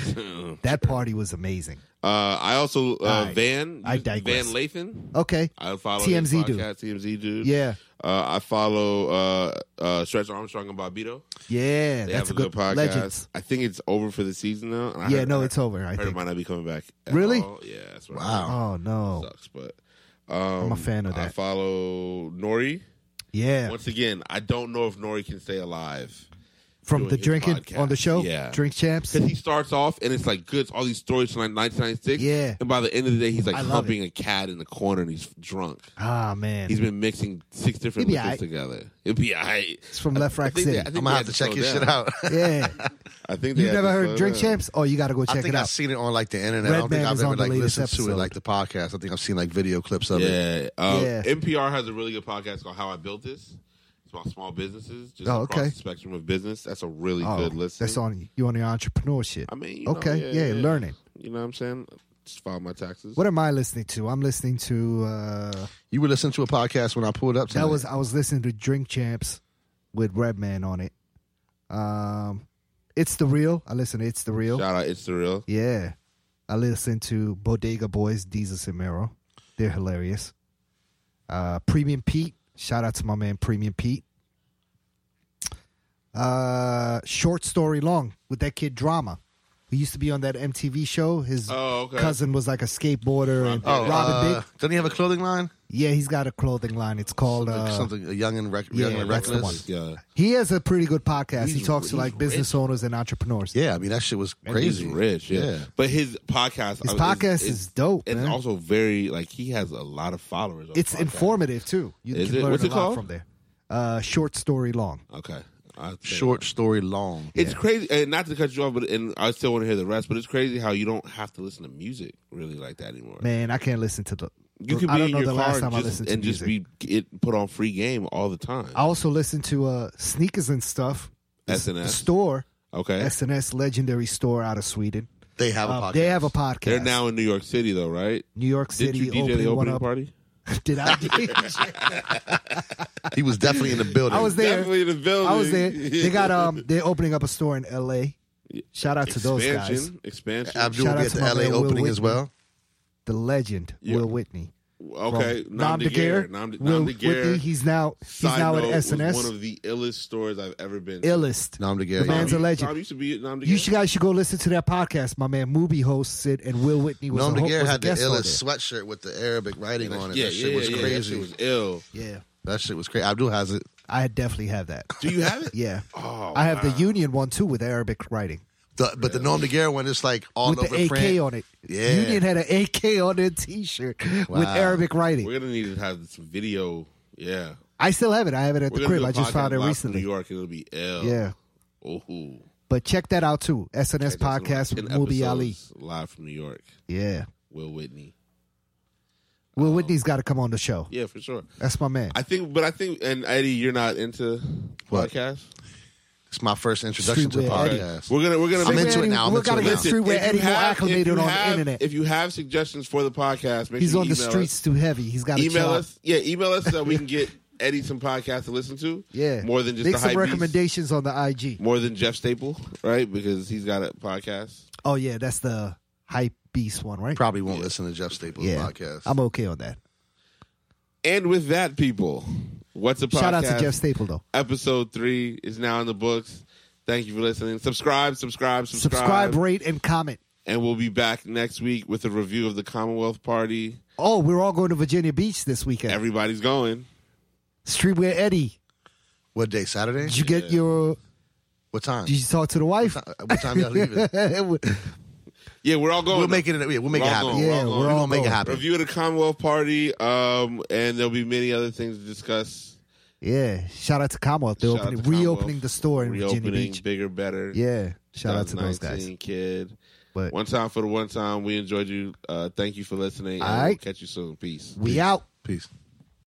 S1: that party was amazing.
S3: Uh, I also uh,
S1: I-
S3: Van.
S1: I digress.
S3: Van Lathan.
S1: Okay,
S3: I follow
S1: TMZ
S3: his
S1: dude.
S3: podcast, TMZ dude.
S1: yeah,
S3: Uh, I follow uh, uh, Stretch Armstrong and Bobito.
S1: yeah,
S3: They
S1: that's
S3: have a good, podcast.
S1: Legends.
S3: I think it's over for the season now. and I
S1: Yeah,
S3: heard-
S1: no,
S3: I
S1: it's over. I
S3: heard it
S1: think.
S3: might not be coming back. at
S1: Really?
S3: all. Yeah. That's what I heard.
S1: Oh no.
S3: Sucks, but um,
S1: I'm a fan of
S3: I
S1: that.
S3: follow Nori.
S1: Yeah,
S3: Once again, I don't know if Nori can stay alive.
S1: from
S3: doing
S1: the
S3: his
S1: drinking on the
S3: podcast.
S1: show,
S3: Yeah.
S1: Drink Champs.
S3: Because he starts off and it's like good, it's all these stories from like 1996.
S1: Yeah.
S3: And by the end of the day, he's like
S1: I love
S3: humping a cat in the corner and he's drunk.
S1: Ah man,
S3: He's been mixing six different
S1: He'll be
S3: liquors
S1: aight.
S3: together. It'll be all right.
S1: it's from Left Rack City.
S2: I'm gonna have to check his shit out.
S1: yeah,
S3: I think they
S1: you
S3: had
S1: never
S3: to
S1: heard
S3: slow
S1: Drink
S3: down.
S1: Champs? Oh, you got to go
S2: I
S1: check
S2: think
S1: it
S2: I've
S1: out.
S2: seen it on like the internet. I don't
S1: Redman
S2: think I've
S1: is
S2: ever
S1: on the
S2: like
S1: latest
S2: listened to it
S1: episode.
S2: like the podcast. I think I've seen like video clips of it.
S3: Yeah. Um,
S1: Yeah.
S3: NPR has a really good podcast called How I Built This. It's about small businesses, just
S1: Oh,
S3: across
S1: okay.
S3: the spectrum of business. That's a really
S1: Oh,
S3: good listen.
S1: that's on you on your entrepreneur shit.
S3: I mean, you know,
S1: okay,
S3: yeah,
S1: yeah,
S3: yeah.
S1: learning.
S3: You know what I'm saying? Just file my taxes.
S1: What am I listening to? I'm listening to. uh
S2: You were listening to a podcast when I pulled up.
S1: That
S2: tonight.
S1: was I was listening to Drink Champs with Redman on it. Um, it's the real. I listen to It's the real.
S3: Shout out, it's the real.
S1: Yeah, I listen to Bodega Boys, Jesus and Mero. They're hilarious. Uh, Premium Pete. Shout out to my man Premium Pete. Uh, short story long with that kid drama. Who used to be on that MTV show. His
S3: Oh, okay.
S1: cousin was like a skateboarder. And
S2: Oh,
S1: Robin
S2: uh,
S1: Big.
S2: Doesn't he have a clothing line?
S1: Yeah, he's got a clothing line. It's called uh,
S2: Something a young and, rec-
S1: yeah,
S2: young and
S1: that's the
S2: reckless.
S1: one.
S3: Yeah.
S1: He has a pretty good podcast. he
S3: He's-
S1: talks to
S3: he's
S1: like business owners and entrepreneurs.
S2: Yeah, I mean that shit was crazy.
S3: He's rich, yeah.
S2: Yeah.
S3: But his podcast,
S2: Oh,
S1: His
S3: I-
S1: podcast is dope,
S3: It's
S1: man.
S3: also very like he has a lot of followers. On
S1: It's
S3: the podcast.
S1: informative too. You
S3: Is
S1: can
S3: it?
S1: learn
S3: What's
S1: a
S3: it
S1: lot
S3: called?
S1: from there. Uh, short story long.
S3: Okay, I'll say
S2: Short story long.
S3: that. It's crazy, and not to cut you off, but and I still want to hear the rest. But it's crazy how you don't have to listen to music really like that anymore.
S1: Man, I can't listen to the.
S3: you could be
S1: I don't
S3: in
S1: know
S3: your
S1: the
S3: car
S1: last
S3: and
S1: time I
S3: just,
S1: listened to
S3: and
S1: music.
S3: just be get put on free game all the time.
S1: I also listen to uh, sneakers and stuff. The s- the
S3: SNS.
S1: store,
S3: okay,
S1: SNS legendary store out of Sweden.
S2: They have a
S1: Um,
S2: podcast.
S1: they have a podcast.
S3: they're now in New York City though, right?
S1: New York
S3: Did
S1: City
S3: you DJ
S1: opening
S3: the
S1: one
S3: opening
S1: up.
S3: party?
S1: Did I? DJ?
S2: He was definitely in the building.
S1: I was there.
S3: Definitely in the building.
S1: I was there. They got um. They're opening up a store in L.A. Shout out to those guys.
S3: Expansion, expansion.
S2: Abdul
S1: Shout
S2: will be
S1: out
S2: at
S1: to
S2: the
S1: my
S2: LA
S1: man, Will
S2: opening as
S1: Whitney.
S2: well.
S1: The legend
S3: Yeah.
S1: Will Whitney.
S3: Okay,
S1: from
S3: Nam de Guerre. Nam de
S1: Will
S3: Nam de Guerre.
S1: Whitney, he's now he's
S3: Side
S1: now at
S3: note, was One
S1: SNS.
S3: of the illest stores I've ever been. to.
S1: Illest.
S2: Nom de
S1: The
S2: Guerre. yeah.
S1: man's a legend.
S3: Tom used to be at Nam de
S1: You
S3: Guerre.
S1: should, guys should go listen to that podcast. My man Movie hosts it, and Will Whitney was,
S2: Nom
S1: a,
S2: de
S1: ho-
S2: Guerre
S1: was a
S2: had the
S1: guest on
S2: illest
S1: there.
S2: sweatshirt with the Arabic writing on it.
S3: Yeah,
S2: that
S3: yeah,
S2: shit was
S3: yeah, yeah,
S2: crazy.
S3: That shit was ill.
S1: Yeah,
S2: that shit was crazy. Abdul has it.
S1: I definitely have that.
S3: Do you have it?
S1: Yeah,
S3: Oh,
S1: I have the Union one too with Arabic writing
S2: The, but the Nom de Guerre one is like all
S1: with
S2: over
S1: the AK
S2: print.
S1: on it.
S2: Yeah.
S1: Union had an AK on their T-shirt with
S2: Wow.
S1: Arabic writing.
S3: We're gonna need to have some video. Yeah,
S1: I still have it. I have it at
S3: We're gonna
S1: the crib.
S3: do a
S1: I just
S3: podcast
S1: found it
S3: live from
S1: recently.
S3: New York, it'll be ill.
S1: Yeah,
S3: Ooh.
S1: but check that out too. SNS
S3: Check out
S1: podcast
S3: some
S1: with
S3: 10
S1: Mubi Ali.
S3: episodes live from New York.
S1: Yeah,
S3: Will Whitney. Oh.
S1: Will Whitney's got to come on the show.
S3: Yeah, for sure.
S1: That's my man.
S3: I think, but I think, and Eddie, you're not into
S2: What?
S3: podcasts.
S2: It's my first introduction to the
S1: Streetwear Eddie.
S2: podcast.
S3: We're gonna we're gonna
S2: I'm
S3: make
S2: into it
S1: Eddie,
S2: now. I'm
S1: We're
S2: into
S1: gonna
S2: it
S1: get
S2: now.
S1: street where
S3: If you
S1: Eddie more
S3: have- if you
S1: acclimated on
S3: have-
S1: the internet.
S3: If you have suggestions for the podcast, make
S1: He's
S3: sure
S1: on
S3: you
S1: the
S3: email us.
S1: streets too heavy. He's got to
S3: email us. Yeah, email us so that we can get Eddie some podcasts to listen to.
S1: Yeah,
S3: more than just
S1: make
S3: the
S1: some
S3: hype beast,
S1: recommendations on the IG.
S3: More than Jeff Staple, right? Because he's got a podcast.
S1: Oh yeah, that's the hype beast one, right?
S2: Probably won't listen to Jeff Staples'
S1: yeah,
S2: podcast.
S1: I'm okay on that.
S3: And with that, people, what's a podcast?
S1: Shout out to Jeff Staple though.
S3: Episode three is now in the books. Thank you for listening. Subscribe, subscribe, subscribe,
S1: Subscribe, rate, and comment.
S3: and we'll be back next week with a review of the Commonwealth Party.
S1: Oh, we're all going to Virginia Beach this weekend.
S3: Everybody's going.
S1: Streetwear Eddie.
S2: What day? Saturday?
S1: Did you get your?
S2: What time?
S1: Did you talk to the wife?
S2: What time y'all leaving?
S3: Yeah, we're all going.
S2: We'll make it. Yeah, we'll make it
S3: We're
S2: happen.
S3: all going, we're all
S1: Yeah,
S3: going.
S1: we're
S2: We're
S1: all
S2: gonna make it
S1: going.
S2: happen.
S3: Review of the Commonwealth Party, um, and there'll be many other things to discuss.
S1: yeah. Shout out to Commonwealth. They're
S3: Shout out to
S1: opening,
S3: Commonwealth.
S1: reopening the store in Virginia
S3: Reopening,
S1: Beach.
S3: bigger, better.
S1: Yeah. Shout out to those guys.
S3: 2019 Kid.
S1: But
S3: One time for the one time. We enjoyed you. Uh, thank you for listening. and
S1: All right.
S3: We'll catch you soon. Peace.
S1: we out.
S2: Peace.